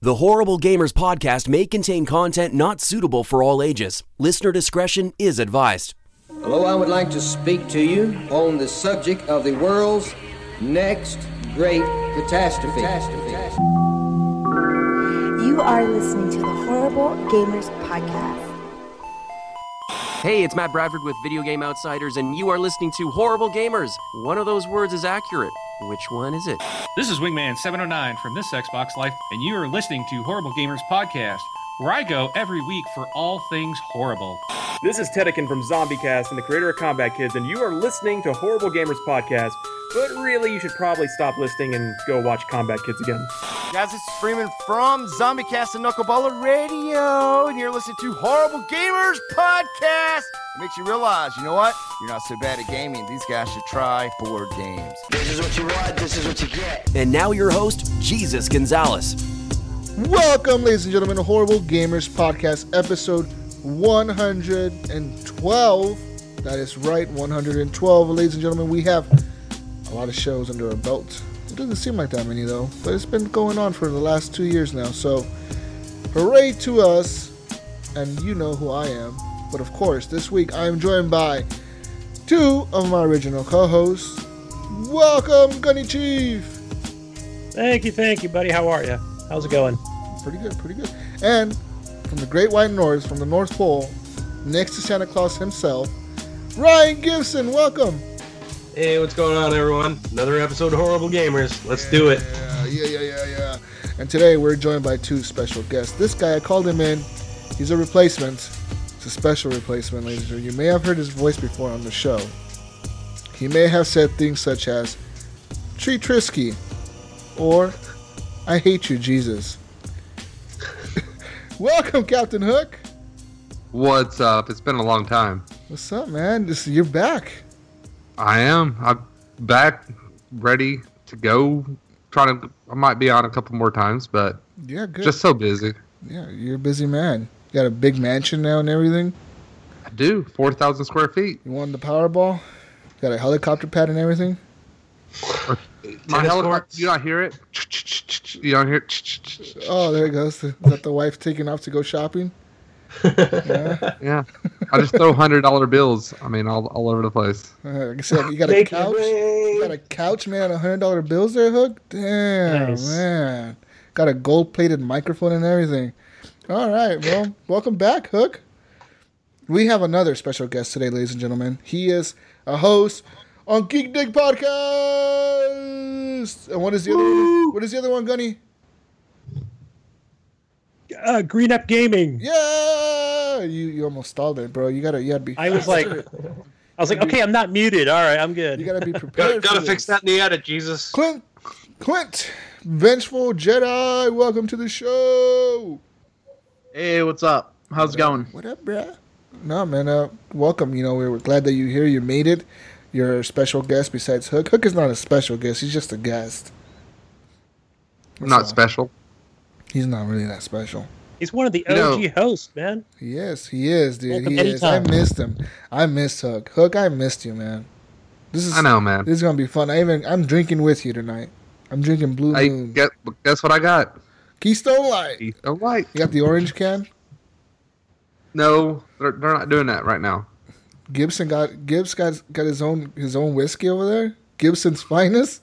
The Horrible Gamers podcast may contain content not suitable for all ages. Listener discretion is advised. Hello, I would like to speak to you on the subject of the world's next great catastrophe. You are listening to the Horrible Gamers Podcast. Hey, it's Matt Bradford with Video Game Outsiders, and you are listening to Horrible Gamers. One of those words is accurate. Which one is it? This is Wingman709 from This Xbox Life, and you are listening to Horrible Gamers Podcast, where I go every week for all things horrible. This is Tedekin from ZombieCast and the creator of Combat Kids, and you are listening to Horrible Gamers Podcast. But really, you should probably stop listening and go watch Combat Kids again. Guys, it's Freeman from ZombieCast and Knuckleballer Radio, and you're listening to Horrible Gamers Podcast. It makes you realize, you know what? You're not so bad at gaming. These guys should try board games. And now your host, Jesus Gonzalez. Welcome, ladies and gentlemen, to Horrible Gamers Podcast, episode 112. That is right, 112. Ladies and gentlemen, we have a lot of shows under our belt. It doesn't seem like that many, though, but it's been going on for the last two years now, so hooray to us, and you know who I am. But of course, this week I am joined by two of my original co hosts. Welcome, Gunny Chief! Thank you, thank you, buddy. How are you? How's it going? pretty good, pretty good. And from the Great White North, from the North Pole, next to Santa Claus himself, Ryan Gibson. Welcome. Hey, what's going on, everyone? Another episode of Horrible Gamers. Let's do it. Yeah, yeah, yeah, yeah, yeah. And today we're joined by two special guests. This guy, I called him in. He's a replacement. It's a special replacement, ladies and gentlemen. You may have heard his voice before on the show. He may have said things such as "Tree Trisky" or "I hate you, Jesus." Welcome, Captain Hook. What's up? It's been a long time. What's up, man? This, you're back. I am. I'm back, ready to go. Trying to, I might be on a couple more times, but Yeah, good. just so busy. yeah, you're a busy man. You got a big mansion now and everything. I do. 4,000 square feet. You won the Powerball? Got a helicopter pad and everything? My Tennis helicopter, courts. you don't hear it? You don't hear it? Oh, there it goes. Is that the wife taking off to go shopping? Yeah. Yeah. I just throw $100 bills, I mean, all, all over the place. Uh, like I said, you got a couch? You got a couch, man, a $100 bills there, Hook? Damn, Nice. man. Got a gold plated microphone and everything. All right, well, welcome back, Hook. We have another special guest today, ladies and gentlemen. He is a host on Geek Dig Podcast. And what is the other one? What is the other one, Gunny? Uh, Green Up Gaming. Yeah, you you almost stalled it, bro. You gotta you gotta be. I was like, I was like, okay, I'm not muted. All right, I'm good. you gotta be Gotta, prepared. gotta for fix this. that in the edit, Jesus. Clint, Clint, vengeful Jedi. Welcome to the show. Hey, what's up? How's it going? What up, bruh? No, man. Uh, welcome. You know, we were glad that you here. You made it. You're a special guest. Besides Hook, Hook is not a special guest. He's just a guest. I'm not special. He's not really that special. He's one of the No. OG hosts, man. Yes, he is, dude. Welcome he is. anytime. I missed him. I missed Hook. Hook, I missed you, man. This is I know, man. This is gonna be fun. I even I'm drinking with you tonight. I'm drinking Blue Hey, Moon guess, guess what I got? Keystone Light. A light. You got the orange can. No, they're, they're not doing that right now. Gibson got Gibbs got got his own his own whiskey over there. Gibson's finest.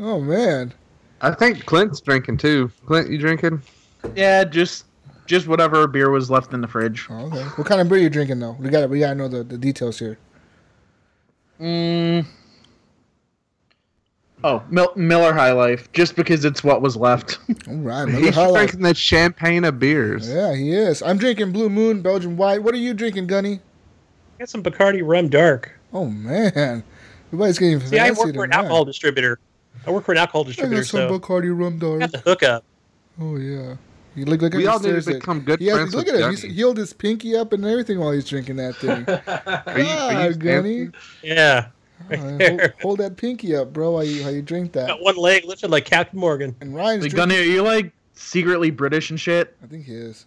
Oh man, I think Clint's drinking too. Clint, you drinking? Yeah, just just whatever beer was left in the fridge. Oh, okay. What kind of beer you drinking though? We got to we gotta know the, the details here. Mm. Oh, Mil- Miller High Life, just because it's what was left. All right, He's Miller High Life. drinking the champagne of beers. Yeah, he is. I'm drinking Blue Moon Belgian White. What are you drinking, Gunny? Got some Bacardi Rum Dark. Oh man, everybody's getting fancy See, I work for an tonight. alcohol distributor. I work for an alcohol I distributor, got some so Bacardi rum I dark. got the hookup. Oh yeah, you look like We he all need to stares at- become good he has- friends Look with at him. He's, Gunny. he held his pinky up and everything while he's drinking that thing. Are you, are you God, Gunny, dancing? Yeah, Uh, right hold, there. hold that pinky up, bro. While you how you drink that? Got one leg lifted like Captain Morgan. And Ryan's like, drinking. Gunny, are you like secretly British and shit? I think he is.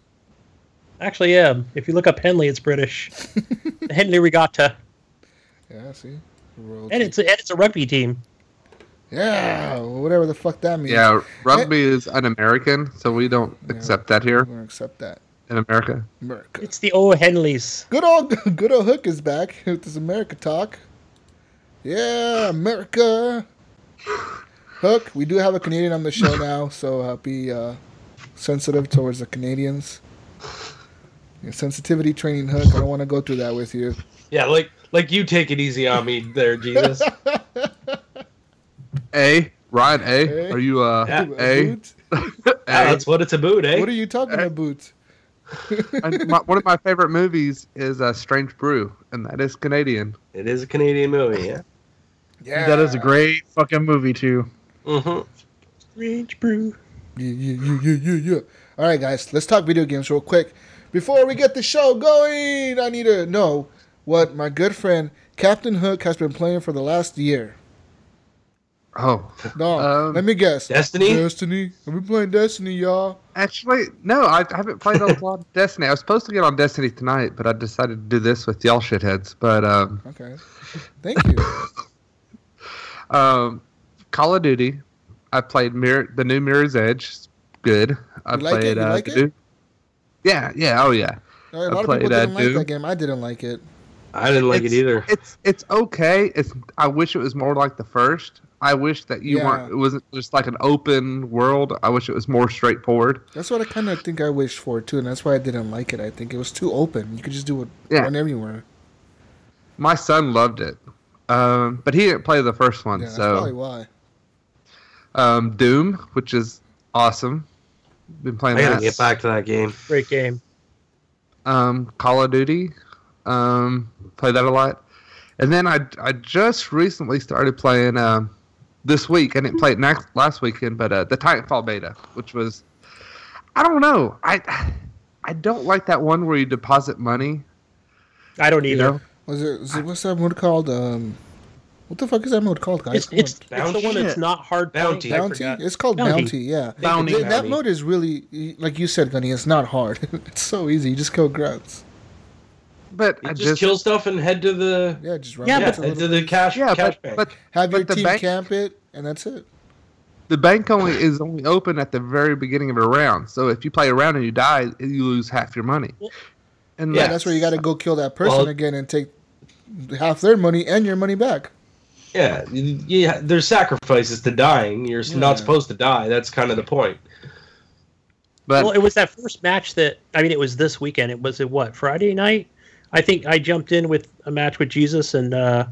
Actually, yeah. If you look up Henley, it's British. The Henley Regatta, Yeah, I see. Royalty. and it's and it's a rugby team. Yeah, whatever the fuck that means. Yeah, rugby is un-American, so we don't accept that here we don't accept that. in America. America. It's the O'Henleys. Good old good old Hook is back with this America talk. Yeah, America. Hook, we do have a Canadian on the show now, so uh, be uh, sensitive towards the Canadians. Your sensitivity training, Hook. I don't want to go through that with you. Yeah, like like you take it easy on me there, Jesus. A Ryan A, A? are you uh, Yeah. A? Boots? Ah, that's what it's about, eh? What are you talking about, Boots? And my, one of my favorite movies is uh, Strange Brew, and that is Canadian. It is a Canadian movie, yeah. Yeah. That is a great fucking movie too. Mm-hmm. Strange brew. Yeah, yeah, yeah, yeah, yeah, yeah. All right, guys, let's talk video games real quick. Before we get the show going, I need to know what my good friend Captain Hook has been playing for the last year. Oh, No, Um, let me guess. Destiny? Destiny. I've been playing Destiny, y'all. actually, no, I, I haven't played a lot of Destiny. I was supposed to get on Destiny tonight, but I decided to do this with y'all shitheads. But um, Okay. Thank you. um, Call of Duty, I played Mirror, the new Mirror's Edge. It's Good. I You like it? played. You uh, like the it? new- Yeah, yeah, oh yeah. All right, a I lot of played, people uh, didn't like Doom. that game. I didn't like it. I didn't like it's, it either. It's it's okay. It's I wish it was more like the first. I wish that you Yeah. weren't. It wasn't just like an open world. I wish it was more straightforward. That's what I kind of think I wished for, too, and that's why I didn't like it. I think it was too open. You could just do it Yeah. run everywhere. My son loved it, um, but he didn't play the first one. Yeah, that's probably so why. um, Doom, which is awesome, been playing I gotta that. get back to that game. Great game. Um, Call of Duty, um, play that a lot, and then I I just recently started playing um, this week. I didn't play it next, last weekend, but uh, the Titanfall beta, which was I don't know I I don't like that one where you deposit money. I don't You either. know, Was it, was it what's that mode called? Um, what the fuck is that mode called, guys? It's, Come it's, on. it's the one that's not hard Bounty. playing. I Bounty. forgot. It's called Bounty. Bounty. yeah. Bounty. Th- That Bounty. mode is really, like you said, Gunny. It's not hard. it's so easy. You just kill grunts. but You I just, just kill stuff and head to the Yeah, just run. Yeah, yeah, grunts a head to little the bit. cash yeah, cash but, bank. but Have your but the team bank- camp it, and that's it. the bank only is only open at the very beginning of a round. So if you play a round and you die, you lose half your money. And Yeah, Yeah, that's where you got to go kill that person Well- again and take half their money and your money back. yeah, you- yeah, there's sacrifices to dying. You're s Yeah. not supposed to die. That's kind of the point. But well, it was that first match that I mean, it was this weekend. It was it what Friday night? I think I jumped in with a match with Jesus and uh,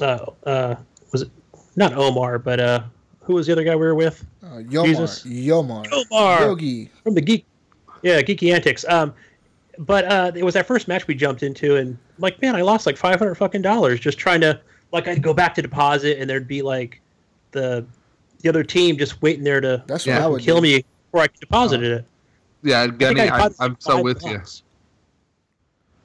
uh, uh was it not Omar, but uh, who was the other guy we were with? Uh, Yomar, Jesus. Yomar, Yomar. Yogi. from the geek yeah geeky antics um but uh it was that first match we jumped into and like man i lost like 500 fucking dollars just trying to like i'd go back to deposit and there'd be like the the other team just waiting there to That's Yeah. what I would kill do. me before i deposited it yeah, think Gunny, Oh, I, deposited I'm so five with you. bucks.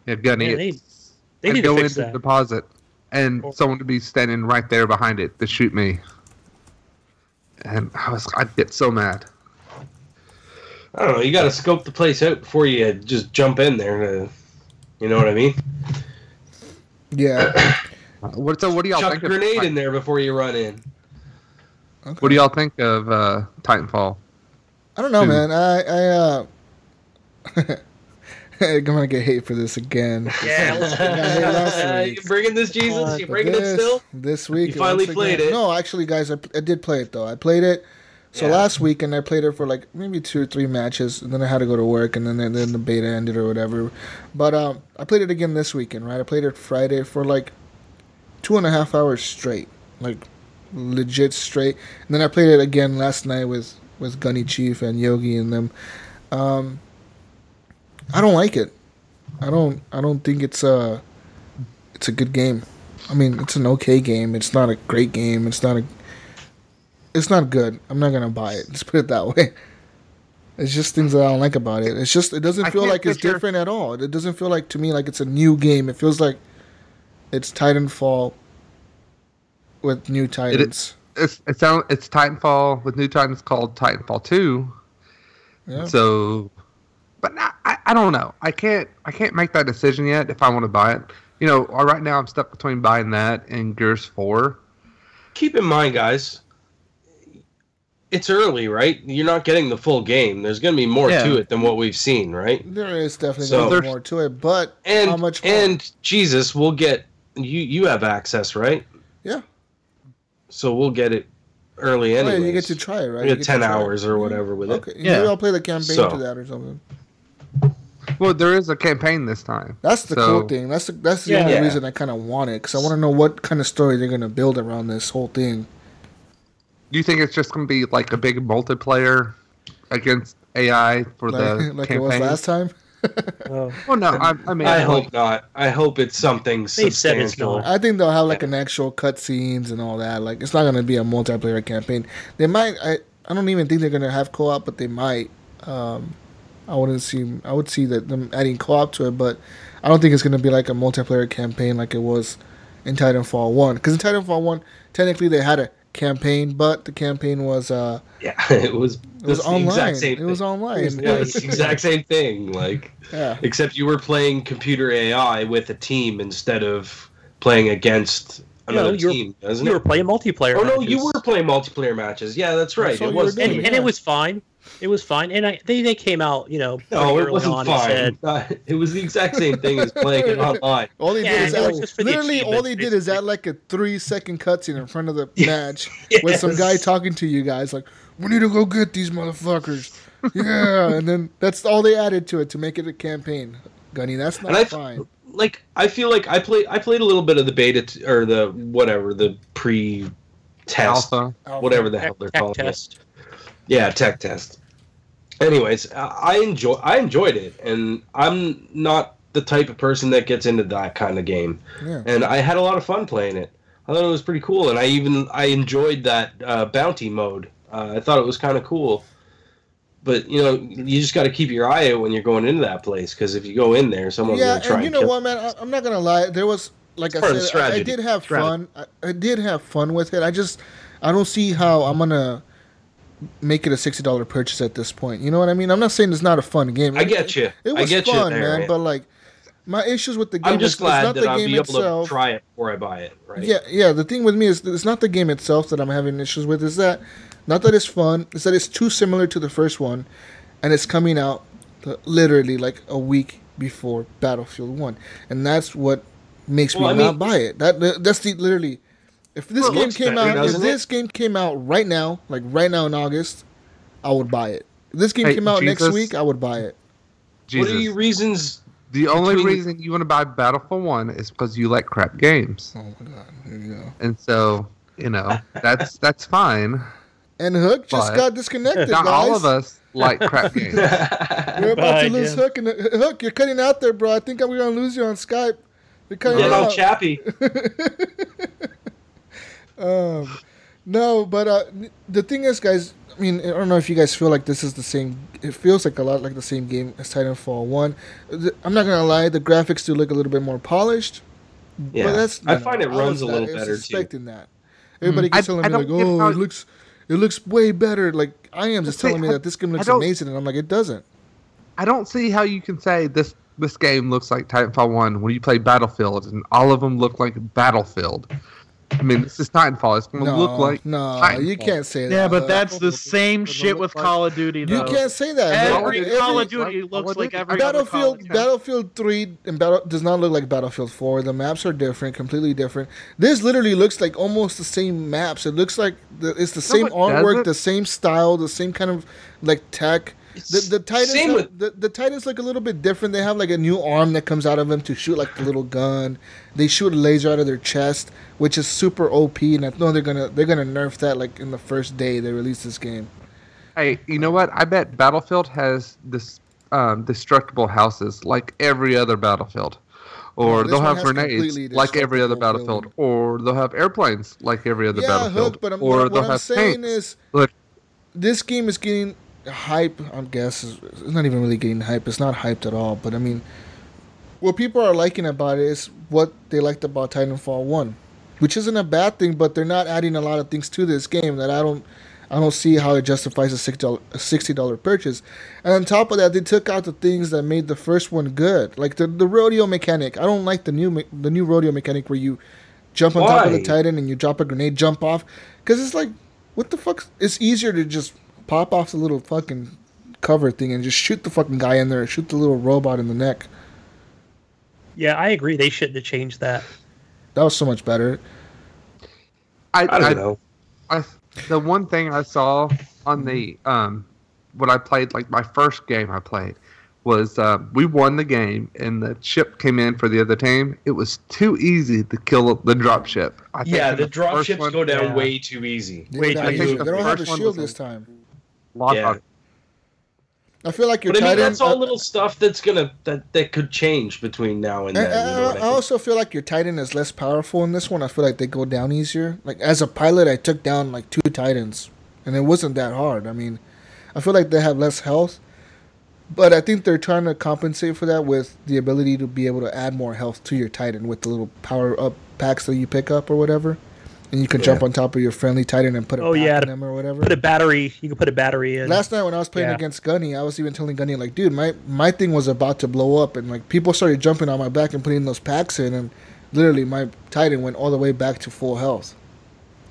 Yeah, Gunny, Yeah, they- it's- they I'd need to go fix in that. to deposit, and Or- someone would be standing right there behind it to shoot me, and I was I'd get so mad. I don't know. You got to scope the place out before you just jump in there. To, you know what I mean? Yeah. Uh, What so? What do y'all Chuck a think? of- grenade in there before you run in. What do y'all think of uh, Titanfall? I don't know, Dude. man. I, I, uh, I'm gonna get hate for this again. yeah let's- I got hate last Uh, week. you bringing this, Jesus? You But bringing it this- still? This week. You finally once played it. No, actually, guys, I, I did play it, though. I played it. So Yeah. last week, and I played it for like maybe two or three matches, and then I had to go to work, and then then the beta ended or whatever. But um, I played it again this weekend, right? I played it Friday for like two and a half hours straight, like legit straight. And then I played it again last night with with Gunny Chief and Yogi and them. Um, I don't like it. I don't. I don't think it's a. It's a good game. I mean, it's an okay game. It's not a great game. It's not a. It's not good. I'm not gonna buy it. Let's put it that way. It's just things that I don't like about it. It's just it doesn't I feel can't like it's picture- different at all. It doesn't feel like to me like it's a new game. It feels like it's Titanfall with new Titans. It's it sound, it's Titanfall with new Titans called Titanfall Two. Yeah. So, but I, I, I don't know. I can't I can't make that decision yet if I want to buy it. You know, uh, right now I'm stuck between buying that and Gears Four. keep in mind, guys, it's early, right? You're not getting the full game. There's going to be more Yeah. to it than what we've seen, right? There is definitely So- a little more to it, but And how much? and Jesus, we'll get you. You have access, right? Yeah. So we'll get it Oh, early yeah, anyway. you get to try it, right? We You had get to ten try it. hours or whatever with Okay, it. maybe I'll play the campaign So- to that or something. Well, there is a campaign this time. That's the So- cool thing. That's the, that's the Yeah. only Yeah. reason I kind of want it because I want to know what kind of story they're gonna build around this whole thing. Do you think it's just going to be like a big multiplayer against AI for the Like, like it was campaign? last time. Well, no, I, I mean, I like- hope not. I hope it's something substantial. I think they'll have like an actual cutscenes and all that. Like it's not gonna be a multiplayer campaign. They might. I I don't even think they're gonna have co-op, but they might. Um, I wouldn't see. I would see that them adding co-op to it, but I don't think it's gonna be like a multiplayer campaign like it was in Titanfall One. Because in Titanfall One, technically they had a campaign, but the campaign was uh Yeah, it was. it was it's the online. exact same it was online. Uh, Yeah, it's the exact same thing. Like, Yeah. except you were playing computer AI with a team instead of playing against another you were- team, doesn't you it? were playing multiplayer Oh no, you matches. were playing multiplayer matches. Yeah, that's right. it was, and, team. and it was fine. It was fine, and I, they they came out, you know, No, pretty it early on wasn't and fine. said- Uh, it was the exact same thing as playing it online. All they Yeah, did is that add, was just for the literally all they did is add like a three second cutscene in front of the match with some guy talking to you guys like, "We need to go get these motherfuckers." yeah, and then that's all they added to it to make it a campaign. Gunny, that's not And I th- fine. like I feel like I play I played a little bit of the beta t- or the whatever the pre test Alpha. whatever the Tech- hell they're tech calling test. it. Yeah, tech test. Anyways, I- I enjoy I enjoyed it, and I'm not the type of person that gets into that kind of game, Yeah. and I had a lot of fun playing it. I thought it was pretty cool, and I even I enjoyed that uh, bounty mode. Uh, I thought it was kind of cool. But you know, you just got to keep your eye out when you're going into that place because if you go in there, someone's yeah, gonna try and and, you know kill what, man? I, I'm not gonna lie. There was like part of I the said, I- I, strategy. did have Strategy. fun. I, I did have fun with it. I just I don't see how I'm gonna make it a sixty dollar purchase at this point. You know what I mean? I'm not saying it's not a fun game. I get you. It was I get fun, you there, man. yeah. But like, my issues with the game. I'm is, just it's glad not that the I'll game be able itself. to try it before I buy it. Right? Yeah, yeah. The thing with me is that it's not the game itself that I'm having issues with. Is that not that it's fun? It's that it's too similar to the first one, and it's coming out the- literally like a week before Battlefield One, and that's what makes me Well, I not mean- buy it. That that's the literally. If this Well, it game looks came better, out, if doesn't it? this game came out right now, like right now in August, I would buy it. If this game Hey, came out next Jesus. week, I would buy it. Jesus. What are your reasons? the only between- reason you want to buy Battlefield 1 is because you like crap games. Oh my god, here you go. And so, you know, that's that's fine. And Hook just But- got disconnected. Not guys. all of us like crap games. We're about Bye, to lose Jim. Hook, and uh, Hook, you're cutting out there, bro. I think we're gonna lose you on Skype. You're cutting Hello, out. Chappie. Um, no, but uh, the thing is, guys. I mean, I don't know if you guys feel like this is the same. It feels like a lot like the same game as Titanfall One. The- I'm not gonna lie, the graphics do look a little bit more polished. Yeah, but that's I you know, find it I was runs a not- little I was better too. Expecting that. Everybody keeps Mm. I- telling I me don't like, get "Oh, how- it looks, it looks way better." Like I am just Let's say, telling me I- that this game looks don't- amazing, and I'm like, it doesn't. I don't see how you can say this this game looks like Titanfall 1 when you play Battlefield and all of them look like Battlefield. I mean, this is Titanfall. It's going to No, look like no, you Titanfall. can't say that. Yeah, but Uh, that's the same shit with Call of Duty. You Though. can't say that. bro. every, Every- Call of Duty looks Call of like Duty. every other Call of Battlefield Duty. Battlefield 3 and Battle does not look like Battlefield 4. The maps are different, completely different. This literally looks like almost the same maps. It looks like the, it's the same it artwork, doesn't. the same style, the same kind of like tech. The, the Titans same have- with- the, the Titans look a little bit different. They have like a new arm that comes out of them to shoot like the little gun. They shoot a laser out of their chest, which is super OP. And I know they're gonna they're gonna nerf that like in the first day they release this game. Hey, you know what? I bet Battlefield has this um, destructible houses like every other Battlefield, or this they'll one have has grenades completely like every other destructible Battlefield, or they'll have airplanes like every other Yeah, Battlefield, Hook, but I'm, or what, they'll what I'm have saying tanks. is Look, this game is getting hype. I guess it's it's not even really getting hype. It's not hyped at all. But I mean, what people are liking about it is what they liked about Titanfall One, which isn't a bad thing. But they're not adding a lot of things to this game that I don't, I don't see how it justifies a six dollar a sixty dollar purchase. And on top of that, they took out the things that made the first one good, like the the rodeo mechanic. I don't like the new me- the new rodeo mechanic where you jump on top of the Why? Titan and you drop a grenade, jump off. Because it's like, what the fuck? It's easier to just pop off the little fucking cover thing and just shoot the fucking guy in there, shoot the little robot in the neck. Yeah, I agree. They shouldn't have changed that. That was so much better. I, I don't know. I, the one thing I saw on the um, when I played like my first game I played was uh, we won the game and the ship came in for the other team. It was too easy to kill the drop ship. I think yeah, in the drop first ships one- go down yeah. way too easy. They, Wait, don't I have a think shield- the they don't have a first one shield was this time. Lock Yeah. on. I feel like your But I mean, Titan. that's all uh, little stuff that's gonna that that could change between now and I, then. you know I, what I I mean? also feel like your Titan is less powerful in this one. I feel like they go down easier. Like as a pilot, I took down like two Titans, and it wasn't that hard. I mean, I feel like they have less health, but I think they're trying to compensate for that with the ability to be able to add more health to your Titan with the little power up packs that you pick up or whatever, and you can jump on top of your friendly Titan and put a Oh, pack yeah, in to them or whatever. Put a battery. You can put a battery in. Last night when I was playing Yeah. against Gunny, I was even telling Gunny like, dude, my my thing was about to blow up, and like people started jumping on my back and putting those packs in, and literally my Titan went all the way back to full health.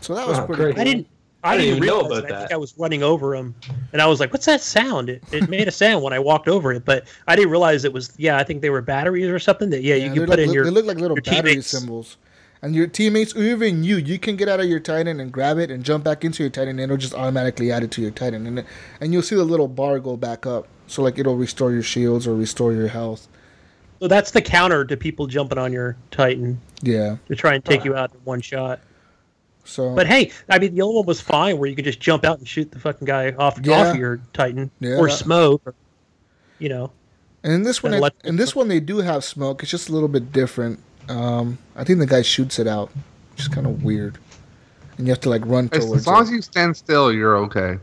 So that was Oh, pretty. great. Cool. I didn't. I I didn't didn't even know realize about it. I think that. I was running over him, and I was like, "What's that sound?" It, it made a sound when I walked over it, but I didn't realize it was. Yeah, I think they were batteries or something. That yeah, Yeah, they you can look put in li- your. They look like little your battery teammates. symbols, and your teammates, or even you, you can get out of your Titan and grab it and jump back into your Titan, and it'll just automatically add it to your Titan, and it- and you'll see the little bar go back up. So like it'll restore your shields or restore your health. So that's the counter to people jumping on your Titan Yeah. to try and Uh. take you out in one shot. So. But hey, I mean, the old one was fine, where you could just jump out and shoot the fucking guy off Yeah. off your Titan Yeah, or that- smoke, or, you know. And in this one, That it- electric in this one, they do have smoke. It's just a little bit different. Um, I think the guy shoots it out, which is kind of weird. And you have to like run As, towards as long it. as you stand still, you're okay.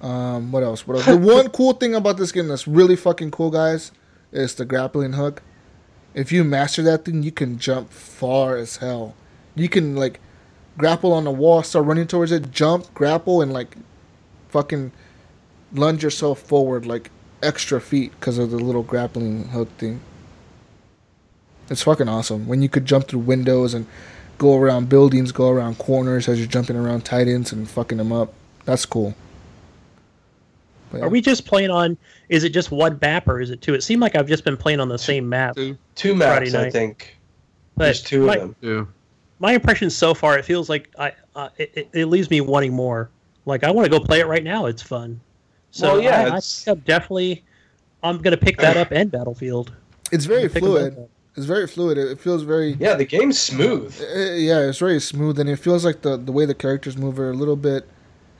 Um, what else? What else? The one cool thing about this game that's really fucking cool, guys, is the grappling hook. If you master that thing, you can jump far as hell. You can like grapple on the wall, start running towards it, jump, grapple, and like fucking lunge yourself forward like extra feet because of the little grappling hook thing. It's fucking awesome when you could jump through windows and go around buildings, go around corners as you're jumping around tight ends and fucking them up. That's cool. But, Are we just playing on? Is it just one map or is it two? It seemed like I've just been playing on the same map. Two, Two Friday maps, I night. think. But There's two my- of them. two. my impression so far, it feels like I uh, it, it, it leaves me wanting more. Like I want to go play it right now. It's fun. So Well, yeah, I- I, it's- think I'm definitely I'm gonna pick that up and Battlefield. It's very Pick 'em both fluid. up. It's very fluid. It it feels very Yeah, the game's smooth. uh, yeah. It's very smooth, and it feels like the the way the characters move are a little bit.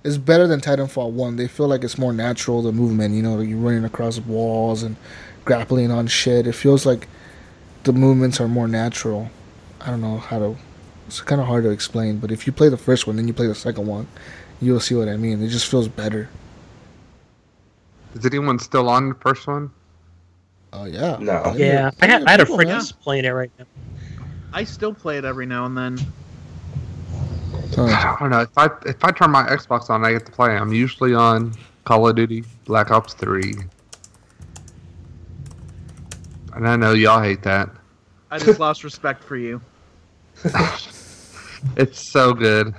It's better than Titanfall one. They feel like it's more natural the movement. You know, you're running across walls and grappling on shit. It feels like the movements are more natural. I don't know how to. It's kind of hard to explain, but if you play the first one, then you play the second one, you'll see what I mean. It just feels better. Is anyone still on the first one? Oh yeah. No. Plenty of- Yeah, I plenty had of I had a people, friend man. that's playing it right now. I still play it every now and then. Huh. I don't know. If I if I turn my Xbox on, I get to play. I'm usually on Call of Duty Black Ops Three, and I know y'all hate that. I just lost respect for you. It's so good.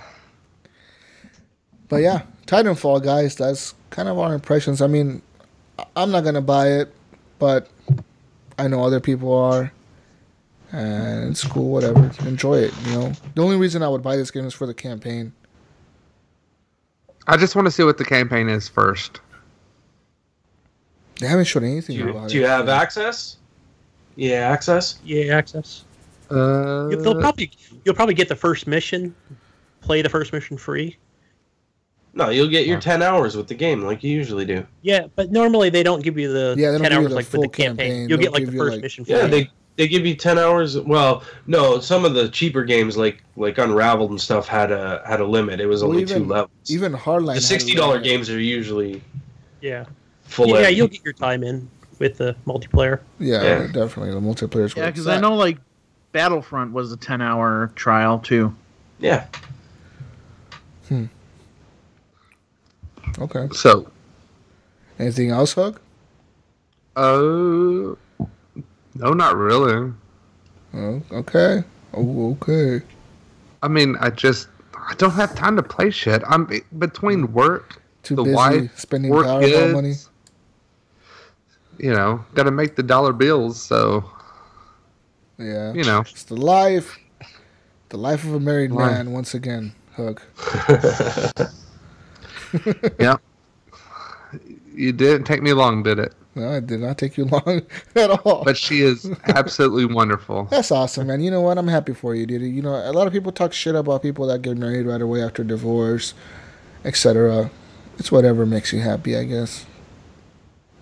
But yeah, Titanfall, guys, that's kind of our impressions. I mean, I- I'm not going to buy it, but I know other people are. And it's cool, whatever. Enjoy it, you know? The only reason I would buy this game is for the campaign. I just want to see what the campaign is first. They haven't shown anything Do you, about do you it. have access? Yeah, access. Yeah, access. Uh, You- They'll probably you'll probably get the first mission, play the first mission free. No, you'll get your ten hours with the game like you usually do. Yeah, but normally they don't give you the Yeah, they don't ten give you hours the like full with the campaign. campaign. You'll They'll get like the give you, first like- mission. Yeah, free. they they give you ten hours. Well, no, some of the cheaper games like like Unraveled and stuff had a had a limit. It was Well, only even- two levels. Even Hardline. the had a sixty dollar little- games are usually yeah, full. yeah. out. You'll get your time in with the multiplayer. Yeah, Yeah. definitely. The multiplayer's Yeah, worth because that. I know like Battlefront was a ten-hour trial too. yeah. Okay. so. Anything else, Hug? Oh, uh, no, not really. Oh, okay. Oh, okay. I mean, I just I don't have time to play shit. I'm be- between work, Too the busy wife, spending work Powerball kids, money. You know, got to make the dollar bills. So Yeah. you know, It's the life. The life of a married Life. man, once again, Hook. yeah. It didn't take me long, did it? No, it did not take you long at all. But she is absolutely wonderful. That's awesome, man. You know what? I'm happy for you, dude. You know, a lot of people talk shit about people that get married right away after divorce, etc. It's whatever makes you happy, I guess.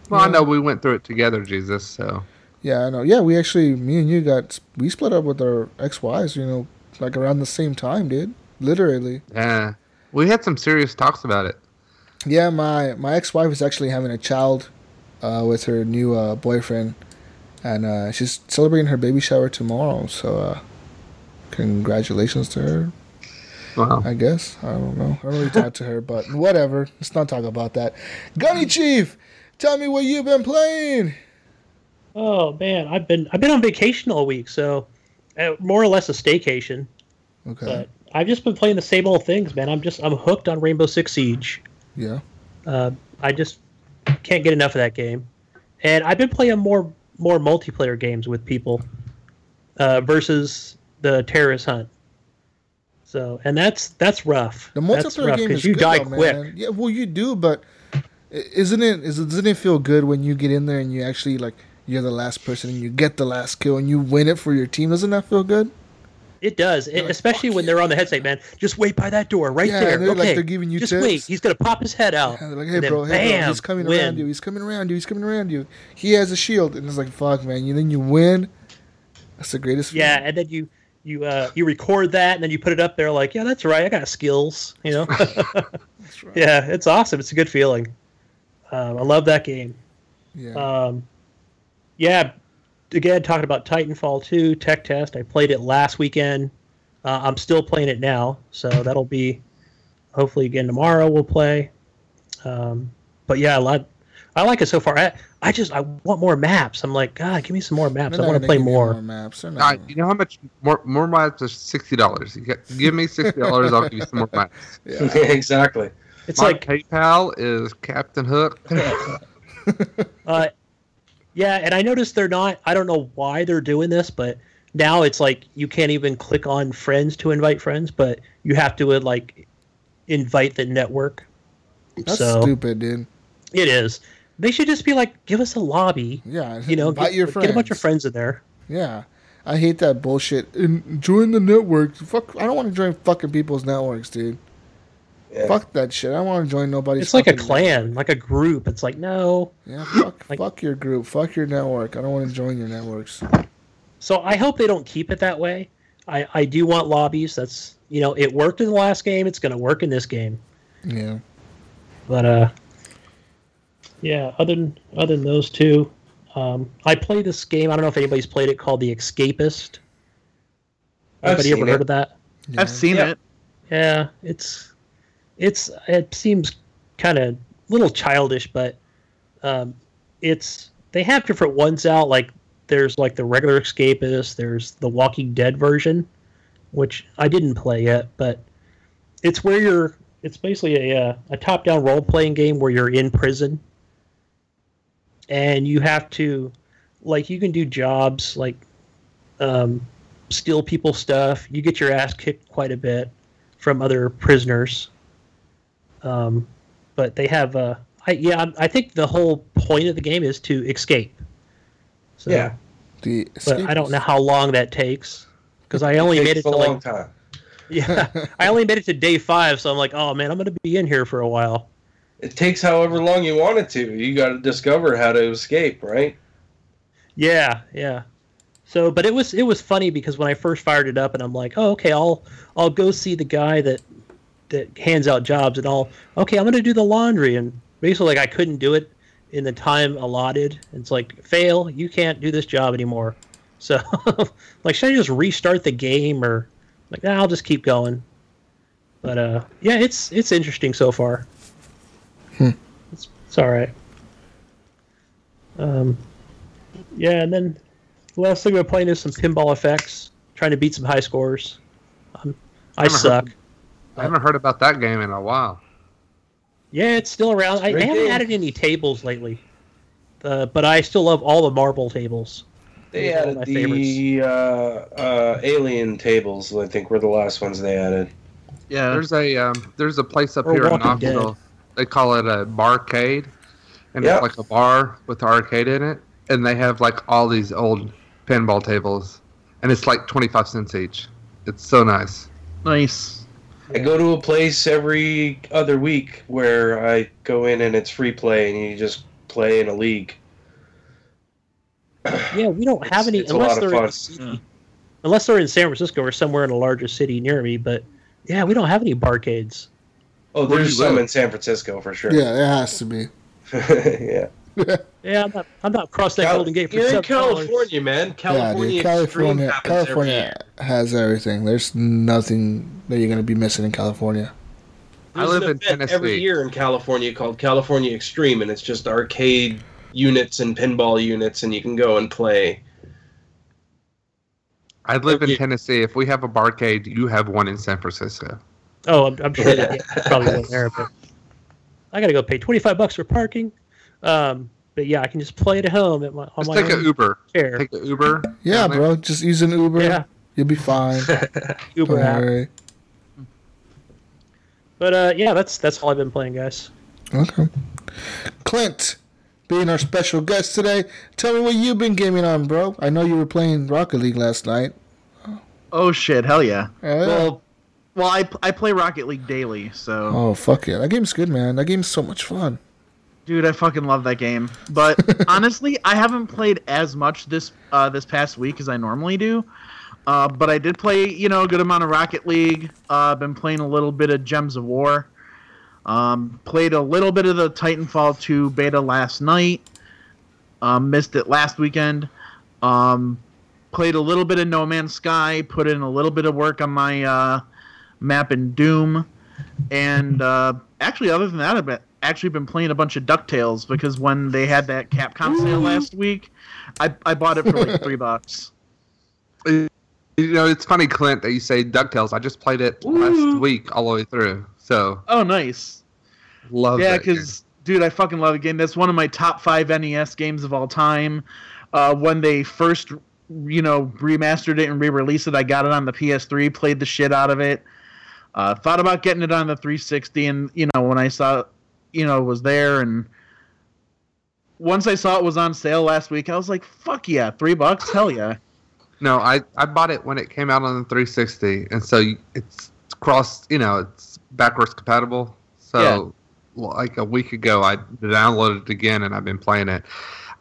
Well, I know we went through it together, Jesus. So Yeah, I know. Yeah, we actually, me and you got we split up with our ex wives. You know, like around the same time, dude. Literally. yeah, we had some serious talks about it. Yeah, my my ex wife is actually having a child uh, with her new uh, boyfriend, and uh, she's celebrating her baby shower tomorrow. So, uh, congratulations to her. Wow. I guess. I don't know. I don't really talk to her, but whatever. Let's not talk about that. Gunny Chief, tell me what you've been playing. Oh man, I've been I've been on vacation all week, so uh, more or less a staycation. Okay. But I've just been playing the same old things, man. I'm just I'm hooked on Rainbow Six Siege. Yeah. Uh, I just can't get enough of that game, and I've been playing more more multiplayer games with people uh, versus the terrorist hunt. So, and that's that's rough. The That's multiplayer rough game is you good, die though, quick. man. Yeah, well, you do, but i- isn't it? Is, it- doesn't it feel good when you get in there and you actually like you're the last person and you get the last kill and you win it for your team? Doesn't that feel good? It does, it, especially when they're on the headset, man. Just wait by that door right Yeah, there. and they're, okay, like, they're giving you just tips. wait. He's gonna pop his head out. And they're like, and hey, then bro, hey, bro, bam, he's coming win. around you. He's coming around you. He's coming around you. He has a shield, and it's like, fuck, man. You then you win. That's the greatest. feeling. Yeah, and then you you uh, you record that, and then you put it up there. Like, yeah, that's right. I got skills. You know. Yeah, it's awesome. It's a good feeling. Um, I love that game. Yeah. Um, yeah. Again, talking about Titanfall 2 Tech Test. I played it last weekend. Uh, I'm still playing it now, so that'll be hopefully again tomorrow. We'll play. Um, but yeah, a lot. I like it so far. I, I just I want more maps. I'm like, God, give me some more maps. They're I not gonna want to play give you more. more maps. They're All not Uh, right, you know how much more more maps are sixty dollars. Give me sixty dollars, I'll give you some more maps. Yeah. exactly. It's My like PayPal is Captain Hook. Uh, yeah, and I noticed they're not. I don't know why they're doing this, but now it's like you can't even click on friends to invite friends, but you have to uh, like invite the network. That's so stupid, dude. it is. They should just be like, give us a lobby. Yeah, You know, invite get, your get a bunch of friends. friends in there. Yeah, I hate that bullshit. And join the network. Fuck, I don't want to join fucking people's networks, dude. Yeah. Fuck that shit. I don't want to join nobody's. It's like a fucking- clan, like a group. It's like no. Yeah, fuck, Like- fuck your group. Fuck your network. I don't want to join your networks. So I hope they don't keep it that way. I I do want lobbies. That's you know, it worked in the last game. It's going to work in this game. Yeah. But uh, yeah. Other than other than those two, um, I play this game. I don't know if anybody's played it called The Escapist. I've Anybody ever seen heard it. of that? I've seen Yeah. it. Yeah, it's it's it seems kind of little childish, but um, it's they have different ones out. Like there's like the regular Escapist. There's the Walking Dead version, which I didn't play yet, but it's where you're. It's basically a uh, a top down role playing game where you're in prison, and you have to like you can do jobs like um, steal people stuff. You get your ass kicked quite a bit from other prisoners. Um, but they have uh, I, yeah, I'm- I think the whole point of the game is to escape. So, Yeah. The but I don't know how long that takes because I only made Takes it to a long like time. yeah, I only made it to day five, so I'm like, oh man, I'm gonna be in here for a while. It takes however long you want it to. You got to discover how to escape, right? Yeah, yeah. So, but it was it was funny because when I first fired it up, and I'm like, oh, okay, I'll I'll go see the guy that that hands out jobs, and I'll okay, I'm gonna do the laundry, and basically like I couldn't do it in the time allotted. It's like fail, you can't do this job anymore. So, like, should I just restart the game or like, nah, I'll just keep going. But uh, yeah, it's it's interesting so far. It's, it's all right. Um, yeah, and then the last thing we're playing is some pinball effects. trying to beat some high scores. Um, I suck. I haven't heard about that game in a while. Yeah, it's still around. I, I Great haven't game. added any tables lately, uh, but I still love all the marble tables. They Those are all added my the uh, uh, alien tables. I think were the last ones they added. Yeah, there's a um, there's a place up Or here in Walking Dead. Knoxville. They call it a barcade, and Yeah. it's like a bar with an arcade in it, and they have like all these old pinball tables, and it's like twenty five cents each. It's so nice. Nice. I go to a place every other week where I go in and it's free play, and you just play in a league. Yeah, we don't have any It's a unless lot they're of in fun. the city. unless they're in San Francisco or somewhere in a larger city near me. But yeah, we don't have any barcades. Oh, Where do there's you some live? in San Francisco for sure. Yeah, it has to be. yeah. Yeah, I'm not, I'm not crossing that Cal- Golden Gate for You're in seven dollars. California, man. California, yeah, dude, California, extreme happens every year. California has everything. There's nothing that you're gonna be missing in California. There's live an in event Every Tennessee. year in California called California Extreme, and it's just arcade units and pinball units, and you can go and play. I live in Tennessee. If we have a barcade, you have one in San Francisco. Oh, I'm, I'm sure that yeah, probably won't there, but I gotta go pay 25 bucks for parking. Um, but yeah, I can just play it at home at my on Let's my take own an Uber. chair. Take an Uber. Yeah, bro. Just use an Uber. Yeah. You'll be fine. Uber Don't app. worry. But uh, yeah, that's that's all I've been playing, guys. Okay. Clint, being our special guest today, tell me what you've been gaming on, bro. I know you were playing Rocket League last night. Oh shit! Hell yeah. Oh, yeah. Well, well, I I play Rocket League daily, so Oh fuck yeah, that game's good, man. That game's so much fun. dude, I fucking love that game. But honestly, I haven't played as much this uh, this past week as I normally do. Uh, but I did play, you know, a good amount of Rocket League. Uh, been playing a little bit of Gems of War. Um, played a little bit of the Titanfall 2 beta last night. Um, missed it last weekend. Um, played a little bit of No Man's Sky. Put in a little bit of work on my uh, map in Doom. And uh, actually, other than that, I've been- actually been playing a bunch of Ducktales because when they had that Capcom sale last week, I, I bought it for like three bucks. You know, it's funny, Clint, that you say Ducktales. I just played it last week all the way through. So Oh, nice. love yeah, that game. because dude, I fucking love the game. That's one of my top five NES games of all time. Uh, when they first, you know, remastered it and re-released it, I got it on the PS3, played the shit out of it. Uh, thought about getting it on the 360, and you know, when I saw, you know, it was there, and once I saw it was on sale last week, I was like, "Fuck yeah, three bucks, hell yeah!" No, I, I bought it when it came out on the 360, and so you- it's cross, you know, it's backwards compatible. So, like a week ago, I downloaded it again, and I've been playing it.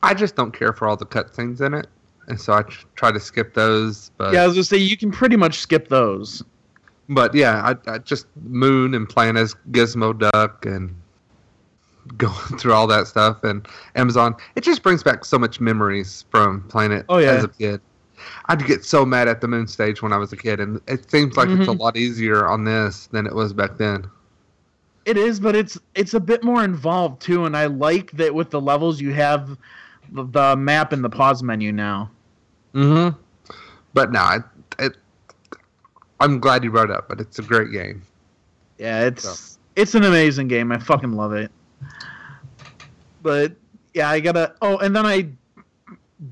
I just don't care for all the cutscenes in it, and so I tr- try to skip those. But yeah, I was gonna say you can pretty much skip those. but yeah, I, I just moon and playing as Gizmo Duck and going through all that stuff and Amazon. It just brings back so much memories from playing it Oh, yeah. as a kid. I'd get so mad at the moon stage when I was a kid, and it seems like it's a Mhm. lot easier on this than it was back then. It is, but it's it's a bit more involved too, and I like that with the levels you have the, the map and the pause menu now. Mm-hmm. But no, it, it, I'm glad you brought it up, but it's a great game. Yeah, it's it's an amazing game. I fucking love it. But yeah, I gotta. Oh, and then I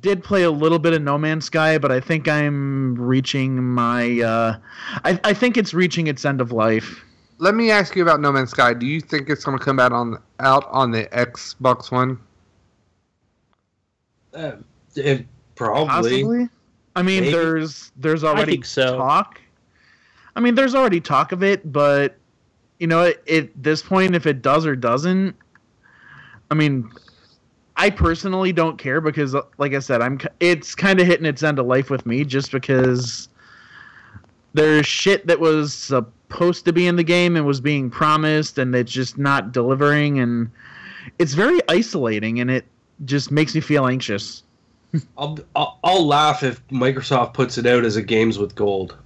did play a little bit of No Man's Sky, but I think I'm reaching my. Uh, I I think it's reaching its end of life. Let me ask you about No Man's Sky. Do you think it's going to come out on out on the Xbox One? Uh, it, probably. Possibly. I mean, Maybe. there's there's already think so. talk. I mean, there's already talk of it, but you know, at at this point, if it does or doesn't, I mean, I personally don't care because, uh, like I said, I'm ki- it's kind of hitting its end of life with me just because there's shit that was supposed to be in the game and was being promised, and it's just not delivering, and it's very isolating, and it just makes me feel anxious. I'll, I'll I'll laugh if Microsoft puts it out as a games with gold.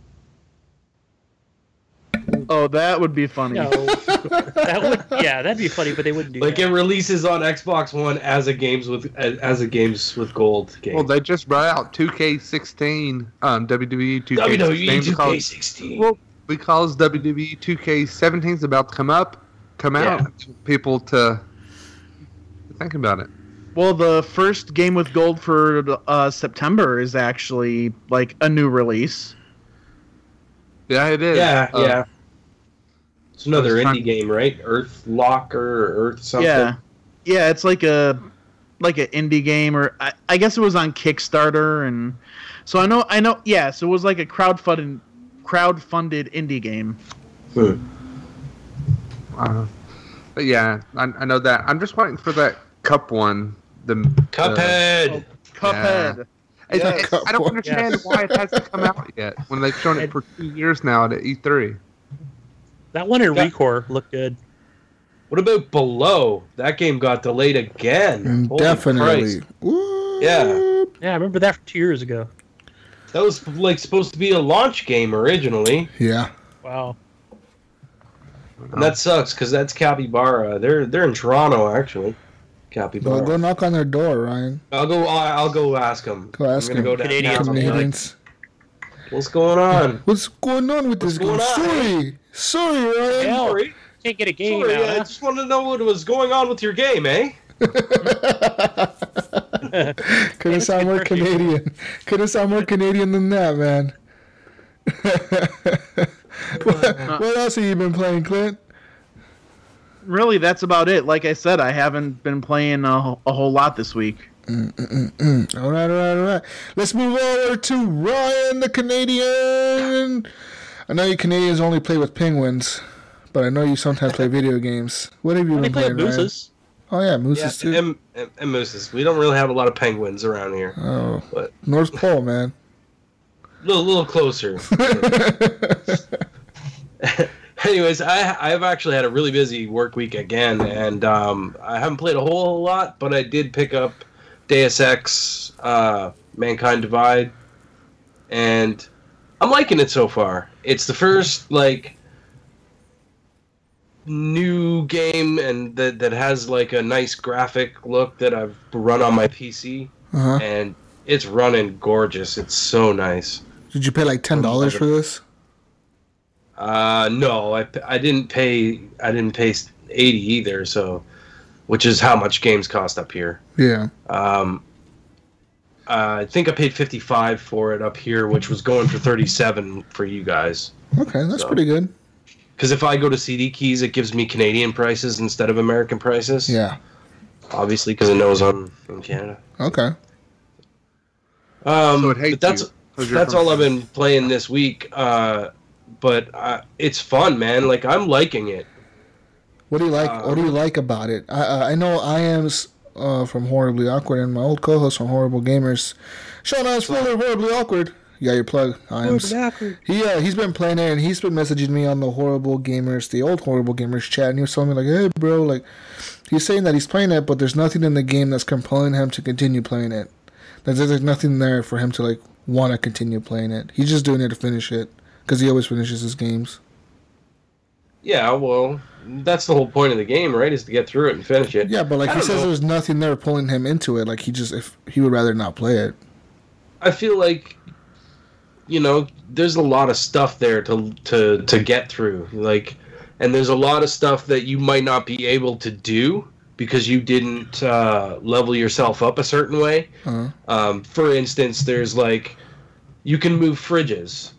Oh, that would be funny. No. that would, yeah, that'd be funny, but they wouldn't do Like that. it releases on Xbox One as a games with as, as a games with gold game. Well, they just brought out 2K16, um, WWE 2K16. WWE because- 2K16. Well, because E WWE 2K17 is about to come up, come Yeah. out, people to think about it. Well, the first game with gold for uh, September is actually like a new release. Yeah, it is. Yeah, Uh, yeah. It's another it's indie fun. game, right? Earth Locker or Earth something. Yeah, yeah, it's like a like an indie game, or I, I guess it was on Kickstarter, and so I know, I know, yeah, so it was like a crowdfunded crowdfunded indie game. uh, but yeah, I, I know that. I'm just waiting for that cup one. The the- Cuphead. Cuphead. It's- Yeah, it's- Cup I don't one. understand why it hasn't come out yet when they've shown it for two years now at E E3. That one in Yeah. Recore looked good. What about Below? That game got delayed again. Holy Definitely. Christ. Whoop. Yeah. Yeah, I remember that from two years ago. That was like supposed to be a launch game originally. Yeah. Wow. Uh-huh. And that sucks because that's Capybara. They're they're in Toronto actually. Well, Capybara. go knock on their door, Ryan. I'll go. I'll, I'll go ask them. Go ask I'm gonna 'em. go down Canadians. and be like, Canadians. What's going on? What's going on with this game? What's Sorry. Sorry, Ryan. Hell, Sorry. can't get a game Sorry, out. I huh? just wanted to know what was going on with your game, eh? Couldn't sound more Canadian. Couldn't sound more Canadian than that, man. what, what else have you been playing, Clint? Really, that's about it. Like I said, I haven't been playing a, wh- a whole lot this week. All right, all right, all right. Let's move over to Ryan the Canadian. I know you Canadians only play with penguins, but I know you sometimes play video games. What have you They been play playing, Ryan? Mooses. Oh yeah, mooses too. and, and, and mooses. We don't really have a lot of penguins around here. oh, But North Pole, man. a little, little closer. Anyways, I I've actually had a really busy work week again, and um, I haven't played a whole lot, but I did pick up Deus Ex, uh, Mankind Divide, and I'm liking it so far. It's the first like new game and that that has like a nice graphic look that I've run on my PC, Uh-huh. and it's running gorgeous. It's so nice. Did you pay like ten dollars for this? Uh, no, I, I didn't pay I didn't pay eighty either. So, which is how much games cost up here. Yeah. Um, uh, I think I paid fifty five for it up here, which was going for thirty seven for you guys. Okay, that's So- pretty good. Because if I go to CD Keys, it gives me Canadian prices instead of American prices. Yeah. Obviously, because it knows I'm in Canada. Okay. Um, So it hates but that's you, 'cause you're that's from all I've been playing this week. Uh, but uh, it's fun, man. Like I'm liking it. What do you like? what do you like about it? I I- I know I am uh, from horribly awkward, and my old co-host from Horrible Gamers, Sean Osweiler, horribly awkward. Yeah, your plug. I am. He uh, he's been playing it, and he's been messaging me on the Horrible Gamers, the old Horrible Gamers chat, and he was telling me like, hey, bro, like, he's saying that he's playing it, but there's nothing in the game that's compelling him to continue playing it. There's, there's nothing there for him to like want to continue playing it. He's just doing it to finish it because he always finishes his games. Yeah, well, that's the whole point of the game, right? Is to get through it and finish it. Yeah, but like I he don't says, know. there's nothing there pulling him into it. Like he just, if he would rather not play it. I feel like you know, there's a lot of stuff there to to to get through. Like and there's a lot of stuff that you might not be able to do because you didn't uh, level yourself up a certain way. Uh-huh. Um, for instance, there's like you can move fridges.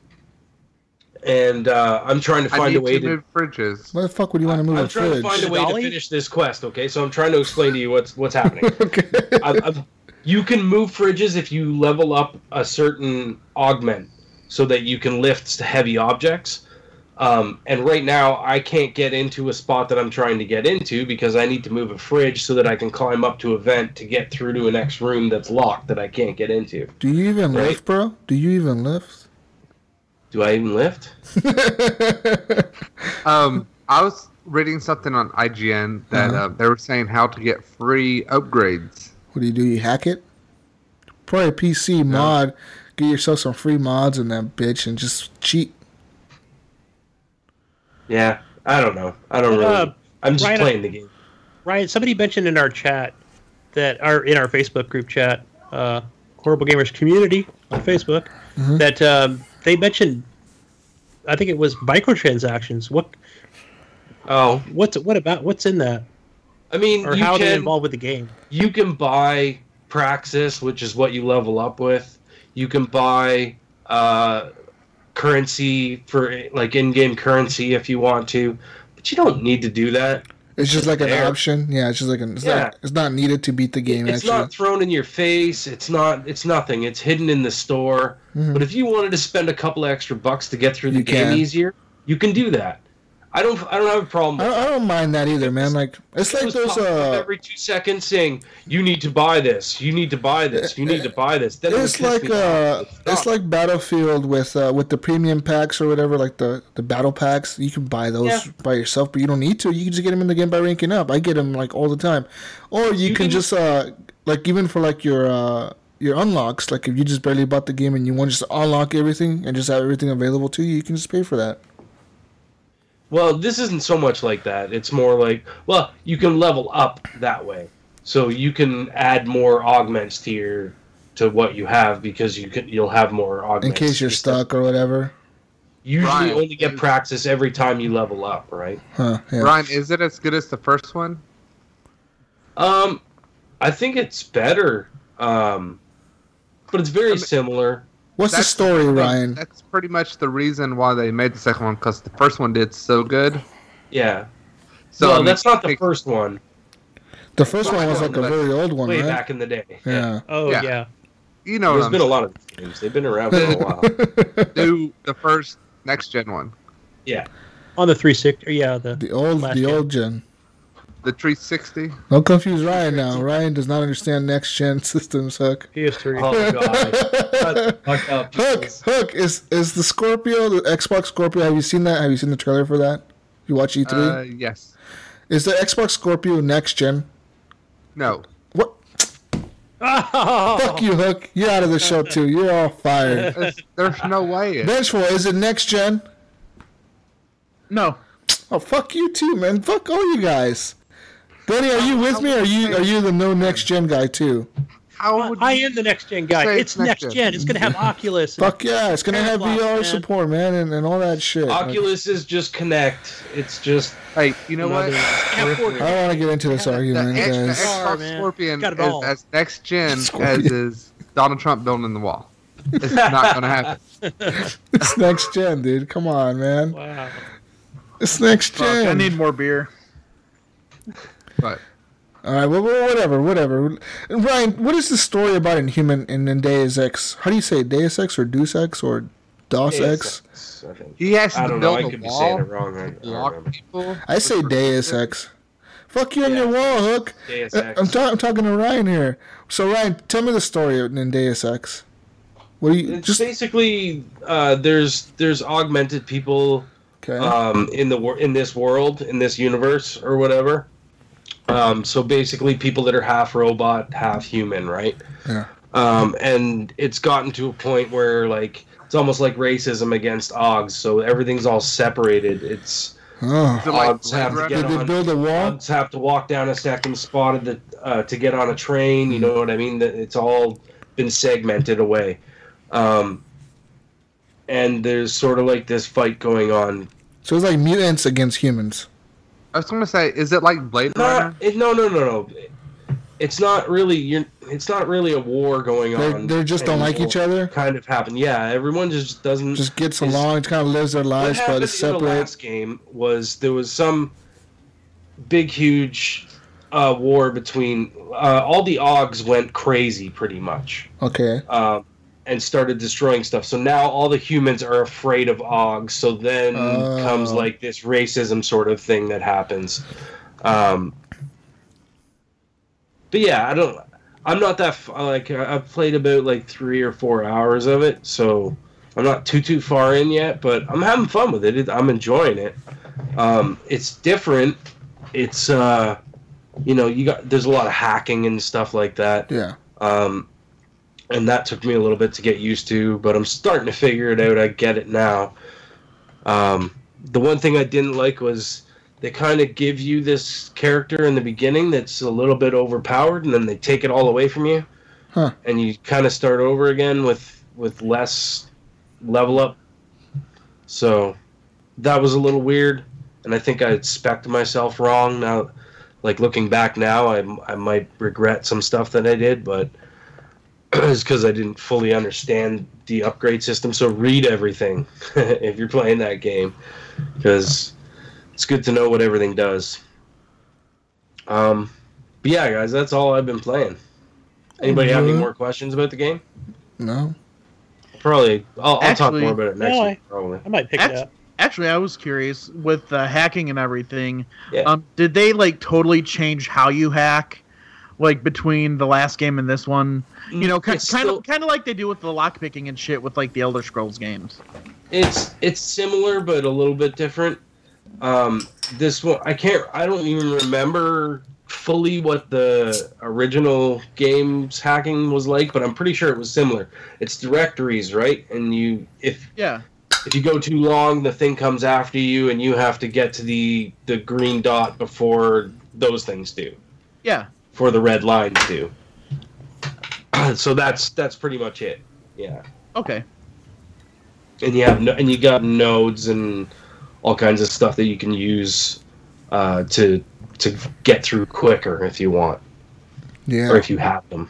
And uh, I'm trying to I find need a way to, to move fridges. Why the fuck would you want to move I'm a trying fridge? to find a way Dolly? to finish this quest, okay? So I'm trying to explain to you what's what's happening. okay. I, I, you can move fridges if you level up a certain augment so that you can lift heavy objects. Um, and right now, I can't get into a spot that I'm trying to get into because I need to move a fridge so that I can climb up to a vent to get through to a next room that's locked that I can't get into. Do you even Right? lift, bro? Do you even lift? Do I even lift? Um, I was reading something on IGN that Mm-hmm. uh they were saying how to get free upgrades. What do you do? You hack it? Probably a PC mod. Get yourself some free mods in that bitch and just cheat. Yeah, I don't know. I don't really. Uh, I'm just Ryan, playing the game. Ryan, somebody mentioned in our chat that our in our Facebook group chat, uh, Horrible Gamers Community on Facebook, Mhm. that um, they mentioned. I think it was microtransactions. What? Oh, what's what about what's in that, I mean, or you how they can- involve with the game? you can buy praxis which is what you level up with you can buy uh, currency for like in-game currency if you want to but you don't need to do that It's just like an There. option. Yeah, it's just like an. It's, Yeah. not, it's not needed to beat the game. it's actually, not thrown in your face it's not it's nothing it's hidden in the store Mhm. but if you wanted to spend a couple extra bucks to get through the You game can. easier you can do that i don't i don't have a problem I with don't, I don't mind that either, man. Like it's like was those. popping up Uh, every two seconds saying you need to buy this you need to buy this you need to buy this then it would it's piss like me off. uh, it's like Battlefield with uh, with the premium packs or whatever, like the the battle packs. You can buy those Yeah. by yourself, but you don't need to. You can just get them in the game by ranking up. I get them like all the time, or You you, can can- just uh, like even for like your uh, your unlocks. Like if you just barely bought the game and you want just to unlock everything and just have everything available to you, you can just pay for that. Well, this isn't so much like that. It's more like, well, you can level up that way. So you can add more augments to your to what you have because you can you'll have more In augments. case you're stuck or whatever, You usually Right. only get praxis every time you level up, right? huh? Yeah. Ryan, is it as good as the first one? Um I think it's better. Um but it's very similar. What's the That's- story, Ryan? That's pretty much the reason why they made the second one because the first one did so good. Yeah. So no, I mean, that's not the it- first one. the first one was like a Back- very old one, Way right? back in the day. Yeah. Oh Yeah. yeah, You know, what There's I'm been a lot of these games. They've been around for a while. do the first next gen one, Yeah. on the three six. Yeah, the The old, Last the gen. old gen. the 360. Don't confuse Ryan now. Ryan does not understand next gen systems. Hook, PS3. Oh god. Shut the fuck up. hook, hook is is the Scorpio the Xbox Scorpio? Have you seen that? Have you seen the trailer for that? You watch E3? Uh, yes. is the Xbox Scorpio next gen? No. What? Fuck you, Hook. You're out of the show too. You're all fired. It's- There's no way. It, Vengeful, is it next gen? No. Oh, fuck you too, man. Fuck all you guys. Buddy, are you with me? Or are you are you the no next gen guy too? how would I am the next gen guy. Say It's next gen. It's gonna have Oculus. and- Fuck yeah, it's gonna have Paradox, VR man. support, man, and, and all that shit. Oculus is just Connect. It's just hey, you know what? another I don't want to get into this The, argument, X- the guys. Xbox man. Scorpion Got it is all. as next gen as Scorpion. is Donald Trump building the wall. It's not gonna happen. It's next gen, dude. Come on, man. Wow. It's next Fuck, I gen. need more beer. But All right, well, well, whatever, whatever. And Ryan, what is the story about in human in, in Deus Ex? How do you say it? Deus Ex or Deus Ex or Dos Ex? X, I think. he has I to don't build know. I a could be saying wall, it wrong. I, I don't block remember. people. I say Deus Ex. Fuck you on your wall, Hook. Deus Uh, Ex. I'm, ta- I'm talking to Ryan here. So Ryan, tell me the story in in Deus Ex. What do you It's just? basically uh, there's there's augmented people Okay. um, in the wor- in this world in this universe or whatever. Um, so basically, people that are half robot, half human, right? Yeah. Um, and it's gotten to a point where like it's almost like racism against Augs. So everything's all separated. It's Oh. Is it like Odds have to Blade get Did Runner? they on- build a wall? Just have to walk down a second spot of the, uh, to get on a train. You know what I mean? That It's all been segmented away, um, and there's sort of like this fight going on. So it's like mutants against humans. I was gonna say, is it like Blade Runner? Not, it, no, no, no, no. It's not really. You're, it's not really a war going They on. they just don't like anymore. each other. Kind of happened. Yeah, everyone just doesn't. Just gets is- along, kind of lives their what lives, but happened it's in the separate. last game was there was some big huge uh, war between uh, all the Augs went crazy pretty much Okay. um, and started destroying stuff. So now all the humans are afraid of Augs. So then Oh. comes like this racism sort of thing that happens. Um, but yeah, I don't. I'm not that f- like I- I've played about like three or four hours of it, so I'm not too too far in yet. But I'm having fun with it. it I'm enjoying it. Um, it's different. It's uh, you know, you got there's a lot of hacking and stuff like that Yeah. um, and that took me a little bit to get used to. But I'm starting to figure it out. I get it now. Um, the one thing I didn't like was they kind of give you this character in the beginning that's a little bit overpowered, and then they take it all away from you, Huh. and you kind of start over again with with less level up. So that was a little weird, and I think I specced myself wrong. Now, like looking back now, I I might regret some stuff that I did, but it's because I didn't fully understand the upgrade system. So read everything if you're playing that game, because it's good to know what everything does. Um, but yeah, guys, that's all I've been playing. Anybody have any Mm-hmm. Mhm. more questions about the game? No. Probably. I'll, I'll Actually- talk more about it next No, week. Probably. I might pick Act- it up. Actually, I was curious with the hacking and everything. Yeah. Um, did they like totally change how you hack, like between the last game and this one? Mm, You know, kind, It's kind still- of kind of like they do with the lockpicking and shit with like the Elder Scrolls games. It's it's similar but a little bit different. Um, this one I can't I don't even remember fully what the original game's hacking was like, but I'm pretty sure it was similar. It's directories, right? And you if Yeah. if you go too long, the thing comes after you and you have to get to the the green dot before those things do. Yeah. For the red line do. so that's that's pretty much it. Yeah Okay. and you have no, and you got nodes and all kinds of stuff that you can use uh, to to get through quicker if you want Yeah. or if you have them.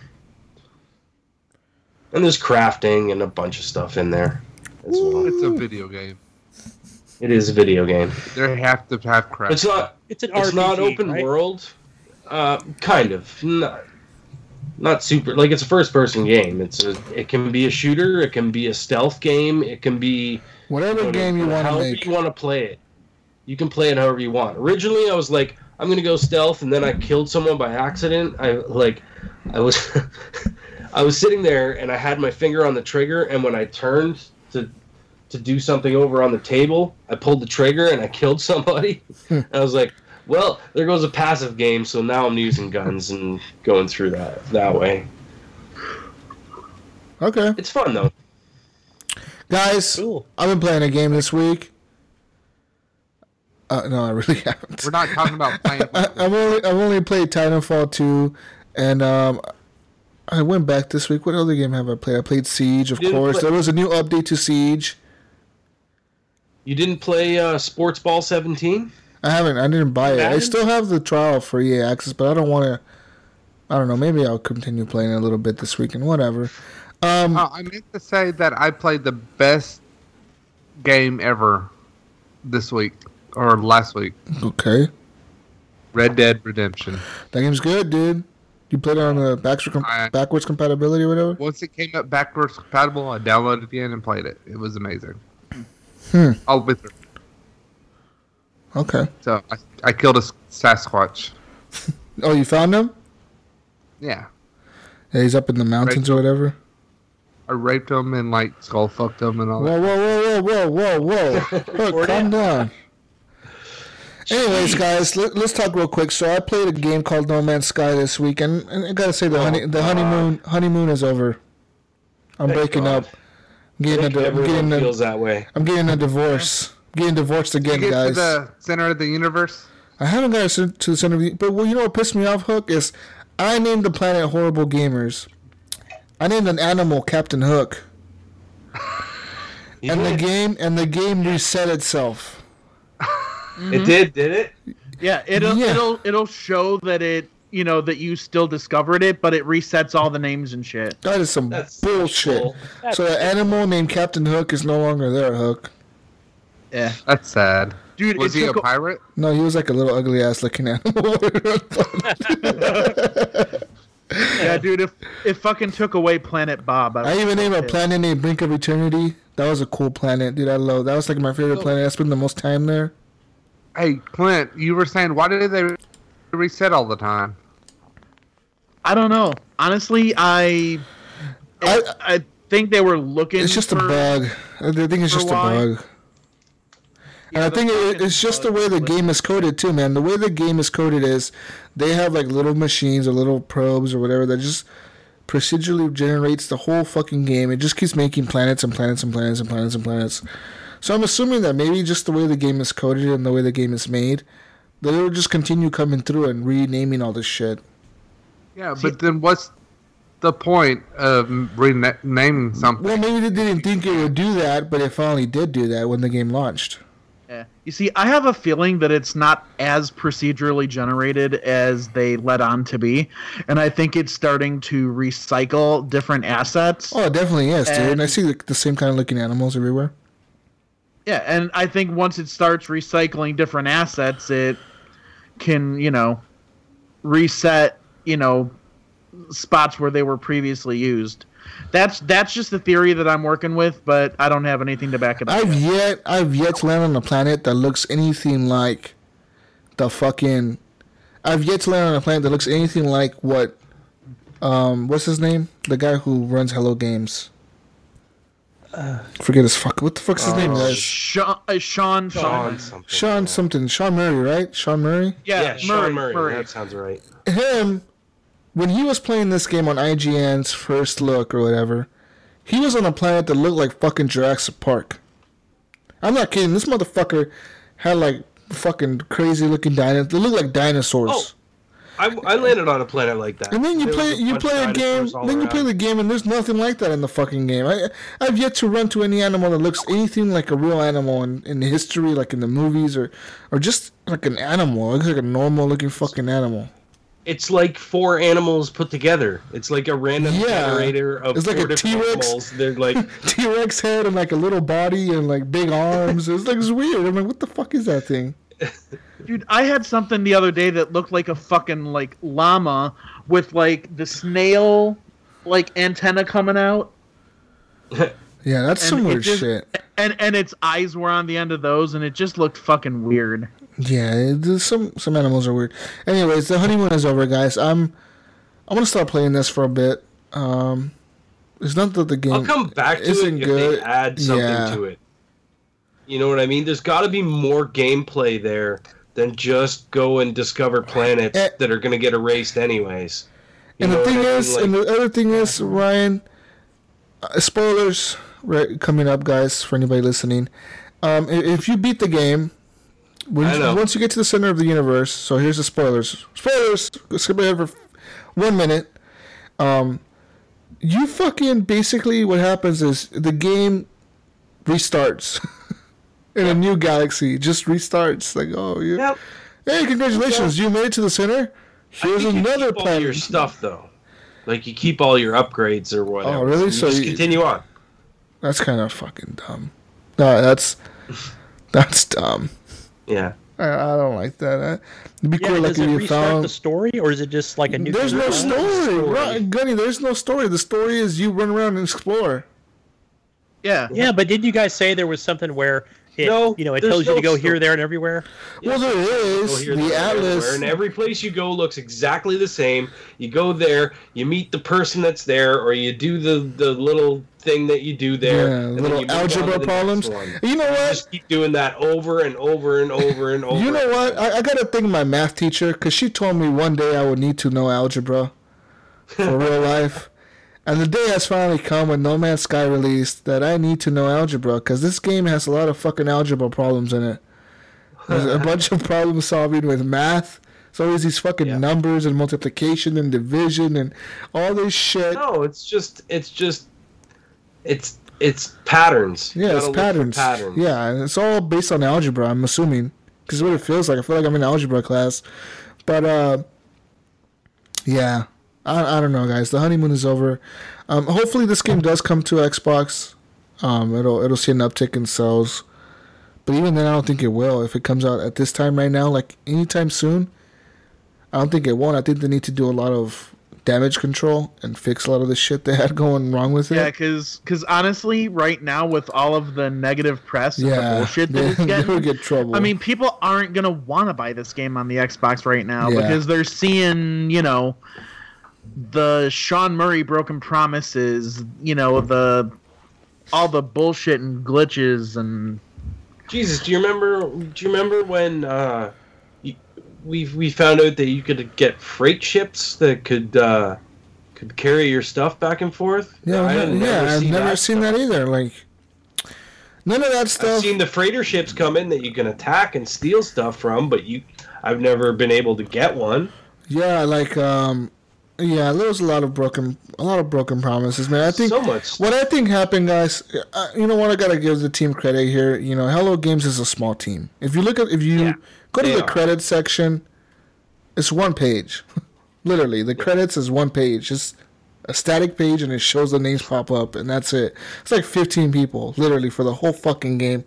And there's crafting and a bunch of stuff in there. As well. It's a video game. It is a video game. They have to have crap. It's not. It's an It's RPG, not open right? world. Uh, kind of. Not, not super. Like it's a first-person game. It's a. It can be a shooter. It can be a stealth game. It can be. Whatever However game you want to however make. you want to play it. You can play it however you want. Originally, I was like, I'm gonna go stealth, and then I killed someone by accident. I like, I was, I was sitting there, and I had my finger on the trigger, and when I turned to, to do something over on the table, I pulled the trigger and I killed somebody. and I was like, well, there goes a passive game, so now I'm using guns and going through that that way. Okay. It's fun though. Guys, Cool. I've been playing a game this week. Uh, no, I really haven't. We're not talking about playing. I, I've only I've only played Titanfall two, and um, I went back this week. What other game have I played? I played Siege, of Didn't course. play- There was a new update to Siege. You didn't play uh, Sports Ball 17? I haven't. I didn't buy it. I Madden? still have the trial for EA access, but I don't want to. I don't know. Maybe I'll continue playing a little bit this week and whatever. Um, Oh, I meant to say that I played the best game ever this week or last week. Okay, Red Dead Redemption. that game's good, dude. You played it on the backwards, I- com- backwards compatibility or whatever. Once it came up backwards compatible, I downloaded it again and played it. It was amazing. Hmm. All with her. Okay. So I, I killed a Sasquatch. Oh, you found him? Yeah. Yeah, he's up in the mountains or whatever. I raped him and like skull fucked him and all that. Whoa, whoa, whoa, whoa, whoa, whoa! Look, calm down. Anyways, guys, let, let's talk real quick. So I played a game called No Man's Sky this week, and, and I gotta say the honey, the honeymoon honeymoon is over. I'm Thank breaking God. up. I'm getting, a, di- I'm, Everyone getting a, feels that way. I'm getting a divorce. I'm getting divorced You again, get to guys. the center of the universe. I haven't got to to the center of the. But well, you know what pissed me off, Hook is I named the planet Horrible Gamers. I named an animal Captain Hook. You and did. the game and the game reset itself. Mm-hmm. It did, did it? Yeah. It'll Yeah. it'll it'll show that it you know that you still discovered it, but it resets all the names and shit. That is some That's bullshit. cool. so an animal named Captain Hook is no longer there, Hook. Yeah. That's sad. Dude, Was it he a took a- pirate? No, he was like a little ugly ass looking animal. Yeah, dude. If it fucking took away Planet Bob. I even named a planet named Brink of Eternity. That was a cool planet, dude. I love that was like my favorite planet. I spent the most time there. Hey, Clint, you were saying why did they reset all the time? I don't know. Honestly, I I, I think they were looking. uh, It's just a for, bug. I think it's for just a why? bug. And I the think it, fucking it's just the bugs way the is what- game is coded too, man. The way the game is coded is they have like little machines or little probes or whatever that just procedurally generates the whole fucking game. It just keeps making planets and planets and planets and planets and planets. So I'm assuming that maybe just the way the game is coded and the way the game is made, that it'll just continue coming through and renaming all this shit. Yeah, but then what's the point of renaming something? Well, maybe they didn't think it would do that, but it finally did do that when the game launched. Yeah. You see, I have a feeling that it's not as procedurally generated as they let on to be, and I think it's starting to recycle different assets. Oh, it definitely is, dude. And- And I see the, the same kind of looking animals everywhere. Yeah, and I think once it starts recycling different assets, it can, you know, reset, you know, spots where they were previously used. That's that's just the theory that I'm working with, but I don't have anything to back it up. I've yet I've yet to land on a planet that looks anything like the fucking I've yet to land on a planet that looks anything like what um what's his name? The guy who runs Hello Games. Forget his fuck what the fuck's his name guys? Sean, uh, Sean, Sean, Sean something. Sean Murray, right? Sean Murray? yeah, Murray, Sean Murray. Murray. That sounds right. Him when he was playing this game on IGN's first look or whatever, he was on a planet that looked like fucking Jurassic Park. I'm not kidding, this motherfucker had like fucking crazy looking dinosaurs. They looked like dinosaurs. Oh, I, I landed on a planet like that. And then you There play was a you bunch play of a game dinosaurs then all you play around. the game and there's nothing like that in the fucking game. I I've yet to run to any animal that looks anything like a real animal in, in history, like in the movies or or just like an animal. It looks like a normal looking fucking animal. It's like four animals put together. It's like a random Yeah. generator of It's like four a different T-Rex. animals. They're like T Rex head and like a little body and like big arms. it's like it's weird. I'm like, what the fuck is that thing? Dude, I had something the other day that looked like a fucking like llama with like the snail like antenna coming out Yeah, that's some And it weird just- shit. and and its eyes were on the end of those and it just looked fucking weird. Yeah, it- there's some some animals are weird. Anyways, the honeymoon is over, guys. I'm I'm gonna stop playing this for a bit. Um, it's not that the game. I'll come back to it isn't if good. they add something Yeah. to it. You know what I mean? There's got to be more gameplay there than just go and discover planets Eh. that are going to get erased anyways. You and know the what thing I mean? is, Like, and the other thing is, Ryan. Uh, spoilers right, coming up, guys, for anybody listening. Um, i- if you beat the game, when I you, know. once you get to the center of the universe, so here's the spoilers. Spoilers. Skip ahead for f- one minute. Um, you fucking basically what happens is the game restarts in a new galaxy. It Just restarts. Like oh, you, Yep. hey, congratulations, you made it to the center. Here's you another keep all your planet. stuff though. Like you keep all your upgrades or whatever. Oh, really? You So just you- continue on. That's kind of fucking dumb. No, that's that's dumb. Yeah. I, I don't like that. I, it'd be Yeah, cool like does it if you restart the found. story, or is it just like a new? There's no controller? story, Right, Gunny. There's no story. The story is you run around and explore. Yeah. Yeah, but did you guys say there was something where it, No, you know, it there's tells you no to go story. here, there, and everywhere? Well, there Go is here, the there, and everywhere, atlas. and every place you go looks exactly the same. You go there, you meet the person that's there, or you do the the little thing that you do there. Yeah, and then little you move on algebra to the next problems. one. You know You what? just keep doing that over and over and over and over. You know what? I, I gotta thank my math teacher because she told me one day I would need to know algebra for real life, and the day has finally come when No Man's Sky released that I need to know algebra because this game has a lot of fucking algebra problems in it. There's a bunch of problem solving with math. It's always these fucking Yeah. numbers and multiplication and division and all this shit. No, it's just it's just it's it's patterns. You yeah, gotta it's look for patterns. Patterns. Yeah, and it's all based on algebra. I'm assuming because what it feels like. I feel like I'm in algebra class, but uh, yeah, I, I don't know, guys. The honeymoon is over. Um, hopefully, this game does come to Xbox. Um, it'll it'll see an uptick in sales, but even then, I don't think it will. If it comes out at this time right now, like anytime soon, I don't think it won't. I think they need to do a lot of damage control and fix a lot of the shit they had going wrong with it. Yeah, because honestly, right now with all of the negative press and the bullshit that they, it's they getting, would get trouble. I mean, people aren't gonna want to buy this game on the Xbox right now Yeah. because they're seeing, you know, the Sean Murray broken promises, you know, the all the bullshit and glitches and Jesus, do you remember? Do you remember when uh, you, we we found out that you could get freight ships that could uh, could carry your stuff back and forth? yeah, I've I ne- didn't yeah, ever I've see never that seen that either. Like, None of that stuff. I've seen the freighter ships come in that you can attack and steal stuff from, but you, I've never been able to get one. Yeah, like um, yeah, there was a lot of broken, a lot of broken promises, man. I think So much. What I think happened, guys, uh, you know what? I gotta give the team credit here. You know, Hello Games is a small team. If you look at, if you go to they the are. credit section, it's one page. Literally, the credits is one page. It's a static page, and it shows the names pop up, and that's it. It's like fifteen people, literally, for the whole fucking game.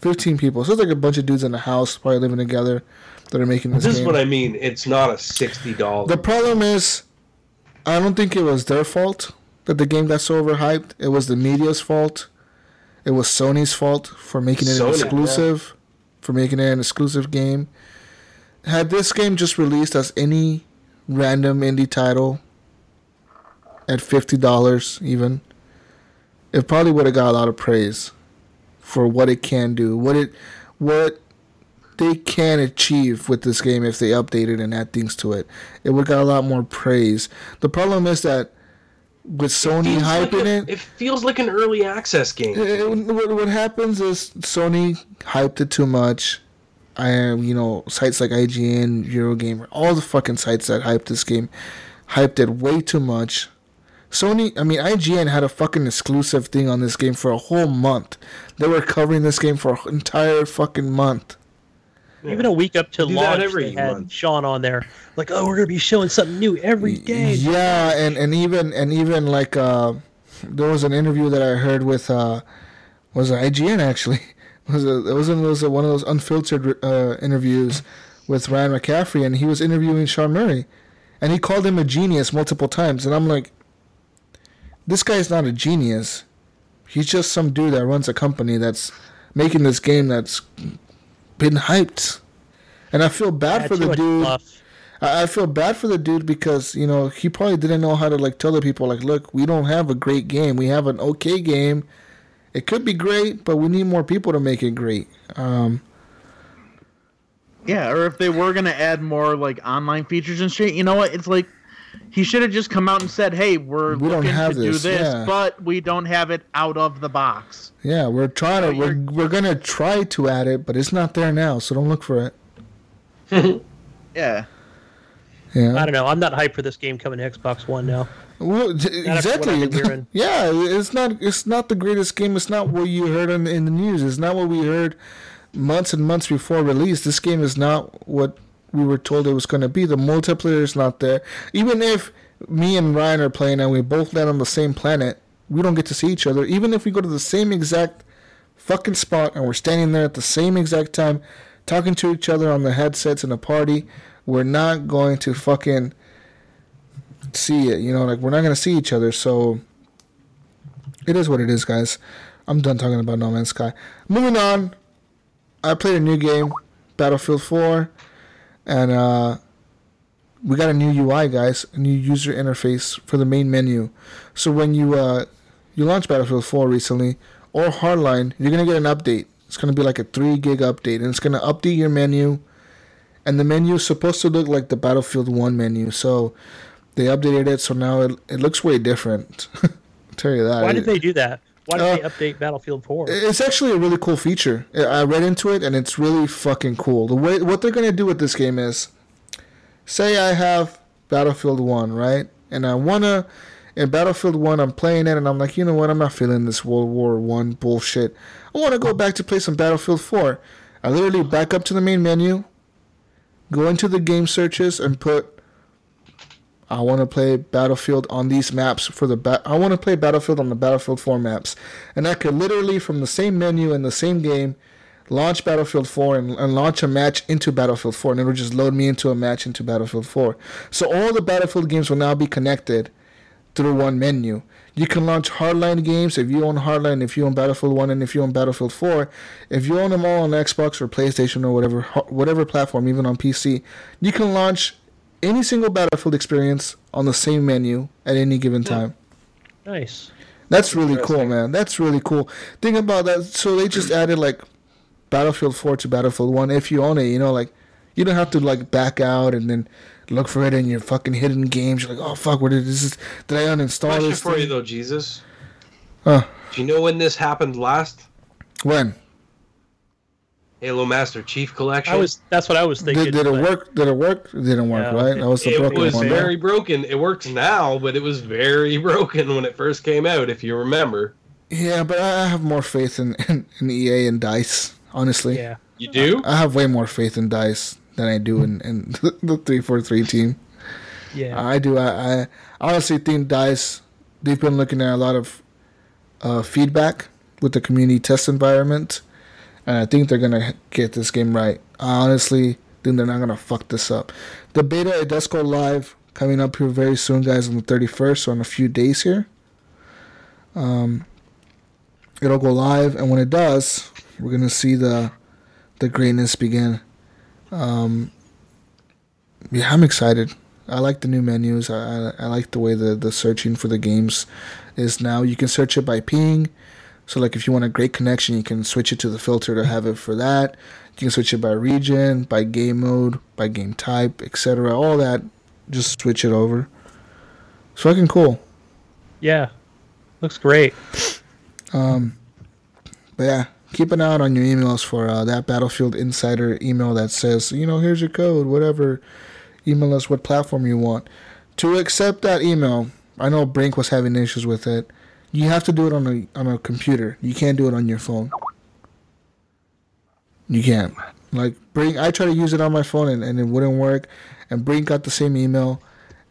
Fifteen people. So it's like a bunch of dudes in a house, probably living together, that are making this. This is game. what I mean. It's not a sixty dollar. The problem is, I don't think it was their fault that the game got so overhyped. It was the media's fault. It was Sony's fault for making it an Sony, exclusive, for making it an exclusive game. Had this game just released as any random indie title at fifty dollars, even, it probably would have got a lot of praise for what it can do, what it, what they can achieve with this game if they update it and add things to it. It would got a lot more praise. The problem is that with Sony Feels hyping like a- it, It feels like an early access game. it- it- Eh, what, what happens is Sony hyped it too much. I am, you know, sites like IGN, Eurogamer, all the fucking sites that hyped this game, hyped it way too much. Sony, I mean, IGN had a fucking exclusive thing on this game for a whole month. They were covering this game for an entire fucking month. Even a week up to Do that launch, every they had month. Sean on there, like, "Oh, we're gonna be showing something new every day." Yeah, and, and even and even like uh, there was an interview that I heard with uh, was it IGN actually It was a, it was in those one of those unfiltered uh, interviews with Ryan McCaffrey, and he was interviewing Sean Murray, and he called him a genius multiple times, and I'm like, this guy's not a genius, he's just some dude that runs a company that's making this game that's been hyped, and I feel bad Yeah, for too the much dude. fluff. I, I feel bad for the dude because you know he probably didn't know how to like tell the people like, look, we don't have a great game. We have an okay game. It could be great, but we need more people to make it great. Um, Yeah, or if they were gonna add more like online features and shit, you know what? It's like he should have just come out and said, "Hey, we're We don't looking have to this, do this, yeah." but we don't have it out of the box." yeah, we're trying to we're we're gonna try to add it, but it's not there now, so don't look for it. Yeah, Yeah, I don't know. I'm not hyped for this game coming to Xbox One now. well, d- That's what exactly. I've been hearing. yeah, it's not it's not the greatest game. It's not what you heard in, in the news. It's not what we heard months and months before release. This game is not what we were told it was going to be. The multiplayer is not there. Even if me and Ryan are playing and we both land on the same planet, we don't get to see each other. Even if we go to the same exact fucking spot and we're standing there at the same exact time, talking to each other on the headsets in a party, we're not going to fucking see it. You know, like we're not going to see each other. So it is what it is, guys. I'm done talking about No Man's Sky. Moving on, I played a new game, Battlefield 4, and uh, we got a new UI, guys, a new user interface for the main menu. So when you uh, you launch Battlefield 4 recently or Hardline, you're gonna get an update. It's gonna be like a three gig update, and it's gonna update your menu. And the menu is supposed to look like the Battlefield 1 menu, so they updated it, so now it, it looks way different. tell you that. Why did they do that? Why did Uh, they update Battlefield 4? It's actually a really cool feature. I I read into it, and it's really fucking cool. The way what they're gonna do with this game is, say I have Battlefield One, right, and I wanna in Battlefield One, I'm playing it, and I'm like, you know what, I'm not feeling this World War One bullshit. I wanna go back to play some Battlefield Four. I literally back up to the main menu, go into the game searches, and put I want to play Battlefield on these maps for the ba- I want to play Battlefield on the Battlefield 4 maps, and I could literally from the same menu in the same game launch Battlefield 4 and, and launch a match into Battlefield 4, and it'll just load me into a match into Battlefield 4. So all the Battlefield games will now be connected through one menu. You can launch hardline games if you own hardline, if you own Battlefield 1, and if you own Battlefield 4. If you own them all on Xbox or PlayStation or whatever whatever platform, even on PC, you can launch any single Battlefield experience on the same menu at any given time. Nice. That's really cool, man. That's really cool. Think about that. So they just added like Battlefield 4 to Battlefield 1 if you own it, you know, like you don't have to like back out and then look for it in your fucking hidden games. You're like, "Oh fuck, where did this did I uninstall Question this?" for thing?" you though, Jesus. Huh. Do you know when this happened last? When Halo Master Chief Collection. I was. That's what I was thinking. did, did it but- work? Did it work? It didn't work, No, right? That was the it broken was one. very Very... broken. It works now, but it was very broken when it first came out. If you remember, Yeah, but I I have more faith in, in, in EA and Dice. Honestly, Yeah. you do. I have way more faith in Dice than I do in, in the three four three team. Yeah. I do. I, I honestly think Dice. They've been looking at a lot of uh, feedback with the community test environment, and I think they're gonna get this game right. I honestly think they're not gonna fuck this up. The beta it does go live coming up here very soon, guys, on the thirty first, so in a few days here. Um, it'll go live, and when it does, we're gonna see the the greatness begin. Um, yeah, I'm excited. I like the new menus. I, I, I like the way the, the searching for the games is now. You can search it by ping. So, like, if you want a great connection, you can switch it to the filter to have it for that. You can switch it by region, by game mode, by game type, etc. All that. Just switch it over. It's fucking cool. Yeah. Looks great. But yeah, keep an eye out on your emails for uh, that Battlefield Insider email that says, you know, here's your code, whatever. Email us what platform you want. To accept that email, I know Brink was having issues with it. You have to do it on a on a computer. You can't do it on your phone. You can't. Like Brink, I tried to use it on my phone and, and it wouldn't work. And Brink got the same email,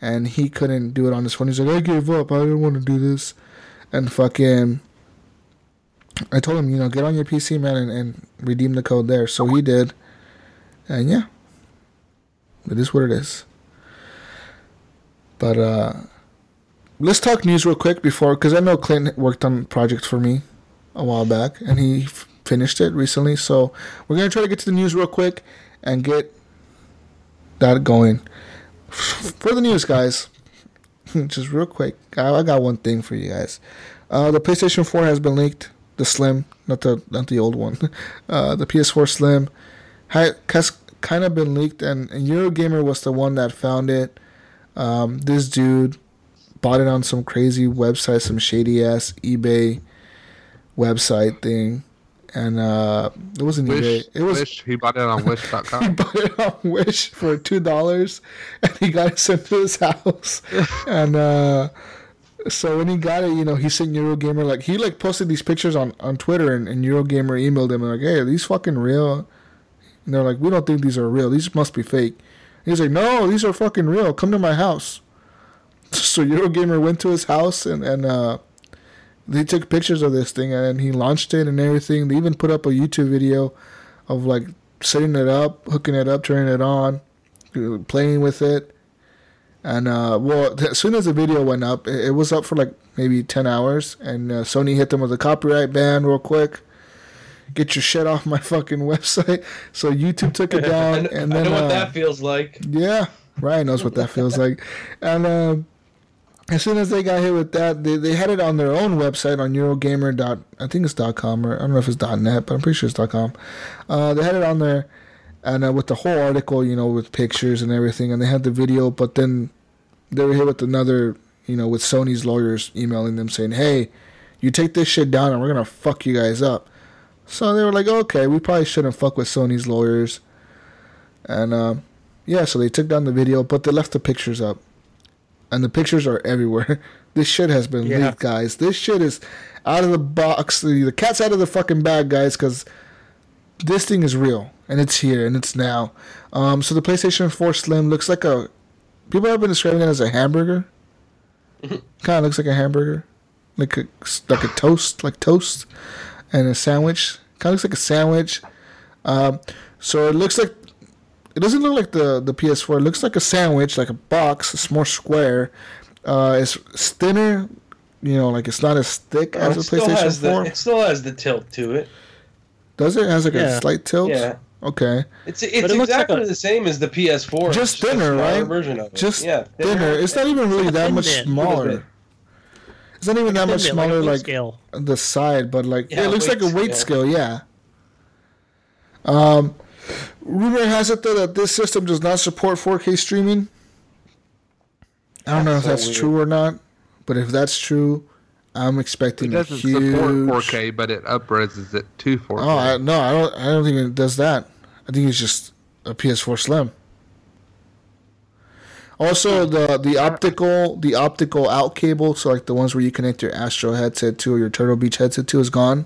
and he couldn't do it on his phone. He's like, I gave up. I didn't want to do this. And fucking, I told him, you know, get on your PC, man, and, and redeem the code there. So he did. And yeah, it is what it is. But uh, let's talk news real quick before, because I know Clint worked on projects for me a while back, and he f- finished it recently. So we're gonna try to get to the news real quick and get that going. For the news, guys, just real quick, I, I got one thing for you guys. Uh, the PlayStation 4 has been leaked. The Slim, not the not the old one. Uh, the PS4 Slim ha- has kind of been leaked, and, and Eurogamer was the one that found it. Um, this dude bought it on some crazy website, some shady ass eBay website thing, and uh, it wasn't Wish, eBay. It was Wish. He bought it on he Wish.com. bought it on Wish for two dollars, and he got it sent to his house. and uh, so when he got it, you know, he sent Eurogamer like he like posted these pictures on on Twitter, and, and Eurogamer emailed him like, "Hey, are these fucking real?" And they're like, "We don't think these are real. These must be fake." He's like, "No, these are fucking real. Come to my house." So Eurogamer went to his house and and uh, they took pictures of this thing, and he launched it and everything. They even put up a YouTube video of like setting it up, hooking it up, turning it on, uh, playing with it. And uh, well, th- as soon as the video went up, it, it was up for like maybe ten hours, and uh, Sony hit them with a copyright ban real quick. Get your shit off my fucking website. So YouTube took it I down, know, and I then know uh, what that feels like. yeah, Ryan knows what that feels like. And um as soon as they got hit with that, they, they had it on their own website on Eurogamer. Dot, I think it's dot .com or I don't know if it's dot .net, but I'm pretty sure it's dot .com. Uh, they had it on there, and uh, with the whole article, you know, with pictures and everything, and they had the video. But then they were hit with another, you know, with Sony's lawyers emailing them saying, "Hey, you take this shit down, and we're gonna fuck you guys up." So they were like, "Okay, we probably shouldn't fuck with Sony's lawyers," and. Uh, yeah, so they took down the video, but they left the pictures up. And the pictures are everywhere. This shit has been Yeah. leaked, guys. This shit is out of the box. The, the cat's out of the fucking bag, guys, because this thing is real. And it's here, and it's now. Um, so the PlayStation 4 Slim looks like a. People have been describing it as a hamburger. kind of looks like a hamburger. Like a, like a toast, like toast. And a sandwich. Kind of looks like a sandwich. Um, so it looks like it doesn't look like the the PS4. It looks like a sandwich, like a box. It's more square. Uh, it's it's thinner. You know, like it's not as thick as Oh, it, the still has PlayStation the, 4. it still has the tilt to it. Does it? It has like Yeah. a slight tilt. Yeah. Okay. It's it's it looks like exactly a- the same as the PS4. Just it's a smaller thinner, right? Version of it. Just yeah, thinner. It's not even really that thin much bit. Little bit. smaller. It's not even that much Thin bit, like a smaller, food like scale. the side, but like Yeah, it looks weight like a weight scale. scale. Yeah. Um, rumor has it though that this system does not support 4K streaming. I don't know if That's so that's weird. true or not, but if that's true, I'm expecting It a doesn't huge. support 4K, but it upreses it to 4K. Oh I, no, I don't. I don't think it does that. I think it's just a PS4 Slim. Also, the the optical the optical out cable, so like the ones where you connect your Astro headset to or your Turtle Beach headset to, is gone.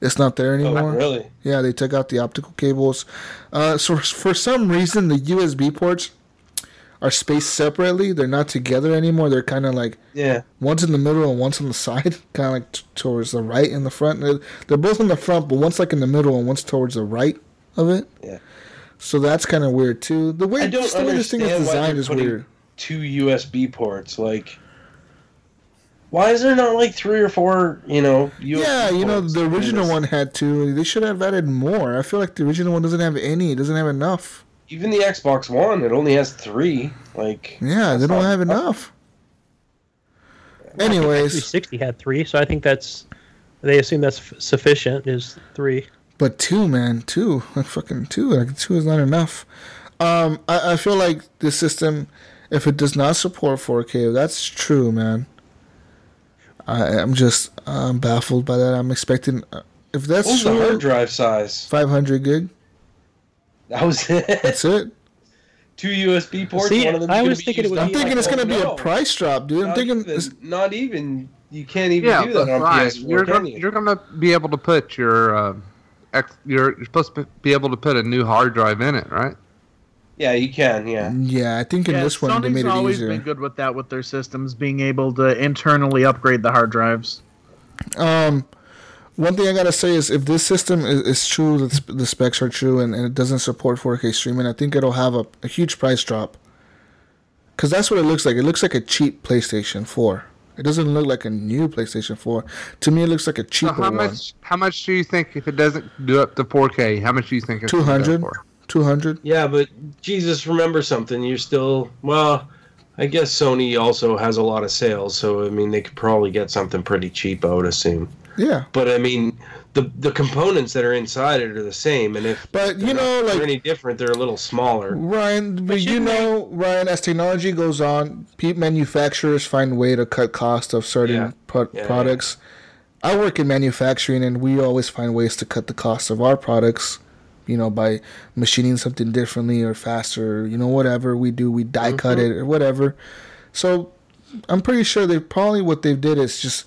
It's not there anymore. Oh, really? Yeah, they took out the optical cables. Uh, so for some reason, the USB ports are spaced separately. They're not together anymore. They're kind of like Yeah. One's in the middle and one's on the side, kind of like t- towards the right and the front. They're, they're both in the front, but one's like in the middle and one's towards the right of it. Yeah. So that's kind of weird too. The way I don't just the way this thing understand is why designed they're is putting weird. two USB ports. Like, why is there not like three or four? You know, USB yeah, you know ports? the I mean, original it's- one had two. They should have added more. I feel like the original one doesn't have any. It doesn't have enough. Even the Xbox One, it only has three. Like, Yeah, they don't have enough. Anyways, 360 had three, so I think that's they assume that's f- sufficient is three. but two, man, two, like fucking two, like two is not enough. Um, I, I feel like this system, if it does not support 4K, that's true, man. I, I'm just I'm baffled by that. I'm expecting uh, if what that's was the hard true, drive size? 500 gig. That was it. That's it. two USB ports. See, one of them I was thinking it would I'm be thinking it's gonna be a price. price drop, dude. I'm oh, Not thinking even, it's- not even. You can't even yeah, do but that on right. PS4. You're can gonna, you? you're gonna be able to put your um, ex, you're, you're supposed to be able to put a new hard drive in it, right? Yeah, you can. Yeah. yeah. I think in Yeah, this one they Sony's made it always easier. been good with that with their systems, being able to internally upgrade the hard drives. Um, one thing I gotta say is if this system is, is true, the, sp- the specs are true, and, and it doesn't support 4K streaming, I think it'll have a, a huge price drop. Cause that's what it looks like. It looks like a cheap PlayStation 4. It doesn't look like a new PlayStation 4. To me, it looks like a So cheaper how one. much how much do you think if it doesn't do up to 4K? How much do you think it's gonna go 200? for? 200. Yeah, but Jesus, remember something. You're still well. I guess Sony also has a lot of sales, so I mean they could probably get something pretty cheap. I would assume. Yeah, But I mean, the the components that are inside it are the same, and if But, you they're know, not- like- they're any different, they're a little smaller. Ryan, but, you know, Ryan, as technology goes on, pe- manufacturers find way to cut cost of certain Yeah. pro- Yeah, yeah. products. I work in manufacturing, and we always find ways to cut the cost of our products. You know, by machining something differently or faster, you know, whatever we do, we die cut Mm-hmm. it or whatever. So, I'm pretty sure they probably what they did is just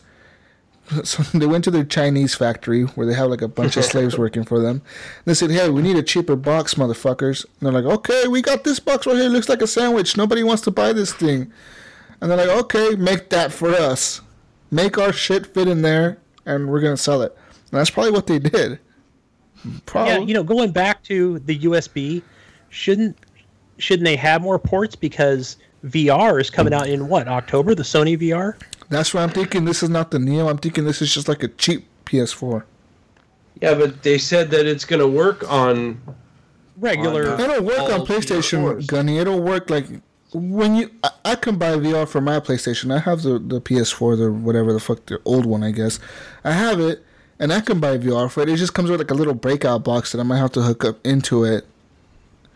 so they went to their Chinese factory where they have like a bunch of slaves working for them. And they said, "Hey, we need a cheaper box, motherfuckers." And they're like, "Okay, we got this box right here. Looks like a sandwich. Nobody wants to buy this thing." And they're like, "Okay, make that for us. Make our shit fit in there, and we're gonna sell it." And that's probably what they did. Probably. Oh. Yeah, you know, going back to the USB, shouldn't shouldn't they have more ports because VR is coming out in what October? The Sony VR. that's why I'm thinking this is not the Neo. I'm thinking this is just like a cheap PS4. Yeah, but they said that it's going to work on. Regular. On, uh, It'll work all on PlayStation, PS4s. Gunny. It'll work like when you. I, I can buy VR for my PlayStation. I have the, the PS4, the whatever the fuck, the old one, I guess. I have it, and I can buy VR for it. It just comes with like a little breakout box that I might have to hook up into it,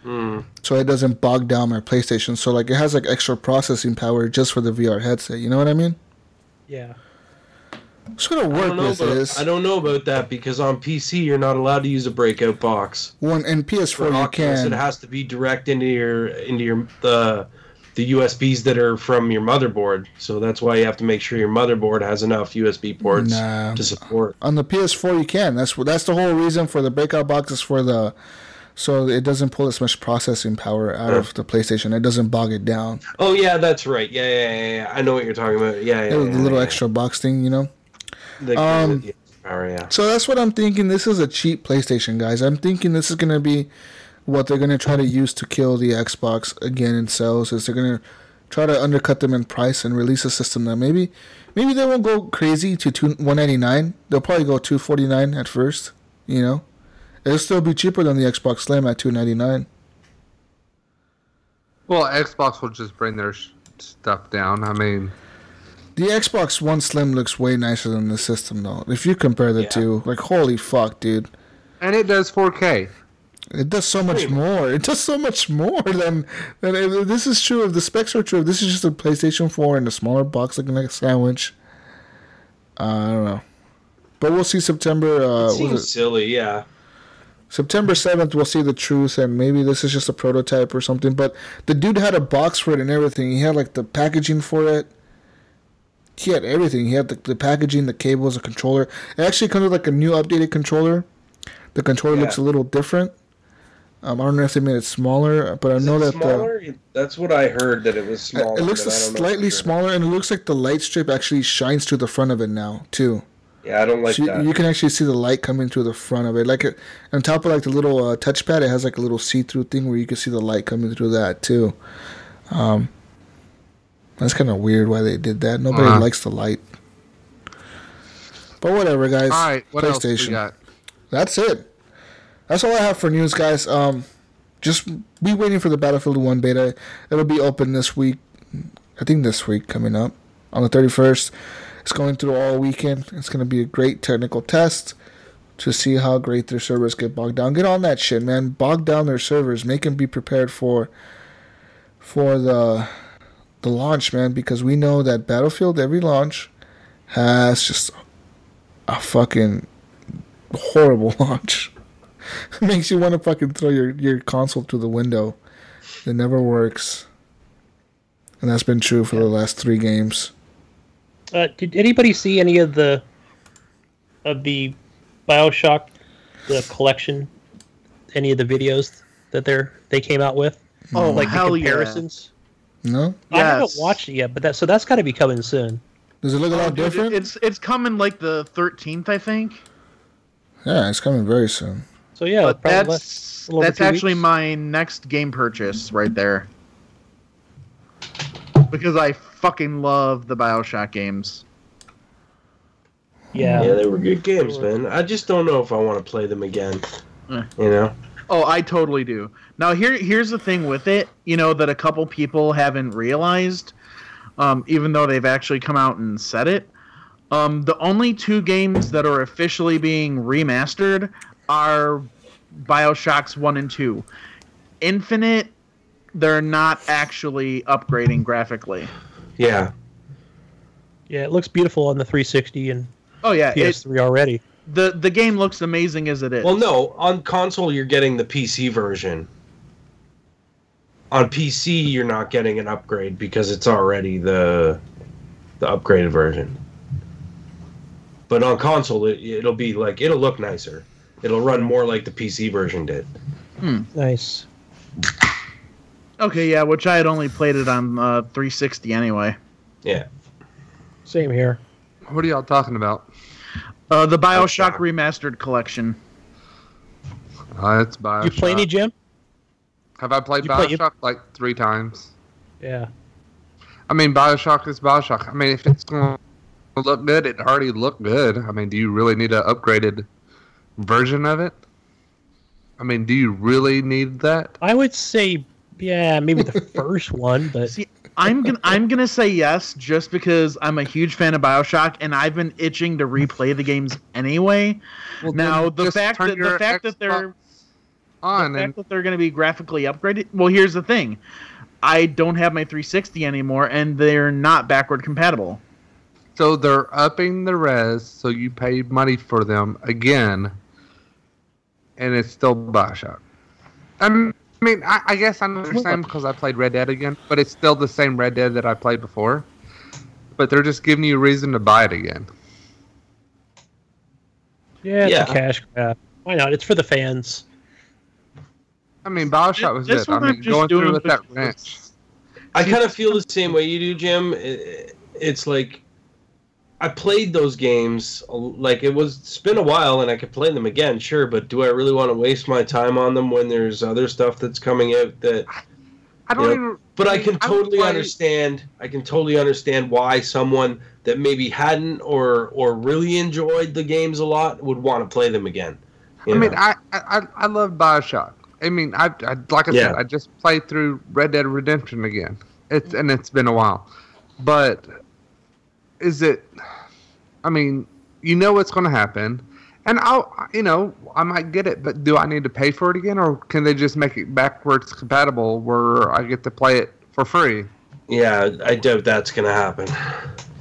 Hmm. so it doesn't bog down my PlayStation. So like it has like extra processing power just for the VR headset. You know what I mean? yeah. It's gonna I work don't, know with about, this I don't know about that because on PC you're not allowed to use a breakout box. one and For PS4 you Oculus, can. it has to be direct into your into your the the USBs that are from your motherboard. So that's why you have to make sure your motherboard has enough USB ports Nah. to support. on the PS4 you can. That's wh- that's the whole reason for the breakout boxes for the so it doesn't pull as much processing power out of the PlayStation. It doesn't bog it down. Oh yeah, that's right. Yeah, yeah, yeah. yeah. I know what you're talking about. Yeah, yeah. It was yeah, the little yeah. extra box thing, you know. The- Um, the power, yeah. So that's what I'm thinking. This is a cheap PlayStation, guys. I'm thinking this is gonna be what they're gonna try to use to kill the Xbox again in sales. Is they're gonna try to undercut them in price and release a system that maybe maybe they won't go crazy to two, 199. They'll probably go 249 at first. You know, it'll still be cheaper than the Xbox Slim at 299. Well, Xbox will just bring their sh- stuff down. I mean, The Xbox One Slim looks way nicer than the system, though. If you compare the Yeah. two, like holy fuck, dude, and it does 4K. it does so much more. It does so much more than than if this is true. If the specs are true, if this is just a PlayStation Four in a smaller box, looking like a sandwich. Uh, I don't know, but we'll see September. it Uh, was seems it- silly, yeah. September 7th, we'll see the truth, and maybe this is just a prototype or something. But the dude had a box for it and everything. He had like the packaging for it. He had everything. He had the, the packaging, the cables, the controller. It actually comes with like a new updated controller. The controller Yeah. looks a little different. Um, I don't know if they made it smaller, but I know that the, Smaller? That's what I heard that it was smaller. it looks but I don't know for slightly sure. smaller, and it looks like the light strip actually shines through the front of it now too. Yeah, I don't like So you, that. you can actually see the light coming through the front of it. Like it, on top of like the little uh, touchpad, it has like a little see-through thing where you can see the light coming through that too. Um, that's kind of weird why they did that. Nobody Uh-huh. likes the light. But whatever, guys. All right, what else we got? That's it. That's all I have for news, guys. Um, just be waiting for the Battlefield One beta. It'll be open this week. I think this week coming up on the thirty first. It's going through all weekend. It's going to be a great technical test to see how great their servers get bogged down. Get on that shit, man. Bog down their servers. Make them be prepared for for the the launch, man. Because we know that Battlefield every launch has just a fucking horrible launch. Makes you want to fucking throw your, your console through the window. It never works. And that's been true for the last three games. Uh, did anybody see any of the of the Bioshock the collection? Any of the videos that they're they came out with? Oh, like hell the yeah. comparisons. No? I haven't Yes. watched it yet, but that so that's got to be coming soon. Does it look a lot Oh, Dude, it- different? it's it's coming like the 13th, I think. yeah, it's coming very soon. So yeah, But Oh, probably that's less- a little over that's two actually weeks. my next game purchase right there. Because I fucking love the Bioshock games. yeah. Yeah, they were good games, man. I just don't know if I want to play them again. Eh. You know, Oh, I totally do. Now here here's the thing with it, you know, that a couple people haven't realized, um, even though they've actually come out and said it. Um, the only two games that are officially being remastered are Bioshocks one and two. Infinite, they're not actually upgrading graphically. yeah, Yeah, it looks beautiful on the 360 and Oh yeah, it, PS3 already. the the game looks amazing as it is. Well, no, on console you're getting the PC version. On PC you're not getting an upgrade because it's already the the upgraded version. But on console it, it'll be like it'll look nicer. It'll run more like the PC version did. Nice. Okay, yeah, which I had only played it on uh, 360 anyway. Yeah. Same here. What are y'all talking about? Uh, the Bioshock Bioshock. remastered collection. Uh, it's Bioshock. you play any Jim? Have I played you play- Bioshock you- like three times? Yeah. I mean, Bioshock is Bioshock. I mean, if it's going to look good, it already looked good. I mean, do you really need an upgraded version of it? I mean, do you really need that? I would say yeah, maybe the first one, but See, I'm gonna I'm gonna say yes just because I'm a huge fan of Bioshock and I've been itching to replay the games anyway. Well, now then the just fact turn that the your fact that they're Xbox on the fact and that they're gonna be graphically upgraded. Well, here's the thing, I don't have my 360 anymore and they're not backward compatible. so they're upping the res, so you pay money for them again, and it's still Bioshock. I mean, I, mean, I, I guess I understand because I played Red Dead again, but it's still the same Red Dead that I played before. But they're just giving you a reason to buy it again. yeah, it's Yeah. a cash grab. Why not? It's for the fans. I mean, Bioshock was This good. I one I'm mean, just going doing through with that because- wrench. I kind of feel the same way you do, Jim. It- It's like I played those games like it was it's been a while and I could play them again, sure, but do I really want to waste my time on them when there's other stuff that's coming out that I don't Yep. even. but I can I would totally play- understand I can totally understand why someone that maybe hadn't or or really enjoyed the games a lot would want to play them again. you I mean, know? I, I I- I love Bioshock. I mean, I, I like I Yeah. said, I just played through Red Dead Redemption again. It's and it's been a while, but is it? I mean, you know what's going to happen, and I'll you know I might get it, but do I need to pay for it again, or can they just make it backwards compatible where I get to play it for free? yeah, I doubt that's going to happen.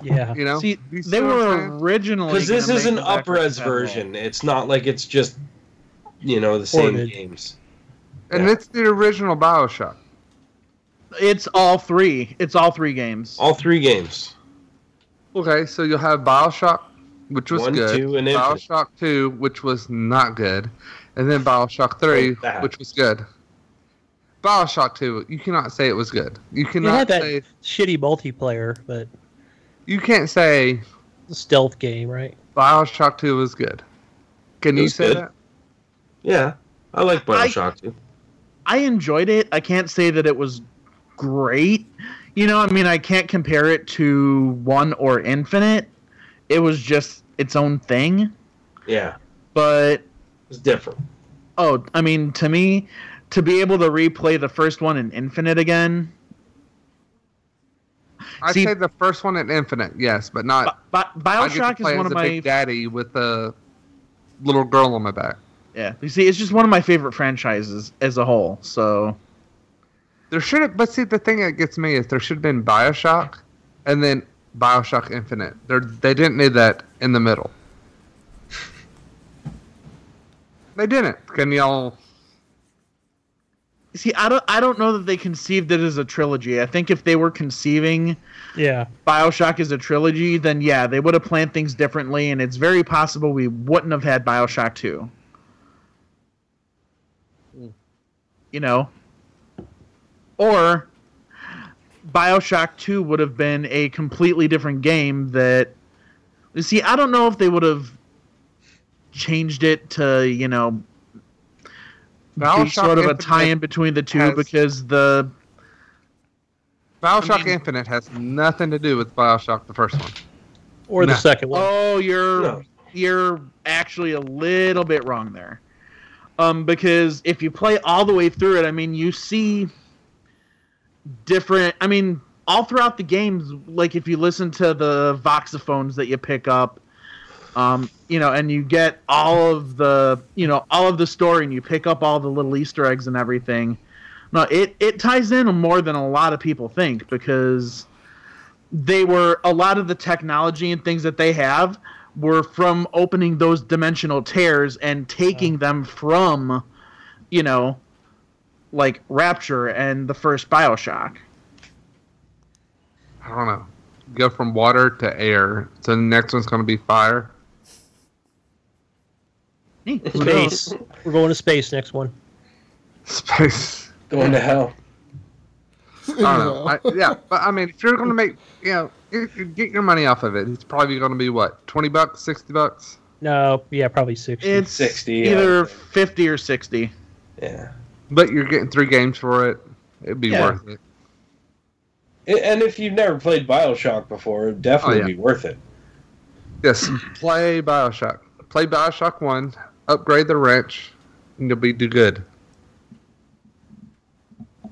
Yeah. You know? See, You see they what I'm were saying? originally Because this gonna is make an the up backwards res paddle. version. It's not like it's just, you know, the same Ported. games. And Yeah. it's the original Bioshock. It's all three. It's all three games. All three games. Okay, so you'll have Bioshock, which was One, good. two, and Infinite. Bioshock 2, which was not good. And then Bioshock 3, Oh, that. which was good. Bioshock 2, you cannot say it was good. You It had cannot that say. shitty multiplayer, but You can't say stealth game, right? Bioshock 2 was good. Can It you was say good. that? Yeah, I like I- Bioshock too. I enjoyed it. I can't say that it was great. You know, I mean, I can't compare it to one or infinite. It was just its own thing. Yeah, But it's different. oh, I mean, to me, to be able to replay the first one in infinite again, I See- say the first one at Infinite, yes, but Bi- not. Bi- I get to Bioshock play is one as of a my big daddy with a little girl on my back. yeah. You see, it's just one of my favorite franchises as a whole. So There should have, but see, the thing that gets me is there should have been Bioshock, and then Bioshock Infinite. They they didn't need that in the middle. They didn't. Can y'all? see, I don't, I don't know that they conceived it as a trilogy. I think if they were conceiving Yeah. Bioshock is a trilogy, then yeah, they would have planned things differently, and it's very possible we wouldn't have had Bioshock 2. You know? Or Bioshock 2 would have been a completely different game that. You see, I don't know if they would have changed it to, you know, be Bioshock sort of a Infinite- tie in between the two has- because the. Bioshock I mean- Infinite has nothing to do with Bioshock the first one. Or the Nah. second one. Oh, you're No. you're actually a little bit wrong there. Um, because if you play all the way through it, I mean, you see different. I mean, all throughout the games, like if you listen to the voxophones that you pick up, um, you know, and you get all of the, you know, all of the story, and you pick up all the little Easter eggs and everything. No, it it ties in more than a lot of people think because they were a lot of the technology and things that they have were from opening those dimensional tears and taking them from, you know, like Rapture and the first Bioshock. I don't know. Go from water to air. So the next one's going to be fire. Space. We're going to space next one. Space. Going to hell. I don't know. I, yeah, but I mean, if you're going to make, you know, if you get your money off of it, it's probably going to be what, 20 bucks, 60 bucks? No, yeah, probably six. It's 60, I either would think. 50 or 60. Yeah, But you're getting three games for it. It'd be Yeah. worth it. I- and if you've never played Bioshock before, it'd definitely Oh, yeah. be worth it. Yes, play Bioshock. Play Bioshock 1, upgrade the wrench, and you'll be do good.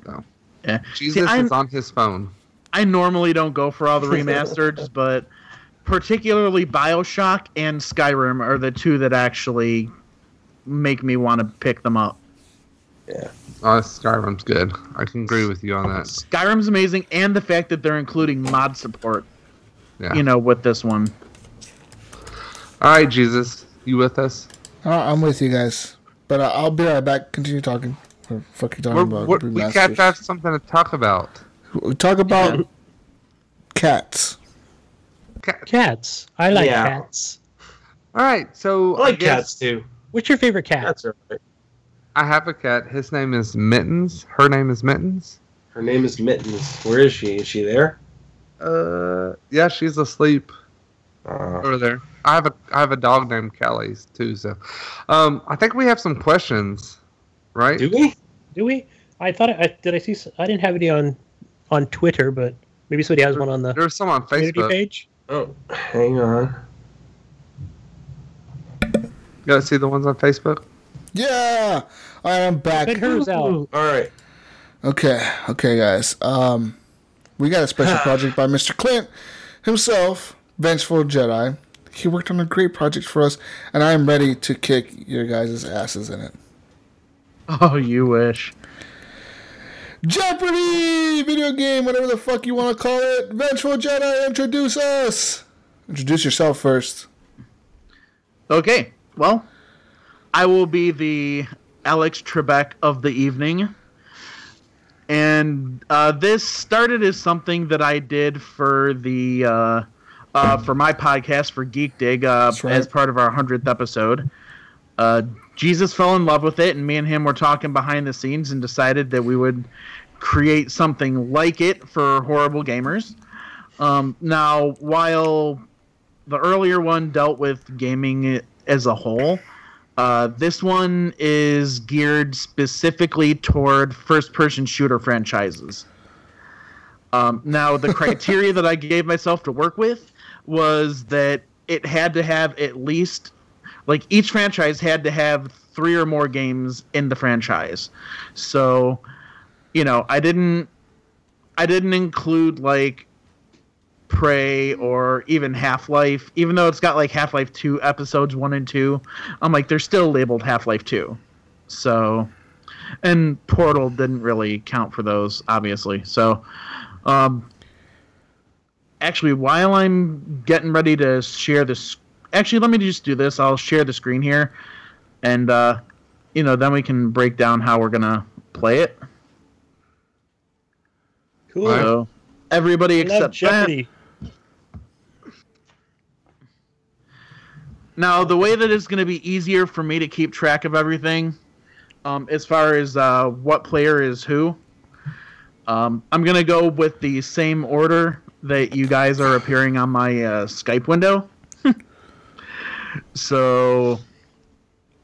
So. Yeah. See, Jesus I'm- is on his phone. I normally don't go for all the remasters, but particularly Bioshock and Skyrim are the two that actually make me want to pick them up. Oh, Skyrim's good. I can agree with you on that. Skyrim's amazing, and the fact that they're including mod support, Yeah. you know, with this one. All right, Jesus, you with us? I- I'm with you guys, but I- I'll be right back. Continue talking. What the fuck you talking We're, about? we're, we remasters? have to have something to talk about. Talk about cats. Ca- Cats. I like Yeah. cats. All right, so I like guess- cats too. What's your favorite cat? Cats are right. I have a cat. His name is Mittens. Her name is Mittens. Her name is Mittens. Where is she? Is she there? Uh, yeah, she's asleep Uh, over there. I have a I have a dog named Callie too. So, um, I think we have some questions, right? do we? Do we? I thought I, I did. I see. s- I didn't have any on on Twitter, but maybe somebody has one on the There's some on community Facebook. page. Oh, hang on. You guys see the ones on Facebook? Yeah. All right, I'm back. Put hers out. All right. Okay, okay, guys. Um, we got a special project by Mr. Clint himself, Vengeful Jedi. He worked on a great project for us, and I am ready to kick your guys' asses in it. Oh, you wish. Jeopardy! Video game, whatever the fuck you want to call it. Vengeful Jedi, introduce us! Introduce yourself first. Okay, well, I will be the Alex Trebek of the evening. And uh, this started as something that I did for the uh, uh, for my podcast for Geek Dig uh, as part of our hundredth episode. Uh, Jesus fell in love with it, and me and him were talking behind the scenes and decided that we would create something like it for horrible gamers. Um, now, while the earlier one dealt with gaming as a whole. Uh, this one is geared specifically toward first-person shooter franchises. Um, now, the criteria that I gave myself to work with was that it had to have at least, like, each franchise had to have three or more games in the franchise. So, you know, I didn't, I didn't include like Prey or even Half Life, even though it's got like Half Life 2 episodes 1 and 2, I'm like, they're still labeled Half Life 2. So, and Portal didn't really count for those, obviously. So, um, actually, while I'm getting ready to share this, actually, let me just do this. I'll share the screen here, and, uh, you know, then we can break down how we're going to play it. Cool. So, everybody I love except that. Jeopardy. Now, the way that it's going to be easier for me to keep track of everything, um, as far as uh, what player is who, um, I'm going to go with the same order that you guys are appearing on my uh, Skype window. so,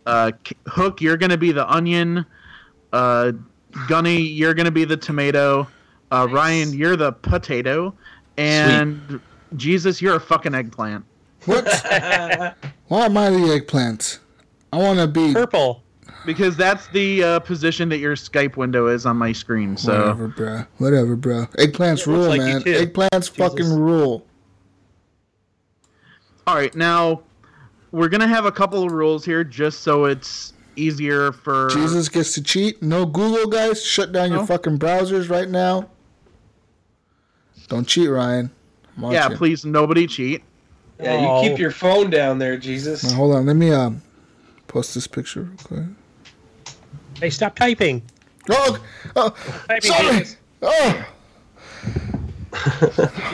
uh, K- Hook, you're going to be the onion. Uh, Gunny, you're going to be the tomato. Uh, Ryan, you're the potato. And Jesus, you're a fucking eggplant. Why am I the eggplant? I want to be. Purple. Because that's the uh, position that your Skype window is on my screen. So Whatever, bruh. Whatever, bruh. Eggplants It looks rule, like you man. too. Eggplants fucking rule. all right, now we're gonna have a couple of rules here, just so it's easier for Jesus gets to cheat. No Google, guys. Shut down your No. fucking browsers right now. Don't cheat, Ryan. I'm Yeah, watching. please nobody cheat. Yeah, you Oh. keep your phone down there, Jesus. Now, hold on. Let me um, post this picture real quick. Hey, stop typing. Oh, oh, Typing sorry. games. Oh.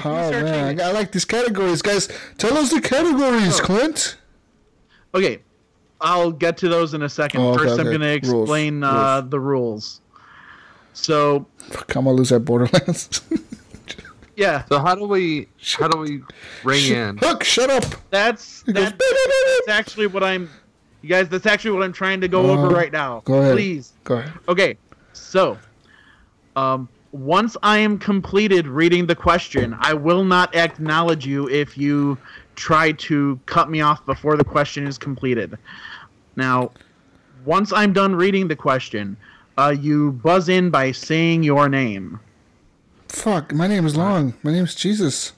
oh man, I, I like these categories, guys. Tell us the Oh. categories, Clint. Okay, I'll get to those in a second. Oh, okay, First, I'm okay. gonna Rules, explain Uh, rules. the rules. So Fuck, I'm gonna lose that Borderlands. yeah, So how do we how do we ring in? Hook, shut up. that's It goes, that's, that's actually what I'm. You guys, that's actually what I'm trying to go Uh, over right now. go ahead. Please. Go ahead. Okay, so um, once I am completed reading the question, I will not acknowledge you if you try to cut me off before the question is completed. Now, once I'm done reading the question, uh, you buzz in by saying your name. Fuck, my name is long. My name is Jesus.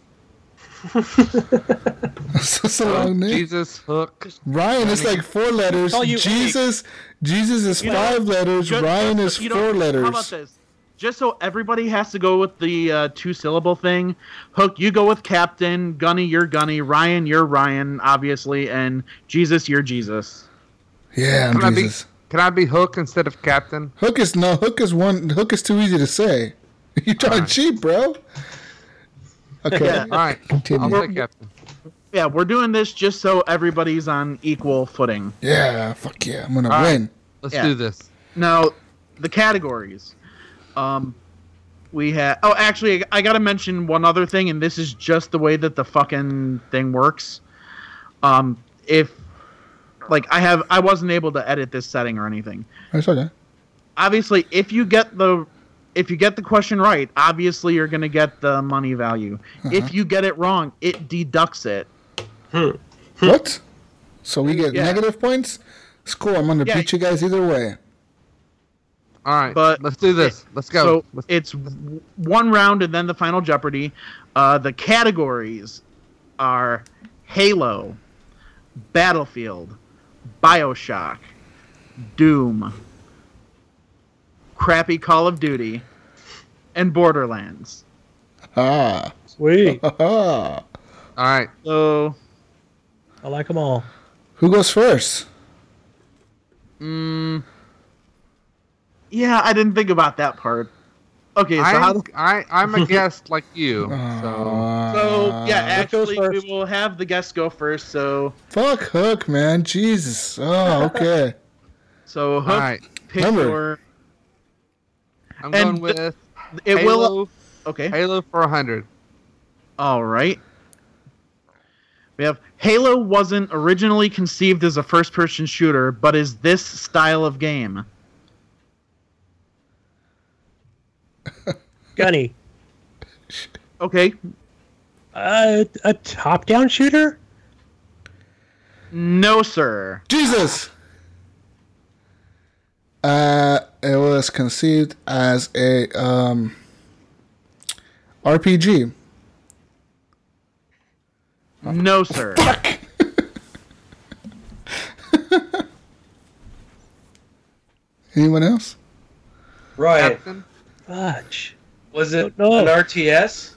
That's such a long name. Jesus Hook. Ryan is like four letters. Call you Jesus, Jesus is You know, five letters. Ju- Ryan is you know, four letters. How about this? Just so everybody has to go with the uh, two syllable thing. Hook, you go with Captain. Gunny, you're Gunny. Ryan, you're Ryan, obviously. And Jesus, you're Jesus. Yeah, Can I I'm be Jesus. can I be Hook instead of Captain? Hook is no hook is one. Hook is too easy to say. You're trying to cheat, bro. Okay, All right, I'll continue. take Captain. Yeah, we're doing this just so everybody's on equal footing. Yeah, fuck yeah, I'm gonna All right. win. Let's Yeah. do this. Now, the categories. Um, we have. Oh, actually, I gotta mention one other thing, and this is just the way that the fucking thing works. Um, if like I have, I wasn't able to edit this setting or anything. That's okay. Obviously, if you get the if you get the question right, obviously you're gonna get the money value. If you get it wrong, it deducts it. What? So we get Hmm. Yeah. negative points. It's cool. I'm gonna Yeah. beat you guys either way. All right, But- let's do this. Let's go. So Let's- it's w- one round and then the final Jeopardy. Uh, the categories are Halo, Battlefield, Bioshock, Doom, crappy Call of Duty, and Borderlands. Ah. Sweet. All right. So I like them all. Who goes first? Mm, yeah, I didn't think about that part. Okay, so I'm, how do- I, I'm a guest like you. So So yeah, What goes actually, we will have the guests go first. So Fuck Hook, man. Jesus. Oh, okay. so Hook, Alright. pick Remember. your. I'm going And with It will. Halo, Okay. Halo for 100. All right. We have Halo wasn't originally conceived as a first-person shooter, but is this style of game? Gunny. Okay. Uh, a top-down shooter? No, sir. Jesus. Uh, it was conceived as a um, RPG. No, sir. Anyone else? Right. Captain? Fudge. Was it Don't know. an RTS?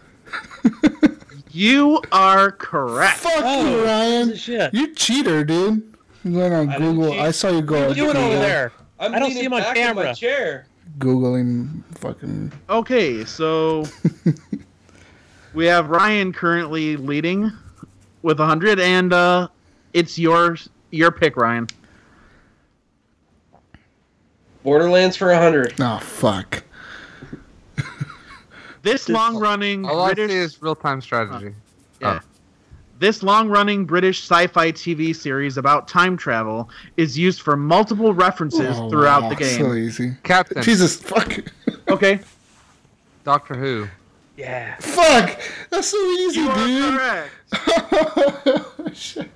you are correct. Fuck you, Ryan. Shit. You cheater, dude. You went on didn't Google. cheat. I saw you go on doing over Google, there? I'm I don't see leaning him on back in my camera. chair. Googling fucking. Okay, so we have Ryan currently leading with 100, and uh, it's your your pick, Ryan. Borderlands for 100. Oh, fuck. This long running All I see British is real time strategy. This long running British sci fi TV series about time travel is used for multiple references Oh, throughout wow, the game. So easy. Captain, Jesus, fuck. Okay. Doctor Who. Yeah. Fuck! That's so easy, You are dude. Oh, correct. Shit.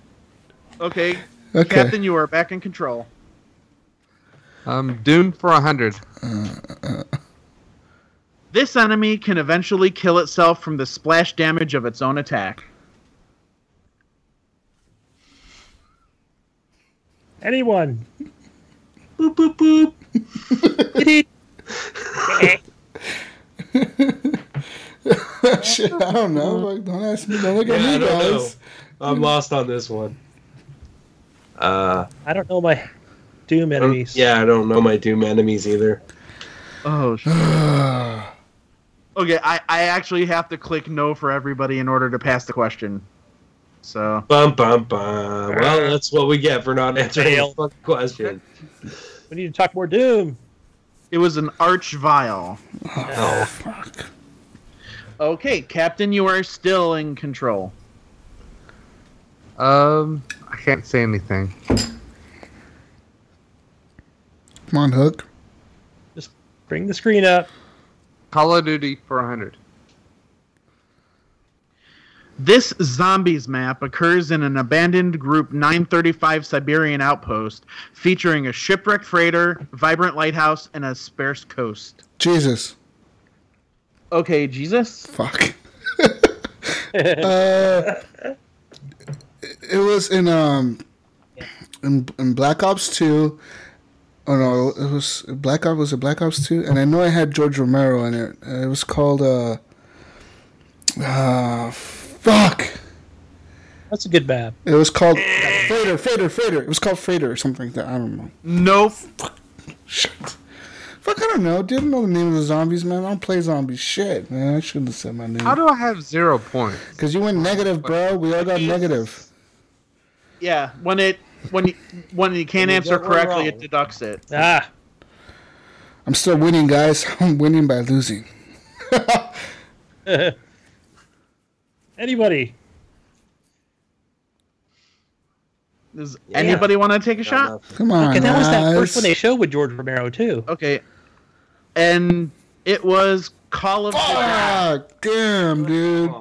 Okay. okay. Captain, you are back in control. Um, Dune for 100. This enemy can eventually kill itself from the splash damage of its own attack. Anyone? Boop, boop, boop. Shit, I don't know. Like, don't ask me. Don't look Yeah, I at me, don't know. guys. I'm lost on this one. Uh, I don't know my Doom I don't- enemies. Oh, yeah, I don't know my Doom enemies either. Oh, sh- okay. I, I actually have to click no for everybody in order to pass the question. So, Bum bum bum. Well, that's what we get for not answering the Fail. fucking question. We need to talk more Doom. it was an arch vile. No. Okay, Captain, you are still in control. Um, I can't say anything. Come on, Hook. Bring the screen up. Call of Duty for 100. This zombies map occurs in an abandoned Group 935 Siberian outpost, featuring a shipwrecked freighter, vibrant lighthouse, and a sparse coast. Jesus. Okay, Jesus. Fuck. uh, it was in um in, in Black Ops Two. Oh no, it was Black Ops. Was it Black Ops Two? And I know I had George Romero in it. Uh, It was called uh, uh fuck. That's a good map. It was called Freighter, Freighter, Freighter. It was called Freighter or something like that. I don't know. Nope. Shit. Fuck, I don't know. Didn't know the name of the zombies, man. I don't play zombie shit, man. I shouldn't have said my How name. do I have zero points? Because you went negative, bro. We all got negative. Yeah, when it when you, when you can't answer get one correctly, wrong. it deducts it. Ah, I'm still winning, guys. I'm winning by losing. anybody? Does anybody want to take a shot? Come on, And that was that first guys. one they showed with George Romero too. Okay. And it was Call of Duty. Fuck, damn, dude.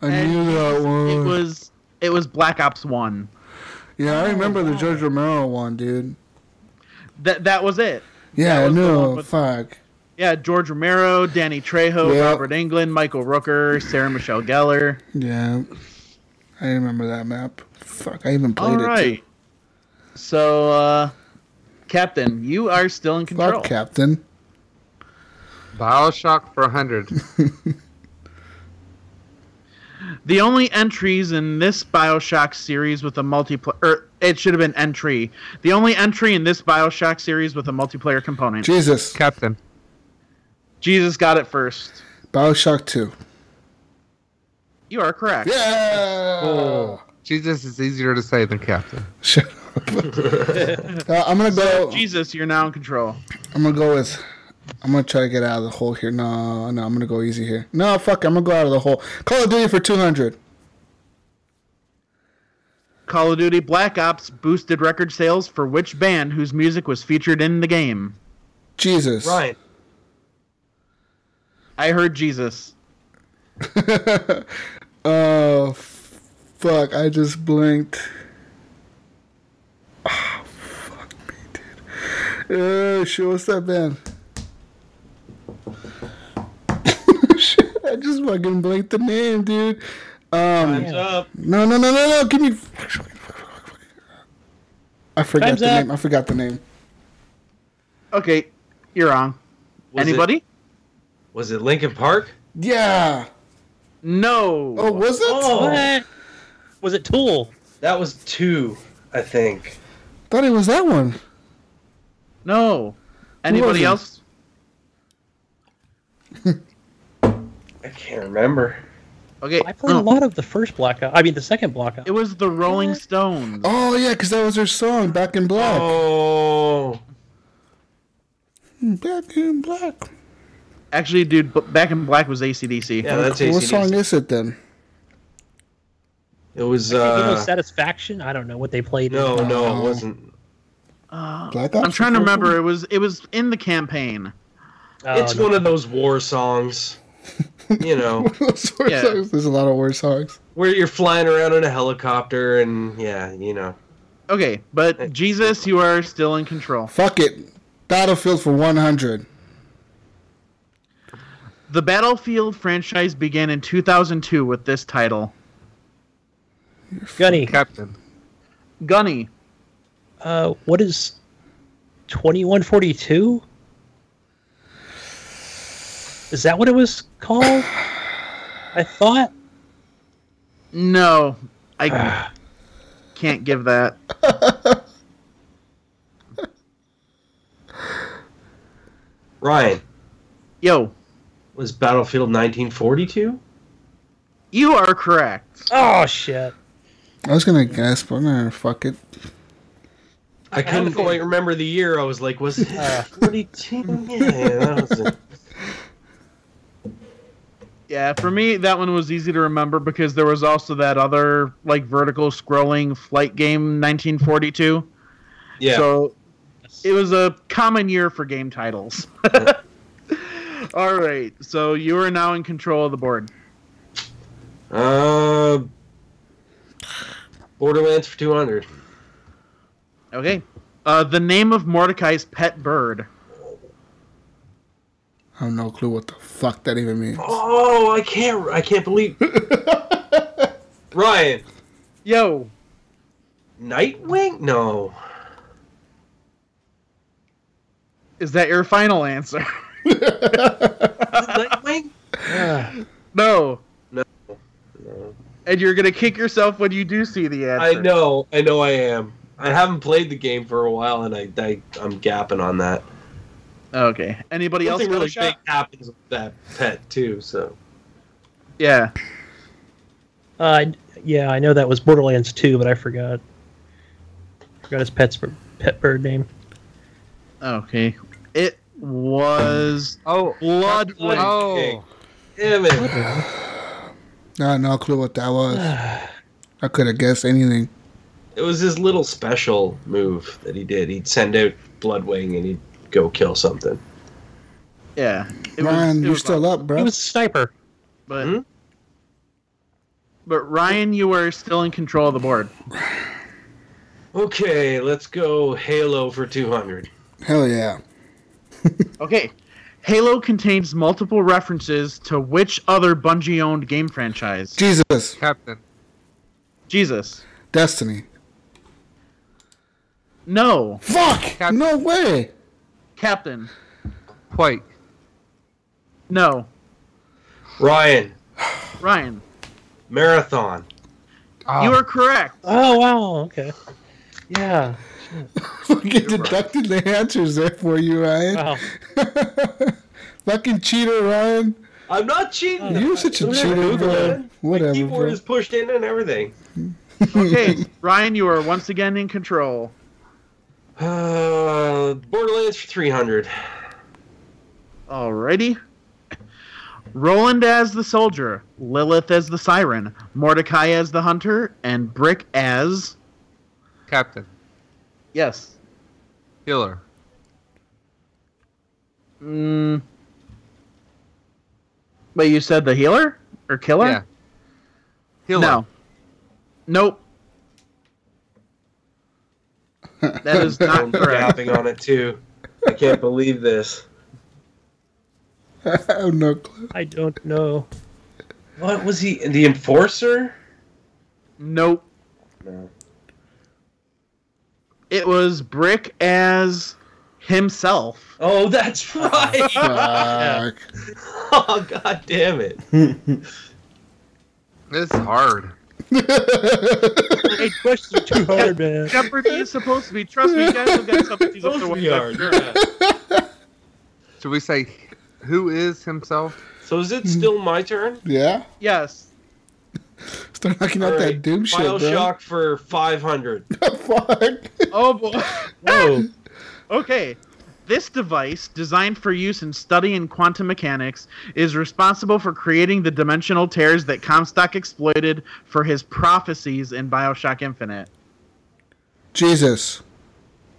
I And knew that It one. was it was Black Ops One. Yeah, I remember the George Romero one, dude. That that was it. Yeah, That I was the one knew. with- Fuck. Yeah, George Romero, Danny Trejo, Yeah. Robert Englund, Michael Rooker, Sarah Michelle Gellar. Yeah. I remember that map. Fuck, I even All played it. right. So, uh, Captain, you are still in Fuck, control. Captain. Bioshock for 100. The only entries in this Bioshock series with a multiplayer, er, it should have been entry. The only entry in this Bioshock series with a multiplayer component. Jesus. Captain. Jesus got it first. Bioshock 2. You are correct. Yeah. Oh. Jesus is easier to say than Captain. Shut up. Uh, I'm gonna go. Jesus, you're now in control. I'm gonna go with. I'm gonna try to get out of the hole here. No, no, I'm gonna go easy here. No, fuck, it, I'm gonna go out of the hole. Call of Duty for 200. Call of Duty Black Ops boosted record sales for which band whose music was featured in the game? Jesus. Right. I heard Jesus. Oh, f- fuck, I just blinked. Oh, fuck me, dude. Uh, shit, what's that band? shit, I just fucking blinked the name, dude. Um, Time's up. no, no, no, no, no, give me. I forgot Time's the up. name. I forgot the name. Okay, you're wrong. Was Anybody? It, was it Lincoln Park? Yeah. No. Oh, was it? What? Was it Tool? That was two, I think. Thought it was that one. No. wasn't? Anybody else? I can't remember. Okay. I played a oh, lot of the first Black Ops. I mean, the second Black Ops. It was the Rolling Stones. Oh yeah, because that was their song, "Back in Black." Oh, Hmm, Back in Black. Actually, dude, B- Back in Black was ACDC. yeah, that's What AC/DC. song is it then? It was Give us uh, satisfaction. I don't know what they played. no, no, it wasn't. Black Ops. I'm trying to remember. It was it was in the campaign. Oh, It's no. one of those war songs, you know, Those were Yeah. songs. There's a lot of war songs. where you're flying around in a helicopter and yeah, you know. Okay, but Jesus, you are still in control. Fuck it. Battlefield for 100. The Battlefield franchise began in 2002 with this title. Gunny. Captain. Gunny. Uh, what is twenty one forty two? Is that what it was called? I thought. No, I can't give that. Ryan Yo, was Battlefield 1942. you are correct. Oh shit! I was gonna guess, but I'm gonna fuck it. I couldn't quite Uh. remember the year. I was like, was it 42? Yeah, that was it. Yeah, for me that one was easy to remember because there was also that other like vertical scrolling flight game 1942. Yeah. So it was a common year for game titles. All right, so you are now in control of the board. uh, Borderlands for 200. Okay. Uh, the name of Mordecai's pet bird. I have no clue what the fuck that even means. Oh, I can't. I can't believe. Ryan, Yo, Nightwing? No. is that your final answer? Nightwing? no. No. And you're gonna kick yourself when you do see the I answer. know. I know. I am. I haven't played the game for a while, and I, I I'm gapping on that. Okay. Anybody else? Nothing got a really shot? big happens with that pet too. So Yeah. Uh, yeah, I know that was Borderlands two, but I forgot. Forgot his pet's pet bird name. Okay. It was Oh. Blood Ring. Oh. damn it. I had no clue what that was. I could have guessed anything. It was his little special move that he did. He'd send out Bloodwing, and he'd go kill something. Yeah. It was- Ryan, it you're was still Blood, up, bro. He was a sniper. But, Hmm? but Ryan, you are still in control of the board. Okay, let's go Halo for 200. Hell yeah. Okay. Halo contains multiple references to which other Bungie owned game franchise? Jesus. Captain. Jesus. Destiny. No. Fuck! No way! Captain. Quake. No. Ryan. Ryan. Marathon. You are correct. Oh wow. Okay. Yeah. Fucking deducted the answers there for you, Ryan. Wow. Fucking cheater, Ryan. I'm not cheating. You're such a Whatever, cheater, Google it. bro. Whatever, Keyboard bro. is pushed in and everything. Okay, Ryan, you are once again in control. Uh, Borderlands for 300. Alrighty. Roland as the soldier, Lilith as the siren, Mordecai as the hunter, and Brick as Captain. yes. Healer. Mm. But you said the healer or killer? Yeah. Healer. No. Nope. that is I'm not correct. gapping on it too. I can't believe this. I have no clue. I don't know. What was he? The enforcer? Nope. No. It was Brick as himself. Oh, that's right. Uh, Fuck. oh, god damn it. This is hard. Hey, questions too hard, man. Jeopardy is supposed to be. Trust me, you guys will get something. Those we are. yeah. Should we say who is himself? So is it still my turn? Yeah? Yes. Start knocking out Alright, that doom shit, bro. Bioshock for 500. Fuck. Oh boy. Whoa. Okay. This device, designed for use in studying quantum mechanics, is responsible for creating the dimensional tears that Comstock exploited for his prophecies in Bioshock Infinite. Jesus.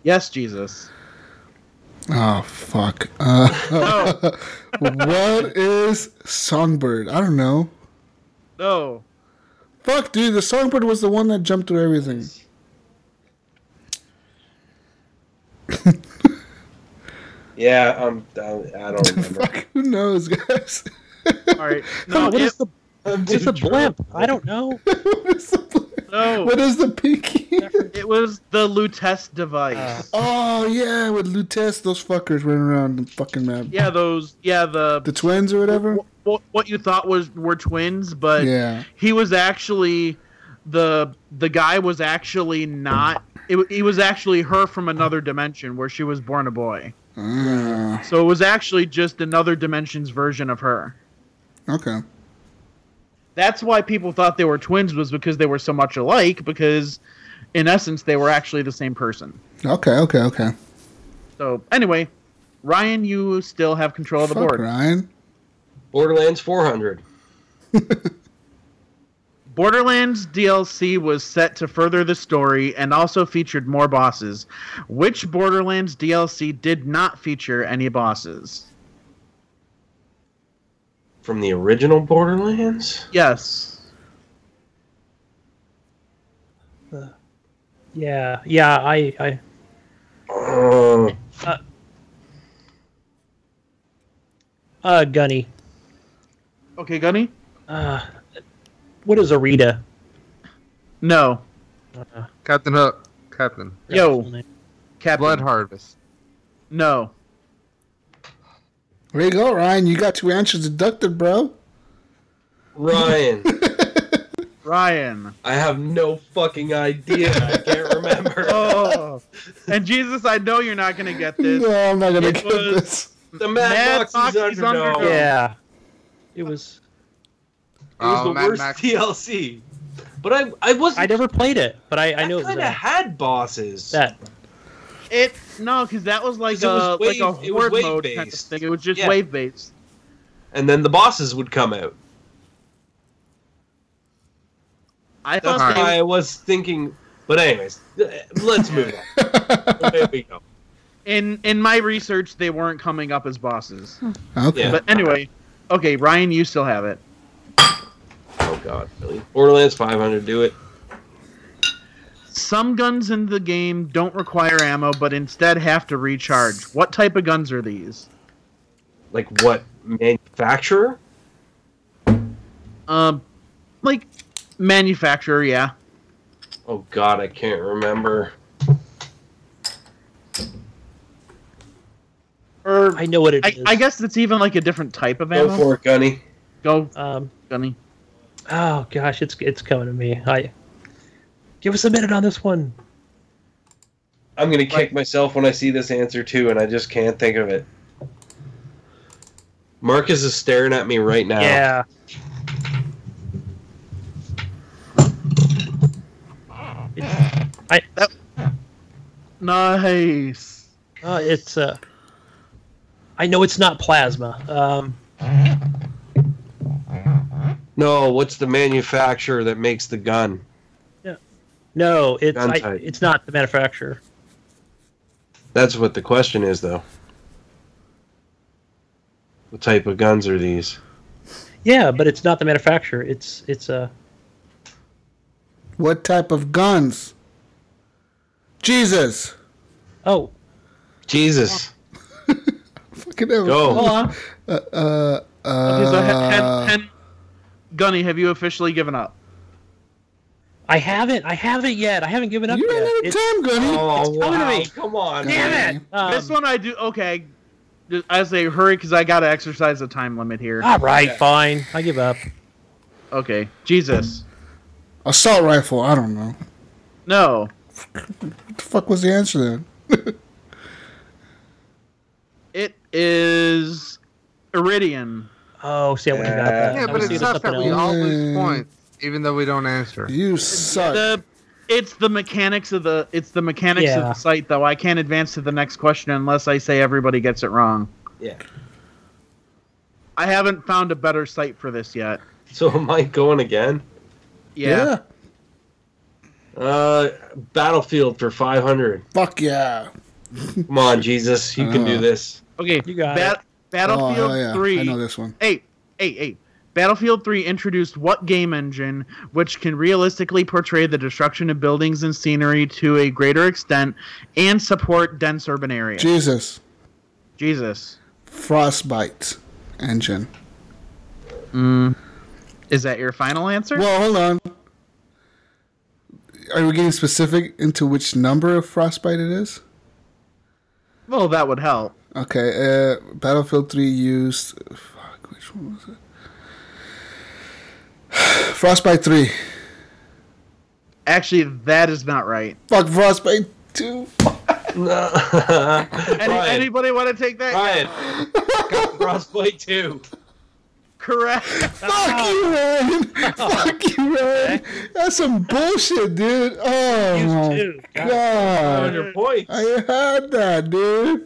Yes, Jesus. Oh, fuck. Uh, what is Songbird? I don't know. No. Fuck, dude. The Songbird was the one that jumped through everything. Yeah, I'm, I don't remember. Fuck, who knows, guys? All right. No. what it- is the I'm what's too a blimp? I don't know. what, is the, no. what is the pinky? It was the Lutest device. oh, yeah, with Lutes, those fuckers running around the fucking map. yeah, those. Yeah, the. The twins or whatever? what, what you thought was were twins, but Yeah. he was actually the the guy was actually not. It, wa- he was actually her from another dimension where she was born a boy. Ah, So it was actually just another dimension's version of her. okay. That's why people thought they were twins was because they were so much alike because in essence they were actually the same person. Okay, okay, okay. So anyway, Ryan, you still have control of the Fuck, board. Ryan. Borderlands 400. Borderlands DLC was set to further the story and also featured more bosses. Which Borderlands DLC did not feature any bosses? From the original Borderlands? Yes. Yeah, yeah. I, I. Oh, Uh, Gunny. Okay, Gunny? Uh, what is Arita? No. Captain Hook. Captain. Yo, Captain. Blood Harvest. No. There you go, Ryan. You got two answers deducted, bro. Ryan. Ryan. I have no fucking idea. I can't remember. Oh. and Jesus, I know you're not going to get this. No, I'm not gonna it get was- this. The Mad Mad Fox Fox's is Underdog. Underdog. It Yeah. It was. was Oh, the Mad worst Max. DLC. But I, I wasn't. I never played it, but I, I know it was kind of that. had bosses. that. It no, because that was like 'Cause it was wave- a like a it was horde mode kind of wave-based. thing. It was just Yeah. wave based. And then the bosses would come out. I That's thought why they, I was thinking. But anyways, let's move on. there we go. in in my research they weren't coming up as bosses. Okay. Yeah. But anyway, okay, Ryan, you still have it. Oh god, really? Borderlands 500, do it. Some guns in the game don't require ammo, but instead have to recharge. What type of guns are these? Like what manufacturer? Um, like manufacturer, yeah. Oh god, I can't remember. Or I know what it I, is. I guess it's even like a different type of Go ammo. for it, Gunny. Go, um, Gunny. Oh gosh, it's it's coming to me. I give us a minute on this one. I'm gonna kick myself when I see this answer too, and I just can't think of it. Marcus is staring at me right now. Yeah. I nice. Uh, it's uh, I know it's not plasma. Um, No, what's the manufacturer that makes the gun? no, it's Gun I, type. it's not the manufacturer. That's what the question is, though. What type of guns are these? Yeah, but it's not the manufacturer. It's it's uh, What type of guns? Jesus. Oh. Jesus. Fucking hell. Go. Hold on. Uh, uh, Okay, so ha- uh, had- had- Gunny, have you officially given up? I haven't. I haven't yet. I haven't given up yet. It's, Gunny. it's coming to me. Oh, Come on. Damn it! Um, this one I do. Okay. I say hurry because I got to exercise the time limit here. all right, fine. I give up. Okay. Jesus. assault rifle. I don't know. No. What the fuck was the answer then? It is Iridian. Oh, see, I would have got that. Yeah, I but was it thinking of sucks that something we else. all Mm. lose points, even though we don't answer. You suck. The, it's the mechanics of the it's the mechanics of Yeah. the site though. I can't advance to the next question unless I say everybody gets it wrong. Yeah. I haven't found a better site for this yet. So am I going again? Yeah. Uh, Battlefield for 500. Fuck yeah. Come on, Jesus, you can do this. Okay. You got Bat- Oh, Battlefield hell yeah. Three. I know this one. Hey, hey, hey. Battlefield 3 introduced what game engine which can realistically portray the destruction of buildings and scenery to a greater extent and support dense urban areas? Jesus. Jesus. Frostbite engine. Is that your final answer? Well, hold on. Are we getting specific into which number of frostbite it is? Well, that would help. Okay, uh, Battlefield 3 used. Fuck, which one was it? Frostbite 3. Actually, that is not right. Fuck, Frostbite 2. No. Any, Ryan, anybody want to take that? Ryan, got Frostbite 2. Correct. Fuck you, man! Fuck you, man! That's some bullshit, dude! Oh, my two. God! 100 points. I had that, dude!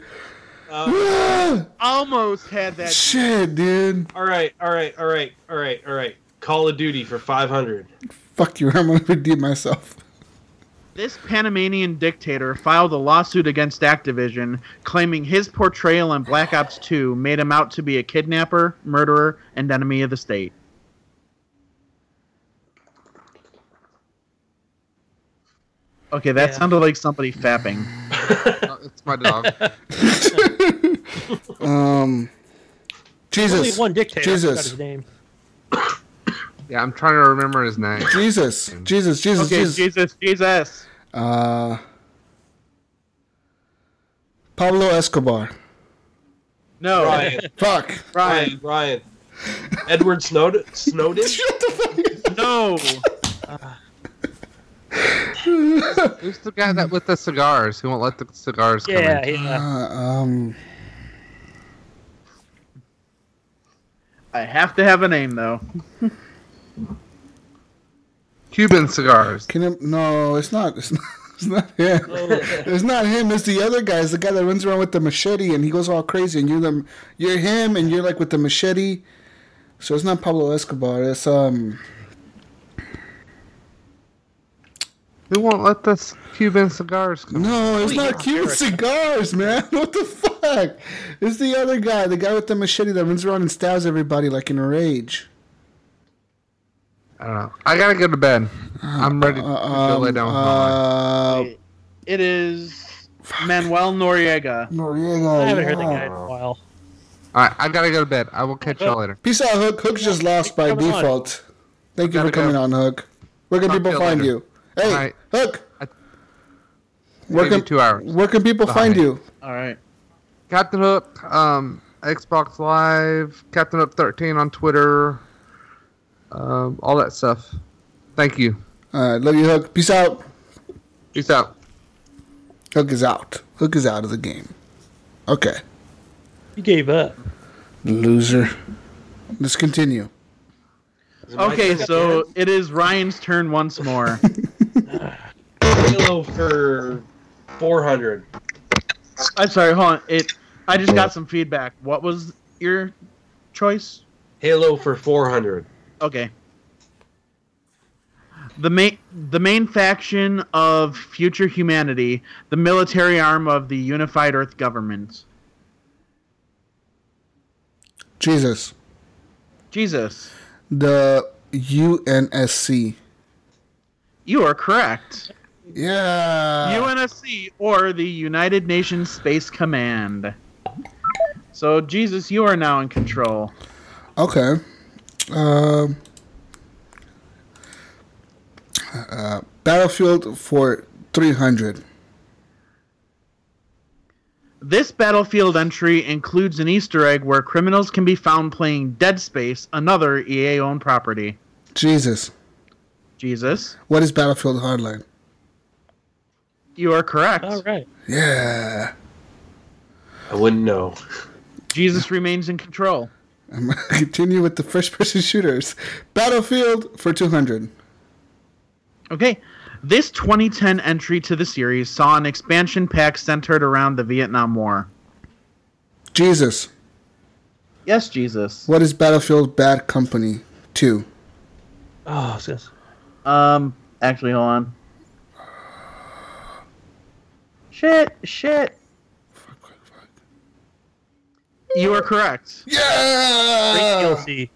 Yeah. Almost had that. Shit, dude! All right, all right, all right, all right, all right. Call of Duty for 500. Fuck you, I'm gonna redeem myself. This Panamanian dictator filed a lawsuit against Activision, claiming his portrayal in Black Ops 2 made him out to be a kidnapper, murderer, and enemy of the state. Okay, that Yeah. sounded like somebody fapping. No, it's my dog. Um, Only Jesus, one dictator. I forgot Jesus. his name. yeah, I'm trying to remember his name. Jesus, Jesus, Jesus, Okay, Jesus. Jesus, Jesus. Uh, Pablo Escobar. No. Ryan, Fuck. Ryan, Ryan. Edward Snowden? Snowden? Shut the fuck No. Who's the guy that with the cigars? Who won't let the cigars Yeah, come in? Uh, yeah. um, I have to have a name, though. Cuban cigars. can it, no, it's not. It's not. It's not him. It's not him. It's the other guy. It's the guy that runs around with the machete and he goes all crazy. And you're the, you're him, and you're like with the machete. So it's not Pablo Escobar. It's um. Who won't let the c- Cuban cigars come in? No, it's not cute cigars, man. What the fuck? It's the other guy, the guy with the machete that runs around and stabs everybody like in a rage. I don't know. I gotta go to bed. I'm ready to go lay down with my wife. Uh, It is Manuel Noriega. Noriega. I haven't heard that yeah. guy in a while. Alright, I gotta go to bed. I will catch y'all later. Peace out, Hook. Hook's just lost by Come on. default. Thank you for Gotta go. coming on, Hook. Where can Talk people to you find later. you? Hey, Alright. Hook. I- Where Maybe can, two hours. where can people Bye. find you? All right. Captain Hook, um, Xbox Live, Captain Hook 13 on Twitter, um, all that stuff. Thank you. All right, love you, Hook. Peace out. Peace out. Hook is out. Hook is out of the game. Okay. You gave up. Loser. Let's continue. Okay, so it is Ryan's turn once more. Halo for 400. I'm sorry, hold on. It. I just got some feedback. What was your choice? Halo for 400. Okay. The main the main faction of future humanity, the military arm of the unified Earth government. Jesus. Jesus, The UNSC. you are correct. Uh. Yeah. UNSC or the United Nations Space Command. So Jesus, you are now in control. Okay. Um, uh, Battlefield for 300. This battlefield entry includes an Easter egg where criminals can be found playing Dead Space, another EA owned property. Jesus. Jesus, What is Battlefield Hardline? you are correct. All right. Yeah. I wouldn't know. Jesus remains in control. I'm going to continue with the first person shooters. Battlefield for 200. Okay. This 2010 entry to the series saw an expansion pack centered around the Vietnam War. Jesus. Yes, Jesus. What is Battlefield Bad Company 2? Oh, it's just- Um, actually, hold on. Shit, shit. You are correct. great Yeah! DLC.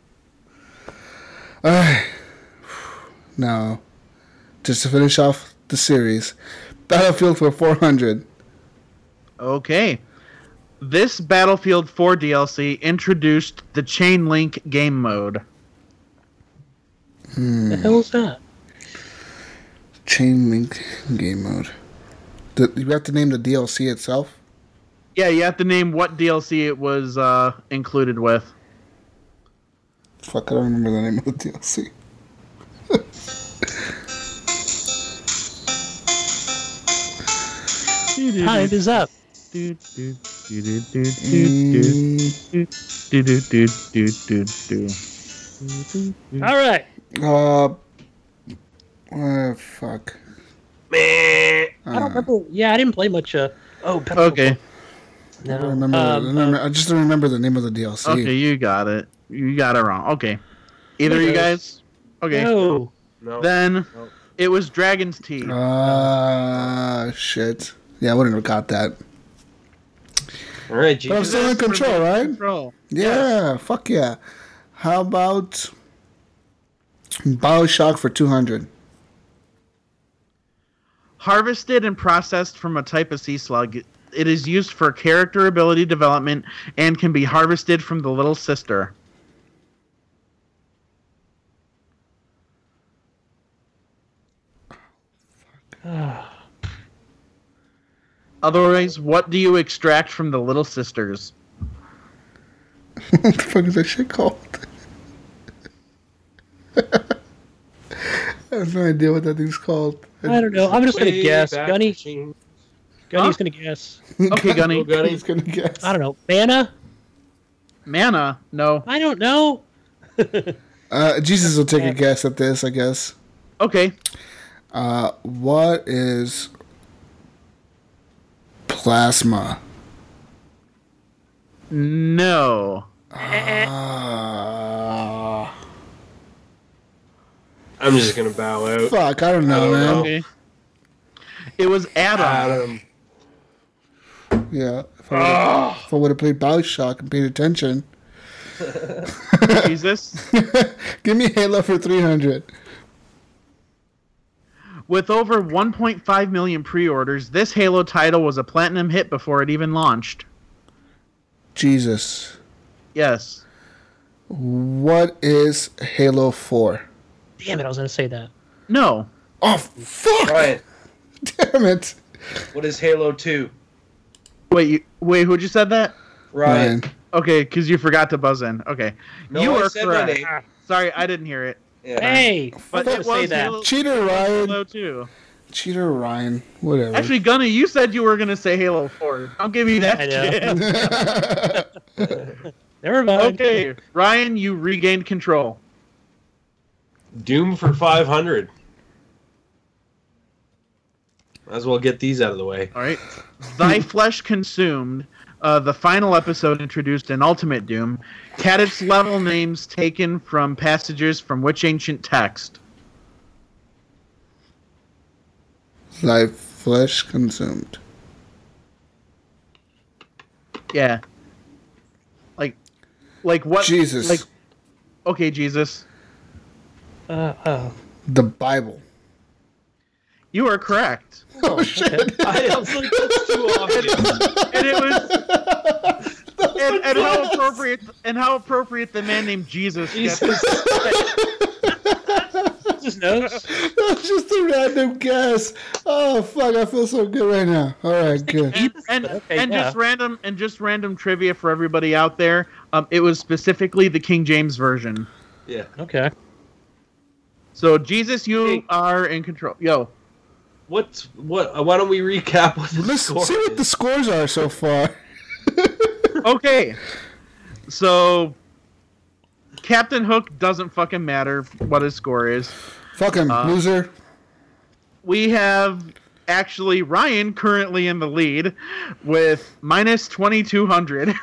Alright. Now, just to finish off the series, Battlefield for 400. Okay. This Battlefield 4 DLC introduced the Chain Link game mode. The hell is that? Chain Link game mode. The, you have to name the DLC itself? Yeah, you have to name what DLC it was uh, included with. Fuck, I don't remember the name of the DLC. Time is up. All right. Uh, uh fuck. I don't remember. Yeah, I didn't play much. Uh, oh, Pepsi- Okay. I don't remember. Um, I, don't remember I just don't remember the name of the DLC. Okay, you got it. You got it wrong. Okay. Either of you guys? Okay. No. No. Then it was Dragon's Tea. Uh, Ah, shit. Yeah, I wouldn't have got that. All right, But I'm Jesus. still in control, right? Control. Yeah, fuck yeah. How about Bioshock for 200? Harvested and processed from a type of sea slug, it is used for character ability development and can be harvested from the little sister. Otherwise, what do you extract from the little sisters? what the fuck is that shit called? I have no idea what that thing's called. I don't know. I'm just gonna Way guess. back Gunny. machine. Gunny's gonna guess. Okay, Gunny. Go, Gunny. He's gonna guess. I don't know. Mana. Mana? No. I don't know. Uh, Jesus will take a guess at this, I guess. Okay. Uh, what is plasma? No. Uh, I'm just going to bow out. fuck, I don't know, don't man. know. Okay. It was Adam. Adam. Yeah, if I would have played Bioshock and paid attention. Jesus. Give me Halo for 300. With over 1.5 million pre orders, this Halo title was a platinum hit before it even launched. Jesus. Yes. What is Halo 4? Damn it! I was gonna say that. No. Oh, fuck! Ryan, Damn it. what is Halo 2? Wait, you, wait, who'd you said that? Ryan. Okay, because you forgot to buzz in. Okay, No, you I are said my correct. name. Sorry, I didn't hear it. Hey, but I it was was say that. Halo- Cheater Ryan. Halo Two. Cheater Ryan. Whatever. Actually, Gunna, you said you were gonna say Halo Four. I'll give you I that. know. chance. Never mind. okay, Ryan, you regained control. Doom for 500. Might as well get these out of the way. All right. Thy Flesh Consumed, uh, the final episode introduced in Ultimate Doom, had its level names taken from passages from which ancient text? Thy flesh consumed. Yeah. Like, like what? Jesus. Like, okay, Jesus, Uh, oh. The Bible. you are correct. I was like, that's too obvious. And it was. and, and how appropriate! And how appropriate the man named Jesus. Jesus. Just notes. That's just a random guess. Oh fuck, I feel so good right now. All right, good. and, and, Okay, and just yeah. random and just random trivia for everybody out there. Um, it was specifically the King James version. Yeah. Okay. So Jesus, you Hey. are in control. Yo, What's what? uh, Why don't we recap what the Let's score see what is? the scores are so far. okay. so Captain Hook doesn't fucking matter what his score is. Fuck him, loser. We have actually Ryan currently in the lead with minus twenty two hundred.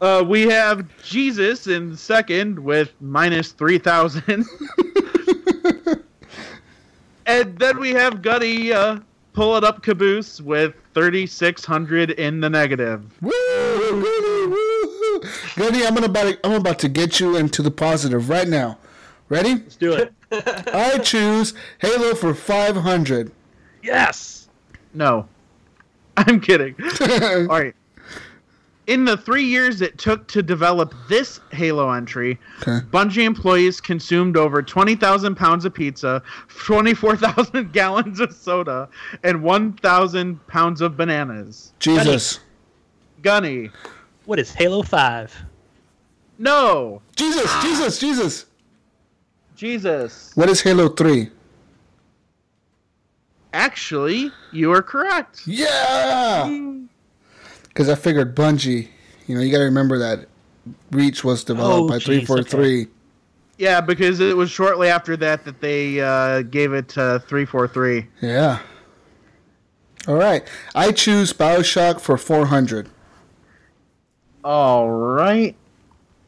Uh, we have Jesus in second with minus 3,000. and then we have Gutty uh, pull it up caboose with 3,600 in the negative. Woo, Goody, woo. Goody, I'm about to, I'm about to get you into the positive right now. Ready? Let's do it. I choose Halo for 500. yes. No. I'm kidding. All right. In the three years it took to develop this Halo entry, Bungie employees consumed over 20,000 pounds of pizza, 24,000 gallons of soda, and 1,000 pounds of bananas. Jesus. Gunny. What is Halo Five? No. Jesus, Jesus, Jesus. Jesus. What is Halo 3? Actually, you are correct. Yeah! Because I figured Bungie, you know, you gotta remember that Reach was developed Oh, by jeez, 343. Yeah, because it was shortly after that that they uh, gave it to 343. Yeah. All right. I choose Bioshock for 400. All right.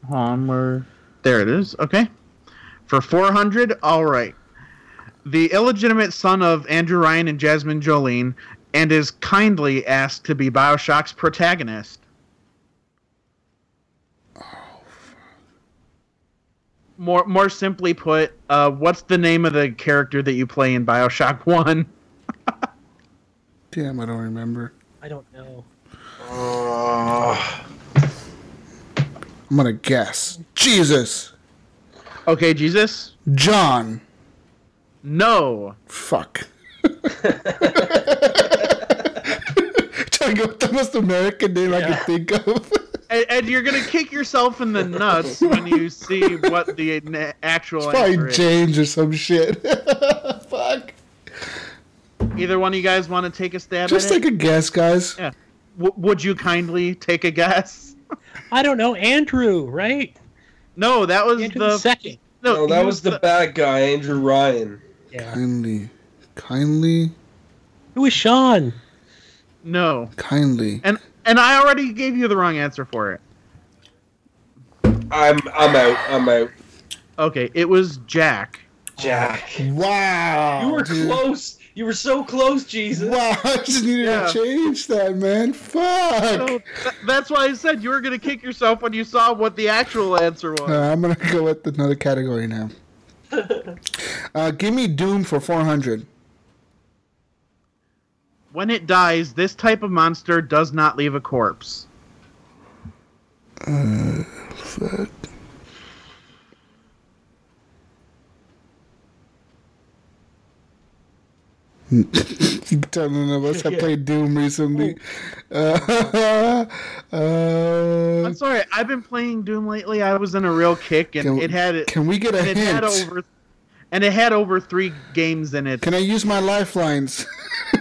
Homer. There it is. Okay. For 400, all right. The illegitimate son of Andrew Ryan and Jasmine Jolene and is kindly asked to be BioShock's protagonist. More more simply put, uh, what's the name of the character that you play in BioShock 1? Damn, I don't remember. I don't know. Uh, I'm gonna guess. Jesus. Okay, Jesus? John. No. Fuck. Trying to go with the most American name I can think of. And, and you're gonna kick yourself in the nuts when you see what the na- actual answer Probably is. James or some shit. Fuck. Either one of you guys want to take a stab Just at take it? a guess, guys. yeah. W- would you kindly take a guess? I don't know. Andrew, right? No, that was Andrew the the second. no, that you- was the bad guy, Andrew Ryan. Yeah. Kindly. Kindly. Who is Sean? no. Kindly. And and I already gave you the wrong answer for it. I'm I'm out. I'm out. Okay, it was Jack. Jack, you Wow. were dude. close. You were so close, Jesus. Wow, I just needed Yeah. Oh, to change that, man. Fuck. So th- that's why I said you were gonna kick yourself when you saw what the actual answer was. Uh, I'm gonna go with another category now. uh, give me Doom for 400. when it dies, this type of monster does not leave a corpse. None of us have played Doom recently. Uh, uh, I'm sorry, I've been playing Doom lately. I was in a real kick, and Can- it had. can we get a and it Had hint? over, and it had over three games in it. can I use my lifelines?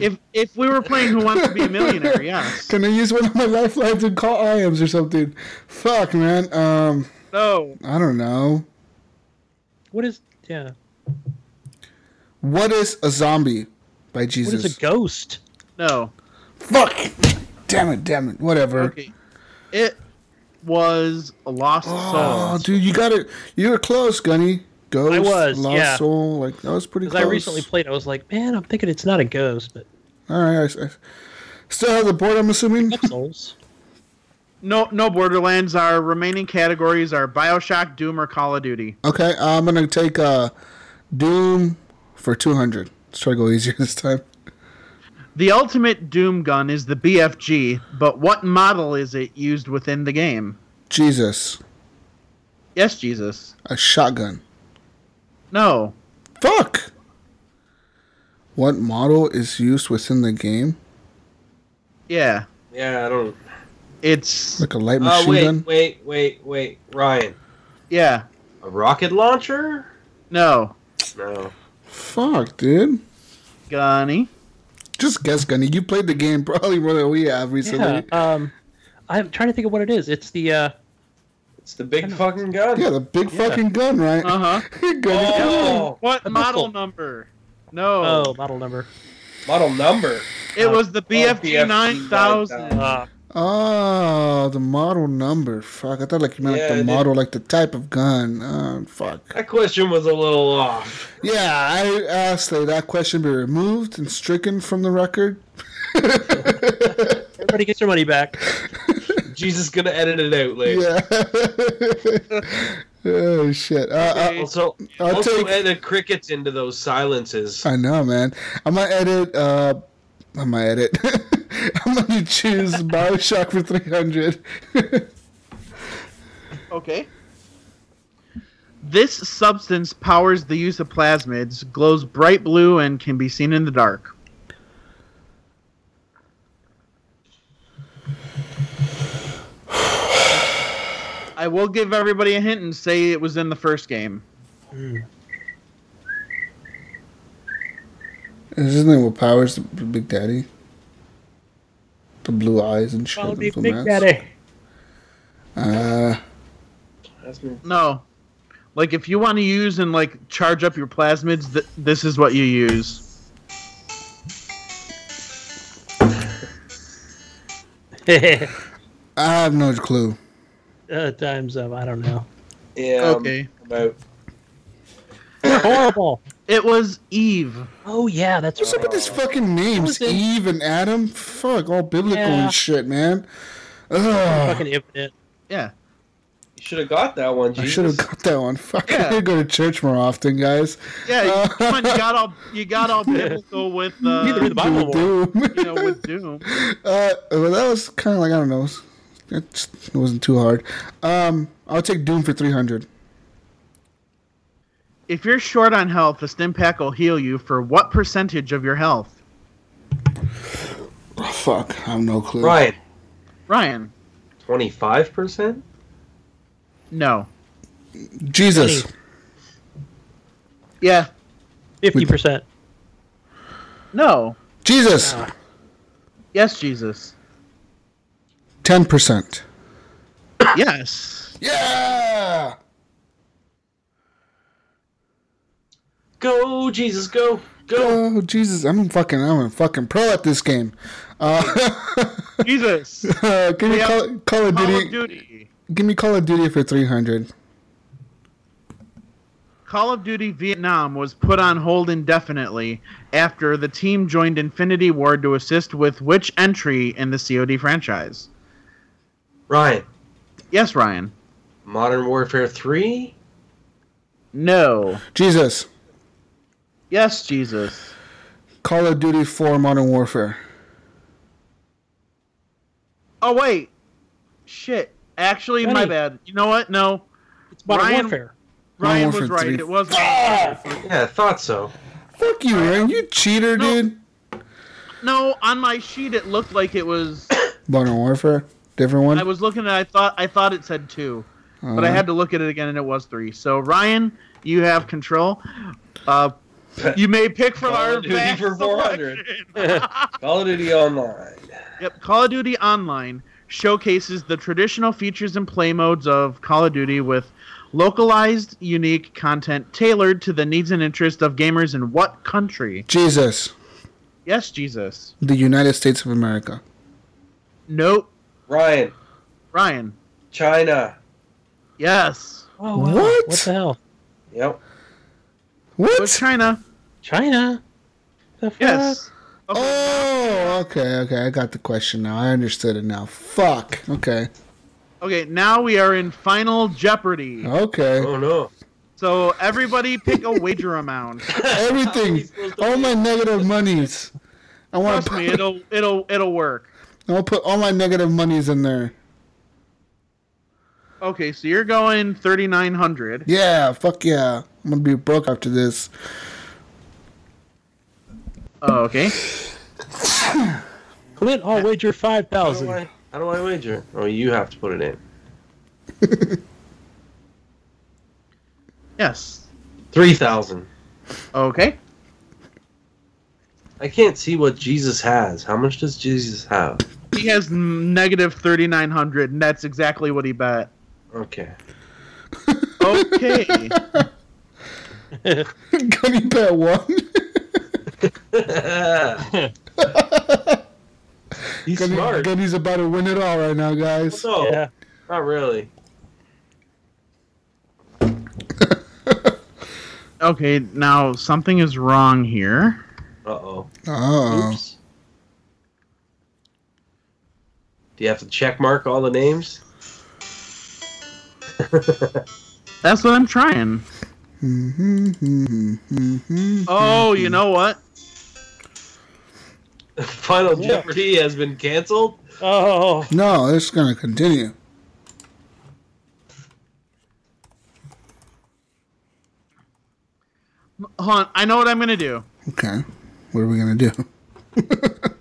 if if we were playing Who Wants to Be a Millionaire, yes. Can I use one of my lifelines and call IAMS or something? Fuck, man. Um, No. I don't know. What is yeah? What is a zombie? By What Jesus. is a ghost? No. Fuck. Damn it. Damn it. Whatever. Okay. It was a Lost Oh, Souls. dude, you got it. You were close, Gunny. Ghost, I was, Lost yeah. Soul. Like that was pretty Because close. I recently played, it, I was like, man, I'm thinking it's not a ghost, but All right. I, I still have the board. I'm assuming. souls. No, no Borderlands. Our remaining categories are Bioshock, Doom, or Call of Duty. Okay. I'm gonna take uh, Doom for 200. Let's try to go easier this time. The ultimate Doom gun is the BFG, but what model is it used within the game? Jesus, Yes, Jesus. a shotgun. No. Fuck. What model is used within the game? Yeah. Yeah, I don't. It's Like a Uh, light Oh, machine wait, gun. wait, wait, wait, Ryan. yeah. A rocket launcher? No. No. Fuck, dude. Gunny. Just guess, Gunny. You played the game probably more than we have Yeah. recently. Um, I'm trying to think of what it is. It's the uh, It's the big fucking gun. Yeah, the big fucking gun, right? Uh huh. Gunny. Oh, What model pistol. number? No. oh model number. model number. It was oh, the BFG BFG 9000. Uh, Oh, the model number. Fuck, I thought like you meant Yeah, like the it- model, like the type of gun. Oh, fuck. That question was a little off. Yeah, I asked that that question be removed and stricken from the record. everybody gets their money back. Jesus is gonna edit it out later. Yeah. oh shit. Uh, Also, I'll also take- edit crickets into those silences. I, I know, man. I'm gonna edit. Uh, I'm gonna edit. I'm gonna choose Bioshock for 300. Okay. This substance powers the use of plasmids, glows bright blue, and can be seen in the dark. I will give everybody a hint and say it was in the first game. Isn't it what powers the Big Daddy? The blue eyes and shit. Follow me, and the Big mask. Daddy. Uh, No. Like if you want to use and like charge up your plasmids, th- this is what you use. I have no clue. uh, times up. I don't know. Yeah. um, okay. About Horrible. It was Eve. Oh yeah, that's What's up with right. these fucking names? Listen. Eve and Adam? Fuck, all biblical Yeah. and shit, man. Ugh. Fucking infinite. Yeah. you should have got that one. I Jesus. should have got that one. Fuck, Yeah. I need to go to church more often, guys. Yeah, you, come on, you got all you got all biblical with Neither uh, the Bible Dude, Doom. you know with Doom. uh, well, that was kind of like, I don't know. It just- it wasn't too hard. Um, I'll take Doom for 300. If you're short on health, a stim pack will heal you for what percentage of your health? Oh, fuck, I have no clue. Ryan. Ryan, Twenty-five percent. no. Jesus. Yeah, Fifty percent. no. Jesus. Yes, Jesus. 10%. Yes. Yeah! Go, Jesus, go, go. Oh, Jesus. I'm fucking, I'm a fucking pro at this game. Jesus. Uh, give me Yeah. Call, Call of Call of Duty. Duty. Give me Call of Duty for 300. Call of Duty Vietnam was put on hold indefinitely after the team joined Infinity Ward to assist with which entry in the COD franchise? Ryan. Yes, Ryan. Modern Warfare Three. No. Jesus. Yes, Jesus. Call of Duty 4 Modern Warfare. Oh wait. Shit. Actually, my Johnny. bad. You know what? No. It's modern Ryan- warfare. Ryan One was for right. three. It was. Yeah, I thought so. Fuck you, Ryan. You cheater, dude. No, on my sheet it looked like it was. Modern Warfare, different one. I was looking at. I thought. I thought it said two, but I Alright. had to look at it again, and it was three. So Ryan, you have control. Uh, you may pick from Call our of Duty vast for 400. selection. Call of Duty Online. Yep, Call of Duty Online showcases the traditional features and play modes of Call of Duty with localized, unique content tailored to the needs and interests of gamers in what country? Jesus, Yes, Jesus. the United States of America. Nope. Ryan, Ryan. China. Yes. Oh, wow. What? What the hell? Yep. It was What? China. China. The fuck? Yes. Oh, okay, okay. I got the question now. I understood it now. Fuck. Okay, Okay, now we are in Final Jeopardy. okay. Oh no. So everybody pick a wager amount. Everything. All my negative monies. I want to. Trust me, it'll it'll it'll work. I'll put all my negative monies in there. Okay, so you're going thirty nine hundred. Yeah, fuck yeah. I'm gonna be broke after this. Oh, okay. Clint, I'll wager oh, five How do, thousand. I, how do I wager? Oh, you have to put it in. Yes. Three thousand. Okay. I can't see what Jesus has. How much does Jesus have? He has n- negative 3,900, and that's exactly what he bet. Okay. Okay. Gunny bet one. He's Gunny, smart. Gunny's about to win it all right now, guys. No, Yeah. not really. okay, now something is wrong here. Uh oh. Oh, Oops. Do you have to check mark all the names? That's what I'm trying. Mm-hmm, Oh, you know what? Final Jeopardy has been canceled. Oh, no, it's gonna continue. Hold on, I know what I'm going to do. Okay, what are we gonna do?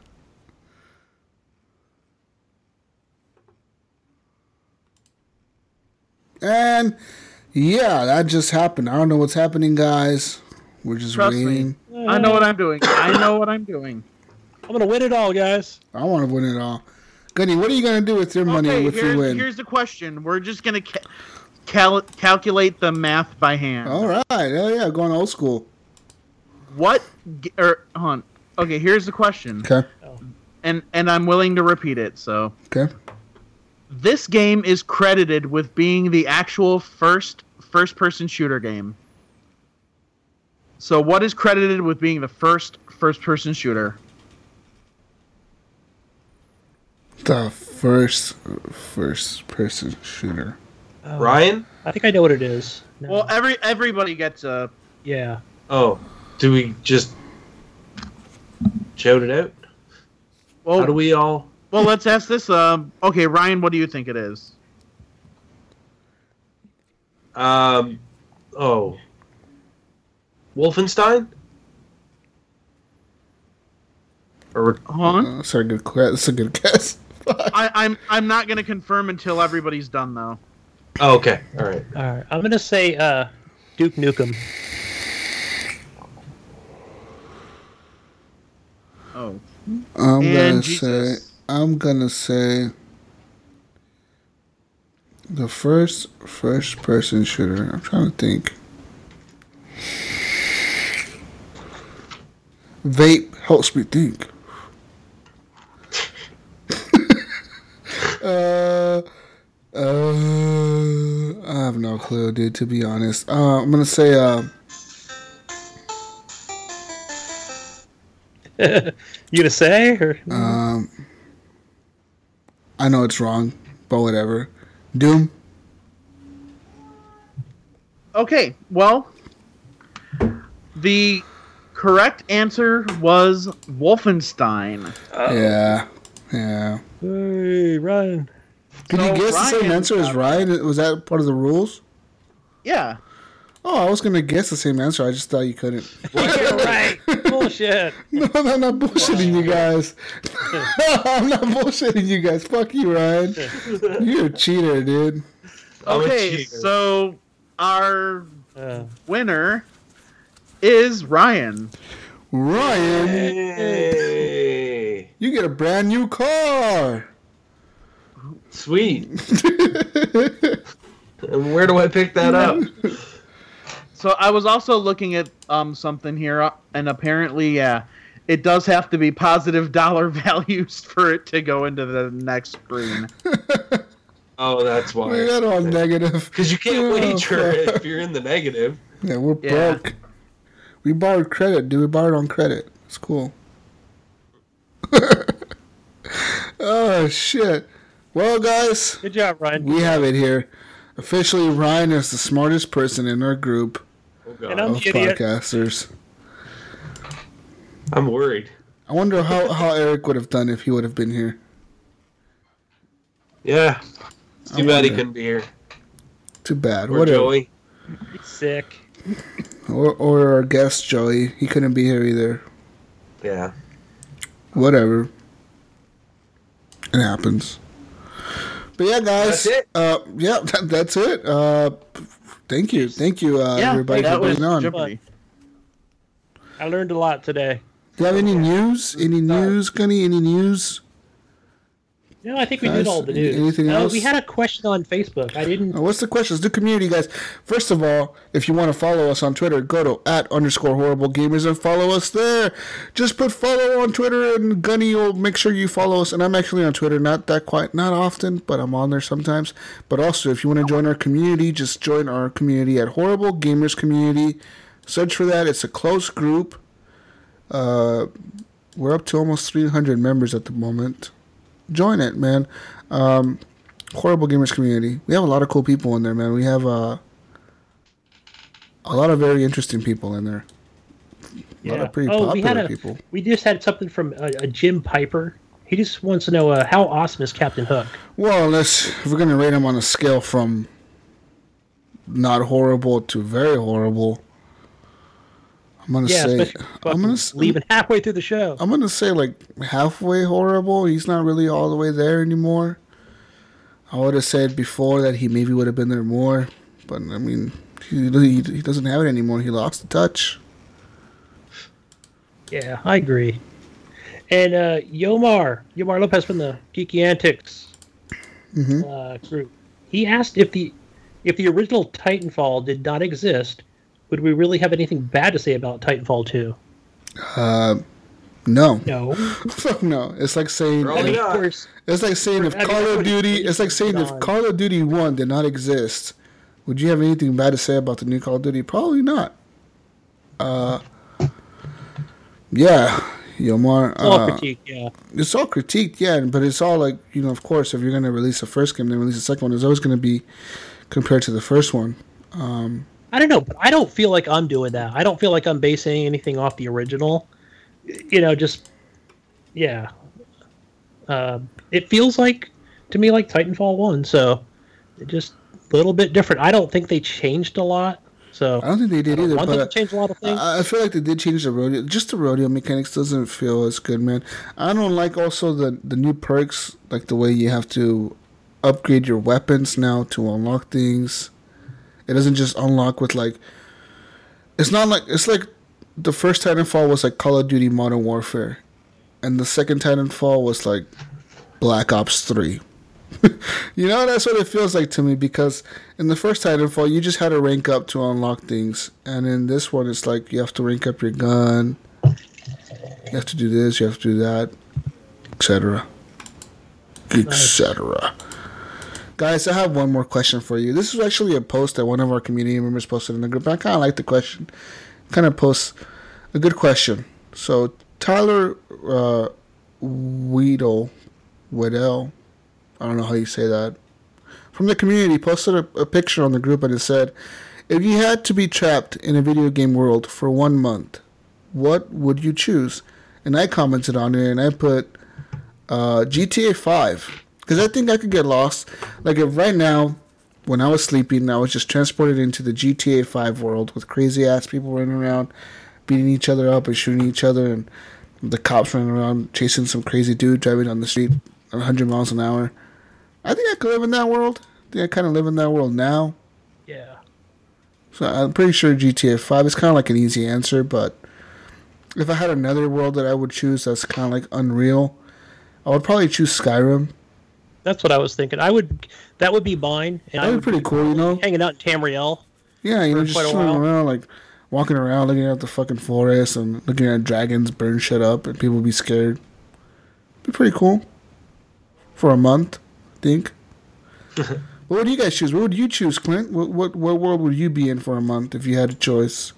and yeah, that just happened. I don't know what's happening, guys. We're just Trust me. waiting. I know what I'm doing. I know what I'm doing. I'm gonna win it all, guys. I want to win it all. Gunny, what are you gonna do with your money Okay, if you here's, win? here's the question. We're just going to ca- cal- calculate the math by hand. All right. Oh yeah, going old school. What? G- or, hold on. Okay, here's the question. Okay. And, and I'm willing to repeat it, so. Okay. this game is credited with being the actual first first person shooter game. So what is credited with being the first first person shooter? The first first person shooter. Ryan? I think I know what it is. No. Well, every everybody gets a yeah. Oh, do we just shout it out? How do well, we all? well let's ask this um okay, Ryan, what do you think it is? Um, oh, Wolfenstein. Or Hold on. Oh, sorry, good guess. That's a good guess. I, I'm I'm not gonna confirm until everybody's done though. oh, okay, all right. All right. I'm gonna say uh, Duke Nukem. Oh. I'm gonna And say. Jesus. I'm gonna say. The first first person shooter. I'm trying to think. Vape helps me think. uh, uh, I have no clue, dude. To be honest, uh, I'm gonna say. Uh, You gonna say? Or... Um, I know it's wrong, but whatever. Doom. Okay, well the correct answer was Wolfenstein. Yeah, yeah. Hey, Ryan. Did So you guess the same Ryan answer as got- Ryan? Was that part of the rules? Yeah. Oh, I was gonna guess the same answer. I just thought you couldn't. right. Bullshit. No, no, I'm not bullshitting you guys. I'm not bullshitting you guys. Fuck you, Ryan. You're a cheater, dude. I'm a Okay, cheater. so our winner is Ryan. Ryan, Hey. you get a brand new car. Sweet. and where do I pick that up? So I was also looking at um something here, uh, and apparently, yeah, it does have to be positive dollar values for it to go into the next screen. Oh, that's We're why. not all negative. Because you can't Oh, wager fuck. if you're in the negative. Yeah, we're Yeah. broke. We borrowed credit, dude. We borrowed on credit. It's cool. oh shit. Well, guys. Good job, Ryan. We have it here. Officially, Ryan is the smartest person in our group Oh And god, I'm of the idiot. podcasters. I'm worried. I wonder how, how Eric would have done if he would have been here. Yeah. It's too bad he couldn't be here. Too bad. Or What Joey. Sick. Or, or our guest, Joey. He couldn't be here either. Yeah. Whatever. It happens. But yeah, guys. That's it? Uh, yeah, that, that's it. Uh, thank you. Thank you, uh, yeah, everybody, that for was being on. Do Jeopardy. I learned a lot today. you have any news? Any news, Gunny? Any news? No, I think we Guys, did all the news. anything No, else? We had a question on Facebook. I didn't. Uh, What's the questions? Do community, guys. First of all, if you want to follow us on Twitter, go to at underscore horrible gamers and follow us there. Just put follow on Twitter, and Gunny will make sure you follow us. And I'm actually on Twitter, not that quite, not often, but I'm on there sometimes. But also, if you want to join our community, just join our community at horrible gamers community. Search for that. It's a close group. Uh, we're up to almost 300 members at the moment. Join it, man horrible gamers community. We have a lot of cool people in there, man. We have uh, a lot of very interesting people in there. A lot Yeah. of pretty oh, popular we had a, people. We just had something from uh, a Jim Piper. He just wants to know uh, how awesome is Captain Hook. Well, unless if we're gonna rate them on a scale from not horrible to very horrible, I'm gonna Yeah, say especially I'm gonna fucking s- leaving halfway through the show. I'm gonna say like halfway horrible. He's not really all the way there anymore. I would have said before that he maybe would have been there more, but I mean, he, he, he doesn't have it anymore. He lost the touch. Yeah, I agree. And uh, Yomar, Yomar Lopez from the Geeky Antics uh, group, he asked if the if the original Titanfall did not exist, would we really have anything bad to say about Titanfall Two? No, No, Fuck no. It's like saying Probably of not. course. it's like saying if I mean, Call that's of what he- Duty it's like saying if God. Call of Duty One did not exist, would you have anything bad to say about the new Call of Duty? Probably not. Uh, yeah, Yomar. It's all uh, critique. Yeah, it's all critiqued, yeah, but it's all like you know, of course, if you're gonna release a first game, then release a second one. It's always gonna be compared to the first one. I don't know, but I don't feel like I'm doing that. I don't feel like I'm basing anything off the original. You know, just yeah. Uh, it feels like to me like Titanfall One, so it just a little bit different. I don't think they changed a lot, so I don't think they did either. want but them to change a lot of things. I I feel like they did change the rodeo. Just the rodeo mechanics doesn't feel as good, man. I don't like also the the new perks, like the way you have to upgrade your weapons now to unlock things. It doesn't just unlock with like. It's not like it's like the first Titanfall was like Call of Duty Modern Warfare, and the second Titanfall was like Black Ops Three. You know, that's what it feels like to me because in the first Titanfall, you just had to rank up to unlock things, and in this one, it's like you have to rank up your gun, you have to do this, you have to do that, etc., etc. Guys, I have one more question for you. This is actually a post that one of our community members posted in the group. and I kind of like the question. Kind of posts a good question. So Tyler uh, Weedle, Weddell, I don't know how you say that. From the community, posted a, a picture on the group and it said, "If you had to be trapped in a video game world for one month, what would you choose?" And I commented on it and I put uh, GTA Five because I think I could get lost. Like if right now when I was sleeping, I was just transported into the GTA 5 world with crazy ass people running around, beating each other up and shooting each other, and the cops running around chasing some crazy dude driving down the street 100 miles an hour. I think I could live in that world. I think I kind of live in that world now. Yeah. So I'm pretty sure GTA 5 is kind of like an easy answer, but if I had another world that I would choose that's kind of like Unreal, I would probably choose Skyrim. That's what I was thinking. I would. That would be mine. And That'd be pretty cool, you know. Hanging out in Tamriel. Yeah, you know, For just quite a chilling while. around, like walking around, looking at the fucking forest and looking at dragons burn shit up, and people be scared. Be pretty cool for a month, I think. what would you guys choose? What would you choose, Clint? What what what world would you be in for a month if you had a choice?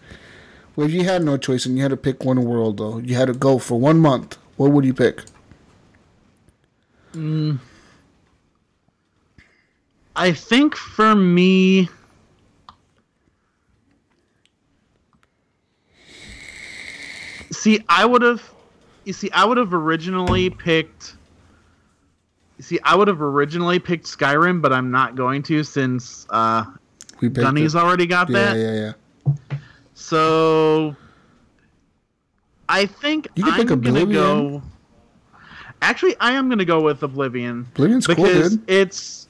Well, if you had no choice and you had to pick one world, though, you had to go for one month. What would you pick? Mm. I think for me, see, I would have, you see, I would have originally picked. You see, I would have originally picked Skyrim, but I'm not going to since uh, We picked Dunny's it. already got yeah, that. Yeah, yeah, So I think You could I'm pick gonna Oblivion. go. Actually, I am gonna go with Oblivion Oblivion's cool, because dude. it's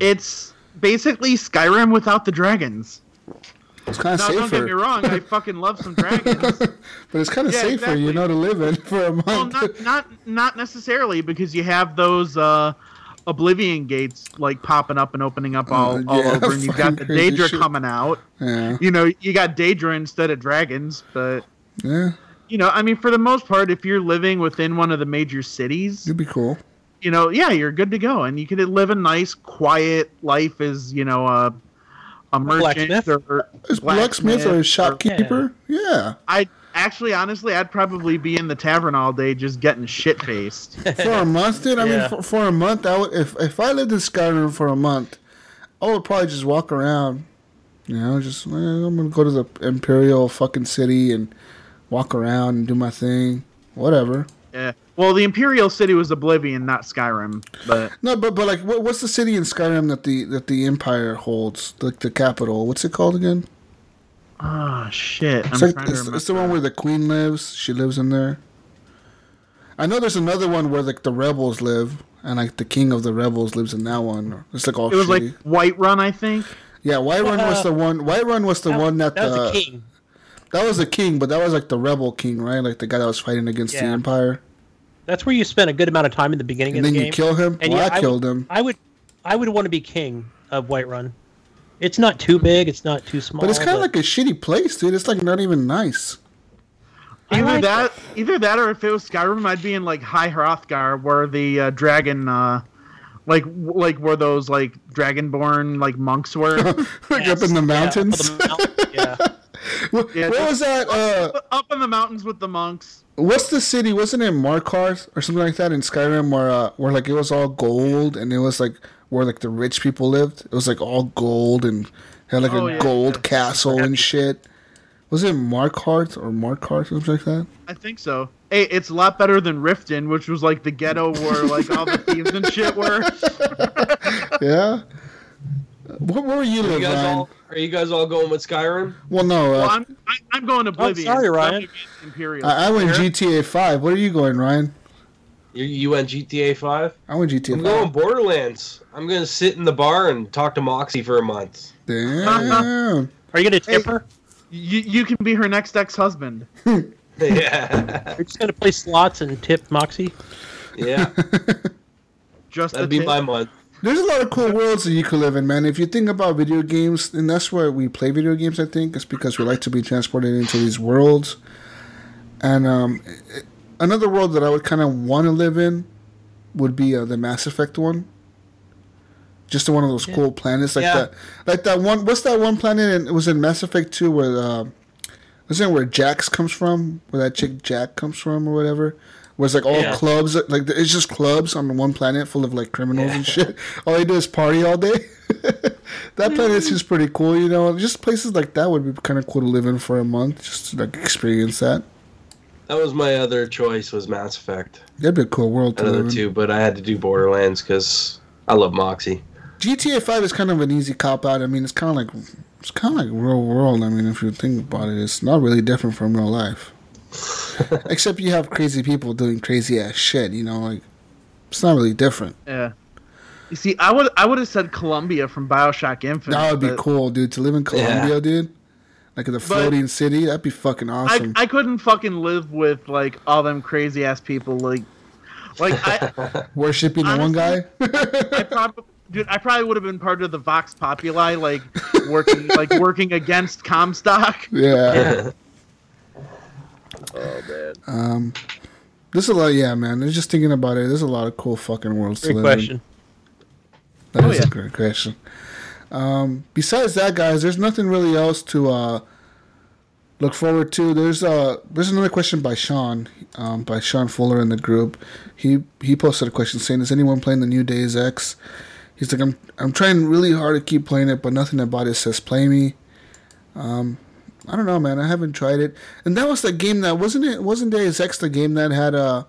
it's basically Skyrim without the dragons. It's kind of now, safer. don't get me wrong, I fucking love some dragons. But it's kind of Yeah, safer, you exactly. know, to live in for a month. well, not not not necessarily because you have those. uh Oblivion gates like popping up and opening up all, Uh, all yeah, over, and you've got the fucking crazy Daedra shit. coming out. yeah, You know, you got Daedra instead of dragons, but yeah, you know, I mean, for the most part, if you're living within one of the major cities, it'd be cool. you know, yeah, you're good to go, and you could live a nice, quiet life as you know a a merchant blacksmith? or Is blacksmith or a shopkeeper? Yeah, I actually, honestly, I'd probably be in the tavern all day just getting shit faced. for a month, dude. I mean, Yeah. for, for a month, I would if if I lived in Skyrim for a month, I would probably just walk around. You know, just eh, I'm gonna go to the imperial fucking city and walk around and do my thing, whatever. yeah. Well, the Imperial City was Oblivion, not Skyrim, but No, but but like, what, what's the city in Skyrim that the that the empire holds, like the capital? What's it called again? oh shit, I'm It's, like, trying to it's, remember. it's the one where the queen lives. She lives in there. I know there's another one where like the rebels live, and like the king of the rebels lives in that one. It's like all It was like shitty. Whiterun, I think. yeah. Whiterun was the one. Whiterun was the one that, uh, uh, That the was a king. that was the king, but that was like the rebel king, right? Like the guy that was fighting against the Yeah. empire, That's where you spent a good amount of time in the beginning and then of the game. you kill him. And well, yeah, I, I killed him, I would, I would want to be king of Whiterun. It's not too big. It's not too small. but it's kind of like a shitty place, dude. It's like not even nice. I Either like that, either that, or if it was Skyrim, I'd be in like High Hrothgar, where the uh, dragon, uh, like like where those like dragonborn like monks were. like up in the mountains. Yeah, up in the mountain- yeah. what Yeah, what just- was that? Uh, up in the mountains with the monks. what's the city? Wasn't it Markarth or something like that in Skyrim, where uh, where like it was all gold and it was like where like the rich people lived. It was like all gold and had like Oh, a yeah, gold yeah. castle and shit. Was it Markarth or Markarth or something like that? I think so. Hey, it's a lot better than Riften, which was like the ghetto where like all the thieves and shit were. Yeah. What where were you Are you living? guys Ryan? all are you guys all going with Skyrim? Well, no, Well, uh, I'm I, I'm going Oblivion. sorry, Ryan. I'm against Imperial. I, I went GTA Five. Where are you going, Ryan? You, you went GTA Five. I went I'm GTA going Five. Borderlands. I'm gonna sit in the bar and talk to Moxie for a month. Damn. Are you gonna tip her? you you can be her next ex-husband. yeah, You're just gonna play slots and tip Moxie. yeah. Just That'd a be tip. my month. There's a lot of cool worlds that you could live in, man. If you think about video games, and that's why we play video games, I think, it's because we like to be transported into these worlds. And um, it- another world that I would kind of want to live in would be uh, the Mass Effect one. Just one of those cool planets, like Yeah. that, like that one. What's that one planet? And it was in Mass Effect Two, where uh, isn't it where Jax comes from, where that chick Jack comes from, or whatever. Where it's like all Yeah. clubs, like it's just clubs on one planet full of like criminals and shit. All they do is party all day. that Mm. planet seems pretty cool, you know. Just places like that would be kind of cool to live in for a month, just to like experience that. That was my other choice was Mass Effect. That'd be a cool world to Another live in. two, but I had to do Borderlands because I love Moxie. GTA Five is kind of an easy cop out. I mean, it's kind of like it's kind of like real world. I mean, if you think about it, it's not really different from real life, except you have crazy people doing crazy ass shit. You know, like it's not really different. Yeah. You see, I would I would have said Columbia from Bioshock Infinite. That would be but cool, dude. To live in Colombia, dude, like in the floating city, that'd be fucking awesome. I, I couldn't fucking live with like all them crazy ass people. Like, like I, Worshipping the one guy. I probably, dude, I probably would have been part of the Vox Populi, like working, like working against Comstock. Yeah. Oh man. Um, there's a lot. Yeah, man. There's just thinking about it. There's a lot of cool fucking worlds Great to live question. in. That is Oh, a yeah. great question. Um, besides that, guys, there's nothing really else to uh, look forward to. There's uh, there's another question by Sean, um, by Sean Fuller in the group. He he posted a question saying, "Is anyone playing the New Days X?" He's like, "I'm I'm trying really hard to keep playing it, but nothing about it says play me." Um, I don't know, man. I haven't tried it. And that was the game that wasn't it? Wasn't Deus Ex the game that had uh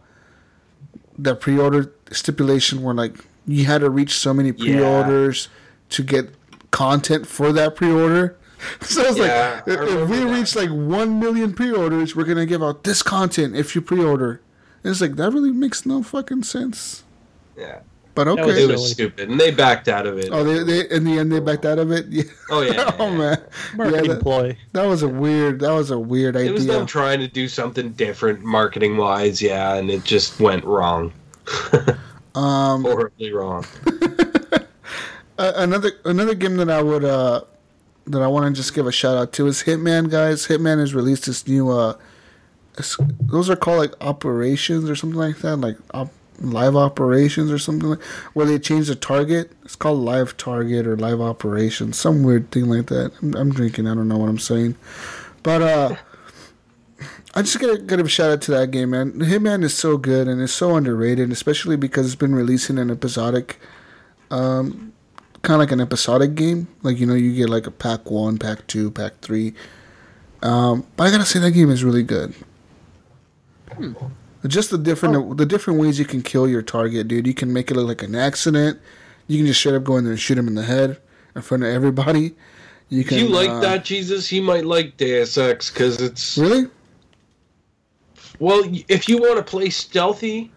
the pre-order stipulation where like you had to reach so many pre-orders to get content for that pre-order? So it's Yeah, like if, if we reach like one million pre-orders, we're gonna give out this content if you pre-order. And it's like that really makes no fucking sense. Yeah. But okay, It was stupid, and they backed out of it. Oh, they, they in the end they backed out of it. Yeah. Oh, yeah. oh man. Marketing that, That was a weird. That was a weird It was them idea. trying to do something different marketing wise, yeah, and it just went wrong. Um, Horribly wrong. a- another another game that I would uh that I want to just give a shout out to is Hitman, guys. Hitman has released this new uh, it's- those are called like operations or something like that, like op- live operations or something like where they change the target. It's called live target or live operations, some weird thing like that. I'm, I'm drinking. I don't know what I'm saying, but uh. I just gotta give a shout out to that game, man. Hitman is so good and it's so underrated, especially because it's been releasing an episodic, um, kind of like an episodic game. Like you know, you get like a pack one, pack two, pack three. Um, but I gotta say that game is really good. Hmm. Just the different Oh. the different ways you can kill your target, dude. You can make it look like an accident. You can just straight up go in there and shoot him in the head in front of everybody. You If can. you like uh, that, Jesus, you might like Deus Ex because it's really. Well, y- if you want to play stealthy,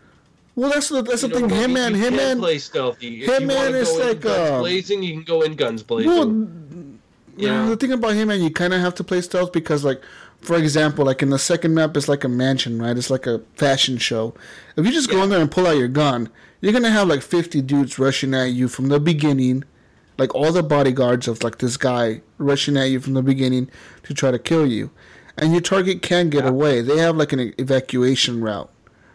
Well, that's the that's the you know, thing. you- Hitman, you can Hitman, play stealthy. If you Hitman wanna is go in like, guns uh, blazing. You can go in guns blazing. Well, Yeah. the thing about him, man, you kind of have to play stealth because, like, for example, like in the second map, it's like a mansion, right? It's like a fashion show. If you just go in there and pull out your gun, you're gonna have like 50 dudes rushing at you from the beginning, like all the bodyguards of like this guy rushing at you from the beginning to try to kill you, and your target can get away. They have like an e-, evacuation route.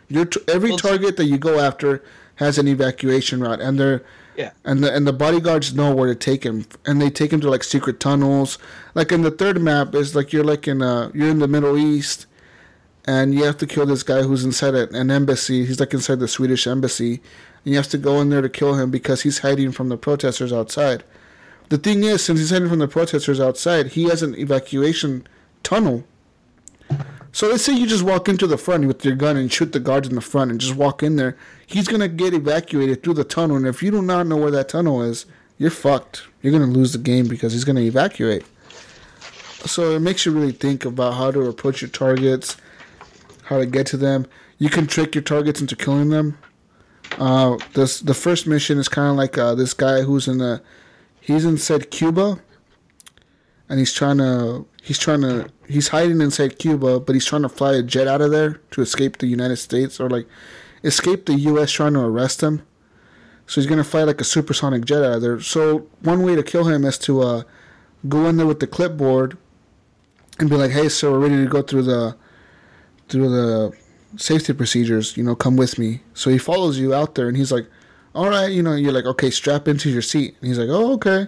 Your t- every target that you go after has an evacuation route, and they're Yeah. and the and the bodyguards know where to take him, and they take him to like secret tunnels. Like in the third map, is like you're like in uh you're in the Middle East, and you have to kill this guy who's inside a, an embassy. He's like inside the Swedish embassy, and you have to go in there to kill him because he's hiding from the protesters outside. The thing is, since he's hiding from the protesters outside, he has an evacuation tunnel. So let's say you just walk into the front with your gun and shoot the guards in the front and just walk in there. He's gonna get evacuated through the tunnel, and if you do not know where that tunnel is, you're fucked. You're gonna lose the game because he's gonna evacuate. So it makes you really think about how to approach your targets, how to get to them. You can trick your targets into killing them. Uh, this the first mission is kind of like uh, this guy who's in the, he's inside Cuba, and he's trying to he's trying to he's hiding inside Cuba, but he's trying to fly a jet out of there to escape the United States or like escape the U.S. trying to arrest him. So he's gonna fly like a supersonic jet out of there. So one way to kill him is to uh, go in there with the clipboard and be like, "Hey, so we're ready to go through the through the safety procedures. You know, come with me." So he follows you out there, and he's like, "All right," you know, you're like, "Okay, strap into your seat," and he's like, "Oh, okay."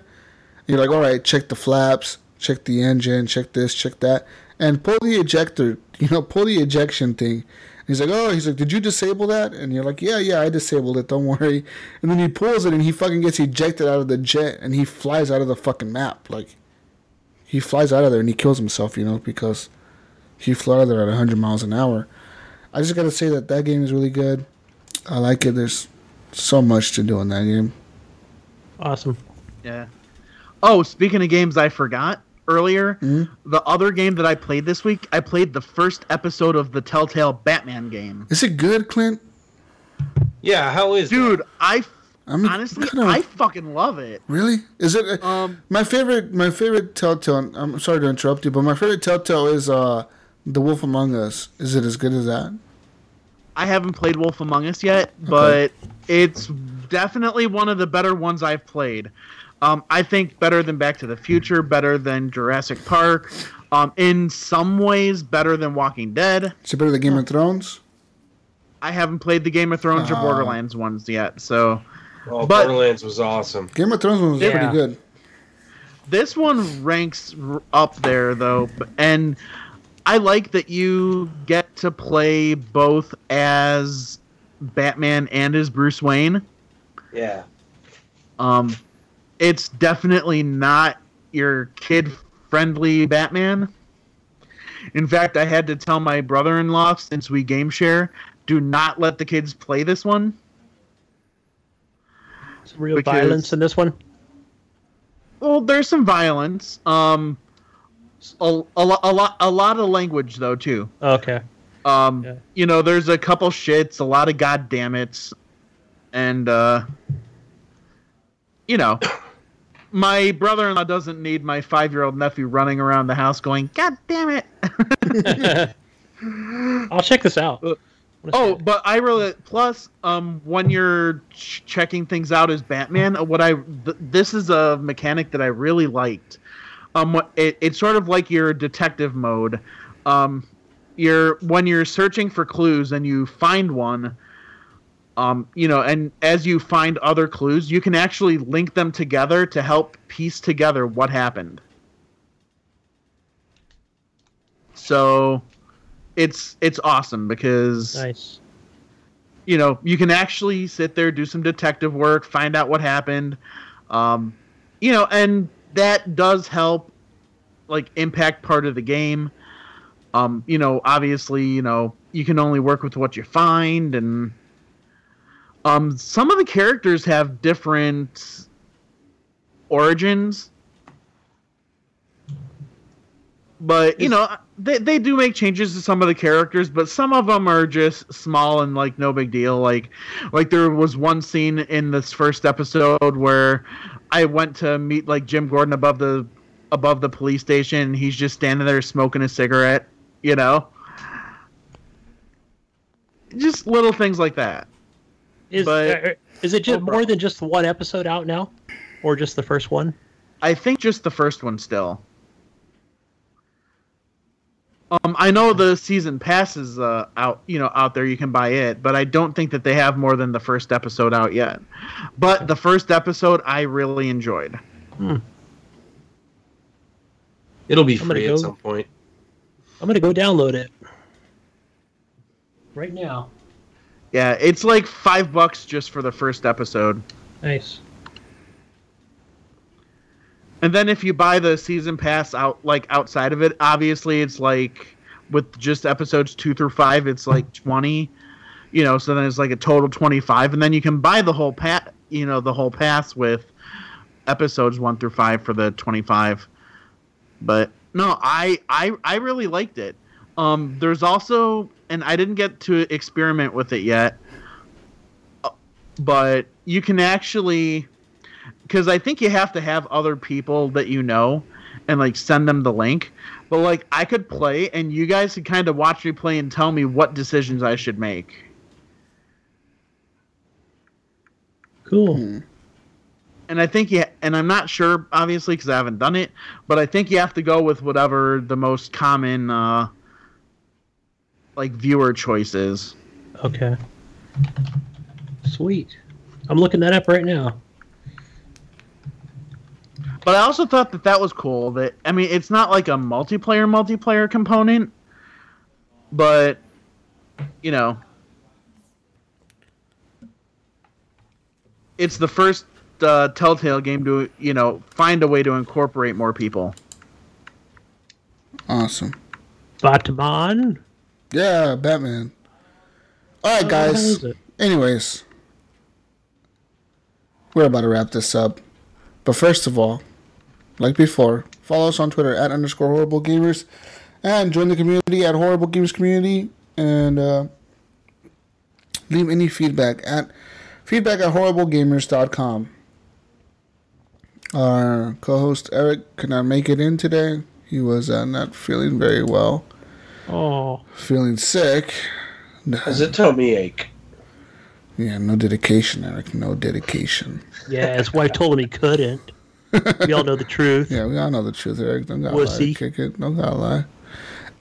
You're like, all right, check the flaps, check the engine, check this, check that, and pull the ejector, you know, pull the ejection thing. And he's like, oh, he's like, did you disable that? And you're like, yeah, yeah, I disabled it, don't worry. And then he pulls it and he fucking gets ejected out of the jet and he flies out of the fucking map. Like, he flies out of there and he kills himself, you know, because he flew out of there at 100 miles an hour. I just gotta say that that game is really good. I like it. There's so much to do in that game. Awesome. Yeah. Oh, speaking of games I forgot earlier, Hmm? the other game that I played this week, I played the first episode of the Telltale Batman game. Is it good, Clint? Yeah, how is Dude, I f- I'm honestly kinda- I fucking love it. Really? Is it um, my favorite? My favorite Telltale. and I'm sorry to interrupt you, but my favorite Telltale is uh, The Wolf Among Us. Is it as good as that? I haven't played Wolf Among Us yet, but it's definitely one of the better ones I've played. Um, I think better than Back to the Future, better than Jurassic Park, um, in some ways better than Walking Dead. Is it better than Game of Thrones? I haven't played the Game of Thrones or Ah. Borderlands ones yet, so Oh, But- Borderlands was awesome. Game of Thrones one was Yeah. pretty good. this one ranks r- up there though, b- and I like that you get to play both as Batman and as Bruce Wayne. Yeah. Um, it's definitely not your kid friendly Batman. In fact, I had to tell my brother in law since we game share, do not let the kids play this one. Some real Because- violence in this one. Well, there's some violence. Um, a, a, lo- a lot, a lot of language though too. Okay. Um, Yeah. you know, there's a couple shits, a lot of goddammits, and uh, you know, my brother-in-law doesn't need my five-year-old nephew running around the house going, "God damn it!" I'll check this out. oh, but I really plus um, when you're ch- checking things out as Batman, uh, what I th- this is a mechanic that I really liked. Um, what- it, it's sort of like your detective mode. Um, you're when you're searching for clues and you find one. Um, you know, and as you find other clues, you can actually link them together to help piece together what happened. So, it's it's awesome because Nice. you know you can actually sit there do some detective work find out what happened um, you know and that does help like impact part of the game um, you know obviously you know you can only work with what you find and um, some of the characters have different origins but you know they, they do make changes to some of the characters but some of them are just small and like no big deal like like there was one scene in this first episode where i went to meet like jim gordon above the above the police station and he's just standing there smoking a cigarette you know just little things like that Is but- uh, is it just Oh, bro. more than just one episode out now, or just the first one? I think just the first one still. Um, I know the season pass is uh, out, you know, out there. You can buy it, but I don't think that they have more than the first episode out yet. But the first episode I really enjoyed. It'll be I'm gonna free go- at some point. I'm gonna go download it right now. Yeah, it's like five bucks just for the first episode, Nice. and then if you buy the season pass out, like outside of it, obviously it's like with just episodes two through five, it's like twenty. you know so then it's like a total 25 and then you can buy the whole pat you know the whole pass with episodes 1 through 5 for the 25 but no i i i really liked it um there's also and i didn't get to experiment with it yet uh, but you can actually because i think you have to have other people that you know and like send them the link but like i could play and you guys could kind of watch me play and tell me what decisions i should make Cool. Hmm. and I think you and I'm not sure obviously because I haven't done it, but I think you have to go with whatever the most common uh, like viewer choice is. Okay. Sweet. I'm looking that up right now. But I also thought that that was cool. That I mean, it's not like a multiplayer multiplayer component, but you know, it's the first uh, Telltale game to you know find a way to incorporate more people. Awesome. Batman. Yeah, Batman. All right, How the hell guys. is it? Anyways, we're about to wrap this up. But first of all, like before, follow us on Twitter at underscore horrible gamers and join the community at horrible gamers community and uh, leave any feedback at feedback at horriblegamers.com. Our co host Eric could not make it in today. He was uh, not feeling very well. Oh. Feeling sick. Is it tummy ache? Yeah, no dedication, Eric. No dedication. Yeah, his wife told him he couldn't. We all know the truth. Yeah, we all know the truth, Eric. Don't gotta lie. Wussy. Kick it. Don't gotta lie.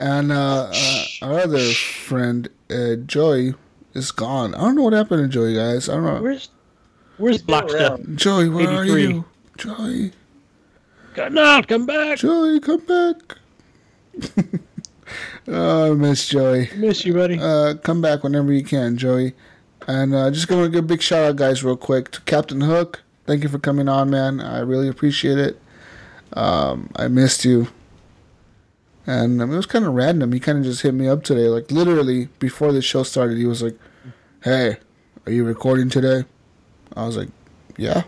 And uh, uh, our other friend, uh, Joey, is gone. I don't know what happened to Joey, guys. I don't know. Where's Where's Black Stuff? Joey? Where are 83? you, Joey? Come out, come back. Joey, come back. Oh, I miss Joey. Miss you, buddy. Uh, come back whenever you can, Joey. And uh, just going to give a big shout out, guys, real quick to Captain Hook. Thank you for coming on, man. I really appreciate it. Um, I missed you. And um, it was kind of random. He kind of just hit me up today. Like, literally, before the show started, he was like, Hey, are you recording today? I was like, Yeah.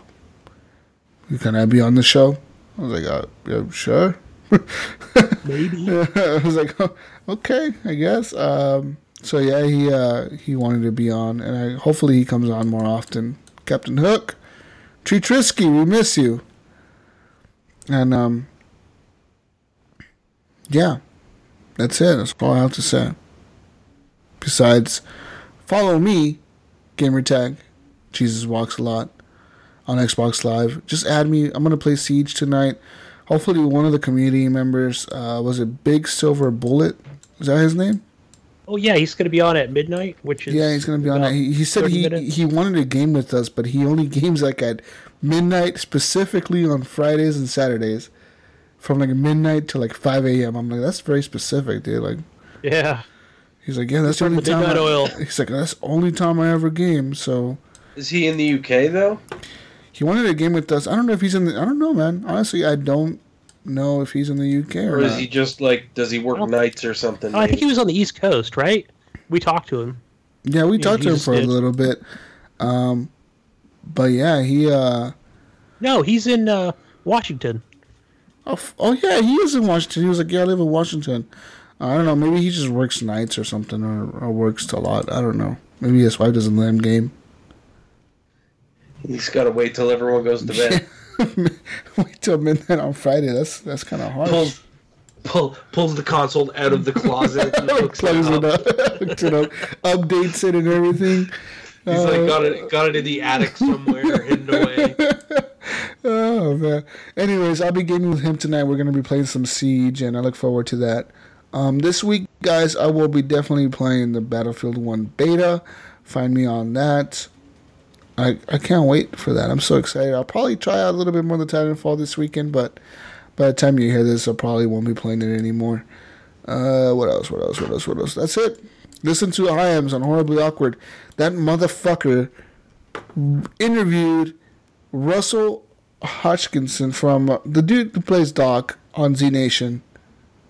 Can I be on the show? I was like, uh, yeah, Sure. Maybe. I was like, oh, okay, I guess. Um, so yeah, he uh, he wanted to be on, and I, hopefully he comes on more often. Captain Hook, Tree Trisky, we miss you. And um, yeah, that's it. That's all I have to say. Besides, follow me, gamertag, Jesus walks a lot, on Xbox Live. Just add me. I'm gonna play Siege tonight. Hopefully, one of the community members uh, was it Big Silver Bullet? Is that his name? Oh yeah, he's gonna be on at midnight, which is Yeah, he's gonna be on that. He, he said 30 he minutes. he wanted a game with us, but he only games like at midnight, specifically on Fridays and Saturdays, from like midnight to like five a.m. I'm like, that's very specific, dude. Like, yeah. he's like, yeah, that's the From only the time. midnight I- oil. He's like, that's the only time I ever game. So Is he in the UK though? he wanted a game with us. I don't know if he's in. The, I don't know, man. Honestly, I don't know if he's in the UK or, Or is not. he just like does he work nights or something? Oh, I think maybe? he was on the East Coast, right? We talked to him. Yeah, we Yeah, talked he to him just for did. a little bit, um, but yeah, he. uh No, he's in uh, Washington. Oh, f- oh yeah, he is in Washington. He was like, yeah, I live in Washington. I don't know. Maybe he just works nights or something, or, or works a lot. I don't know. Maybe his wife doesn't let him game. He's got to wait till everyone goes to bed. Wait till midnight on Friday. That's that's kind of hard. pulls, pull, pulls the console out of the closet. and hooks it um, up. Plugs it up, hooks it up, updates it and everything. He's like got it, got it in the attic somewhere, hidden away. Oh man. Anyways, I'll be gaming with him tonight. We're gonna be playing some Siege, and I look forward to that. Um, this week, guys, I will be definitely playing the Battlefield One beta. Find me on that. I I can't wait for that. I'm so excited. I'll probably try out a little bit more of the Titanfall this weekend, but by the time you hear this, I probably won't be playing it anymore. Uh, what else? What else? What else? What else? That's it. Listen to I Am's on Horribly Awkward. That motherfucker interviewed Russell Hodgkinson from uh, the dude who plays Doc on Z Nation.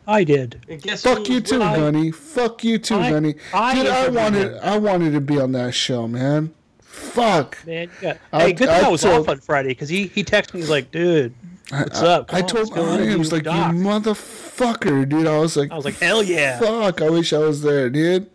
I did. And guess Fuck who you was too, with- honey. Fuck you too, Mm, I- honey. I Dude, I interviewed wanted him. I wanted to be on that show, man. Fuck. Man, you got- I- hey, good I thing I, was told- off on Friday because he he texted me he's like, dude, what's up? Come I on, told let's go I interview was like, Doc." you motherfucker, dude. I was like, I was like, hell yeah. fuck. I wish I was there, dude.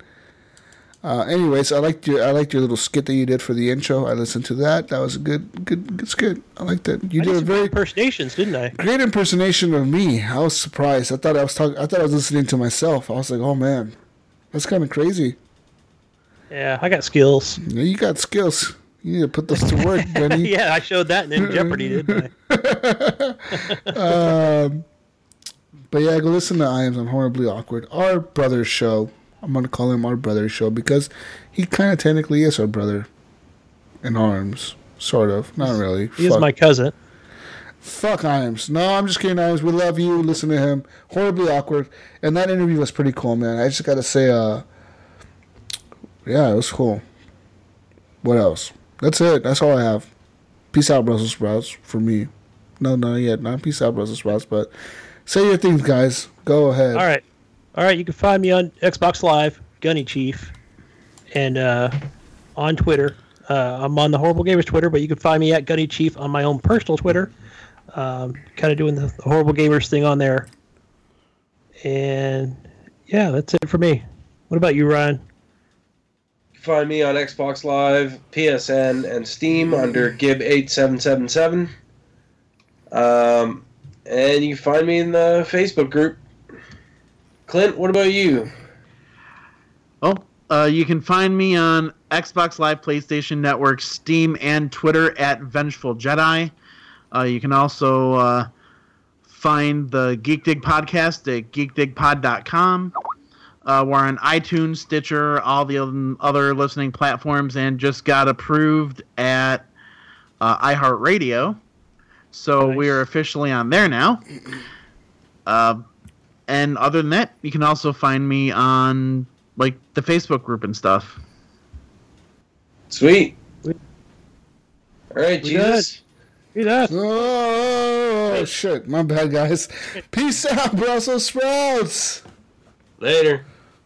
Uh, anyways, I liked your I liked your little skit that you did for the intro. I listened to that. That was a good good good skit. I liked that. You I did a did some very impersonations, didn't I? great impersonation of me. I was surprised. I thought I was talking. I thought I was listening to myself. I was like, oh man, that's kind of crazy. Yeah, I got skills. You, know, you got skills. You need to put those to work, Benny. yeah, I showed that in End Jeopardy, didn't I? But yeah, go listen to I Am on Horribly Awkward, our brother's show. I'm gonna call him our brother's show because he kind of technically is our brother in arms, sort of. Not really. He is Fuck. my cousin. Fuck Iams. No, I'm just kidding, Iams. We love you. Listen to him. Horribly awkward. And that interview was pretty cool, man. I just gotta say, uh, yeah, it was cool. What else? That's it. That's all I have. Peace out, Brussels sprouts, for me. No, no, yet. Not peace out, Brussels sprouts, but say your things, guys. Go ahead. All right. All right, you can find me on Xbox Live, Gunny Chief, and uh, on Twitter, Uh, I'm on the Horrible Gamers Twitter, but you can find me at Gunny Chief on my own personal Twitter. Um, kind of doing the, the Horrible Gamers thing on there. And yeah, that's it for me. What about you, Ryan? You can find me on Xbox Live, PSN, and Steam under Gib8777. Um, and you can find me in the Facebook group. Clint, what about you? Oh, uh, you can find me on Xbox Live, PlayStation Network, Steam, and Twitter at Vengeful Jedi. Uh, you can also uh, find the Geek Dig podcast at geekdigpod.com. Uh, we're on iTunes, Stitcher, all the oth- other listening platforms, and just got approved at uh, iHeartRadio. So we are officially on there now. Uh, and other than that, you can also find me on like the Facebook group and stuff. Sweet. All right, Jesus. Oh, shit. My bad, guys. Peace out, Brussels sprouts. Later.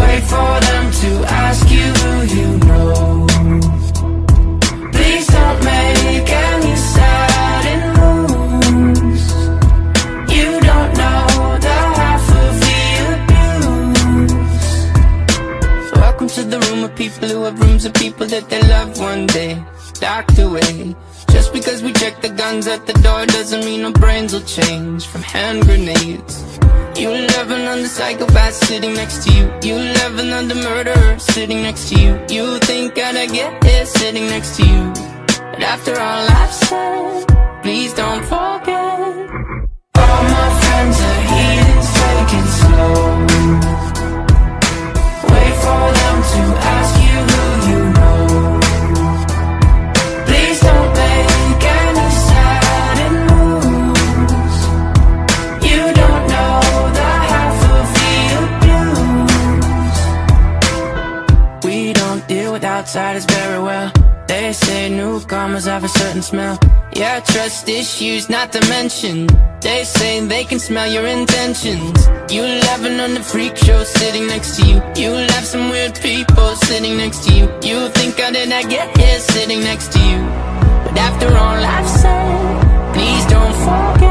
Wait for them to ask you who you know. Please don't make any sudden moves. You don't know the half of the abuse. Welcome to the room of people who have rooms of people that they love one day. Docked away. Just because we check the guns at the door doesn't mean our brains will change from hand grenades. You love another psychopath sitting next to you. You love another murderer sitting next to you. You think that I get here sitting next to you. But after all I've said, please don't forget. All my friends are heathens, take it slow. Wait for them to ask you who you know. Please don't make any sudden moves. You don't know the half of the abuse. We don't deal with outsiders very well. They say newcomers have a certain smell. Yeah, trust issues not to mention. They say they can smell your intentions. You laughing on the freak show sitting next to you. You laugh some weird people sitting next to you. You think how did I get here sitting next to you? But after all I've said, please don't forget.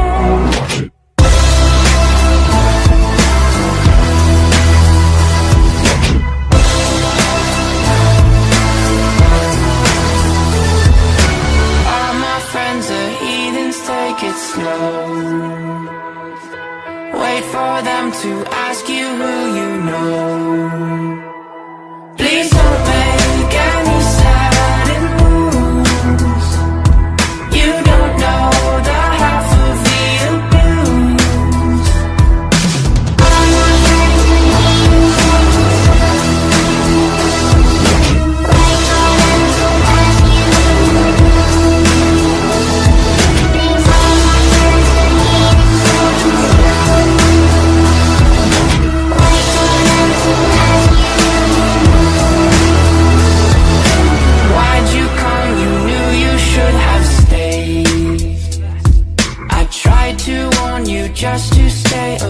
All my friends are heathens, take it slow. Wait for them to ask you who you know. Please don't make any sudden moves. You don't know the half of the abuse. All my Why'd you come? You knew you should have stayed. I tried to warn you just to stay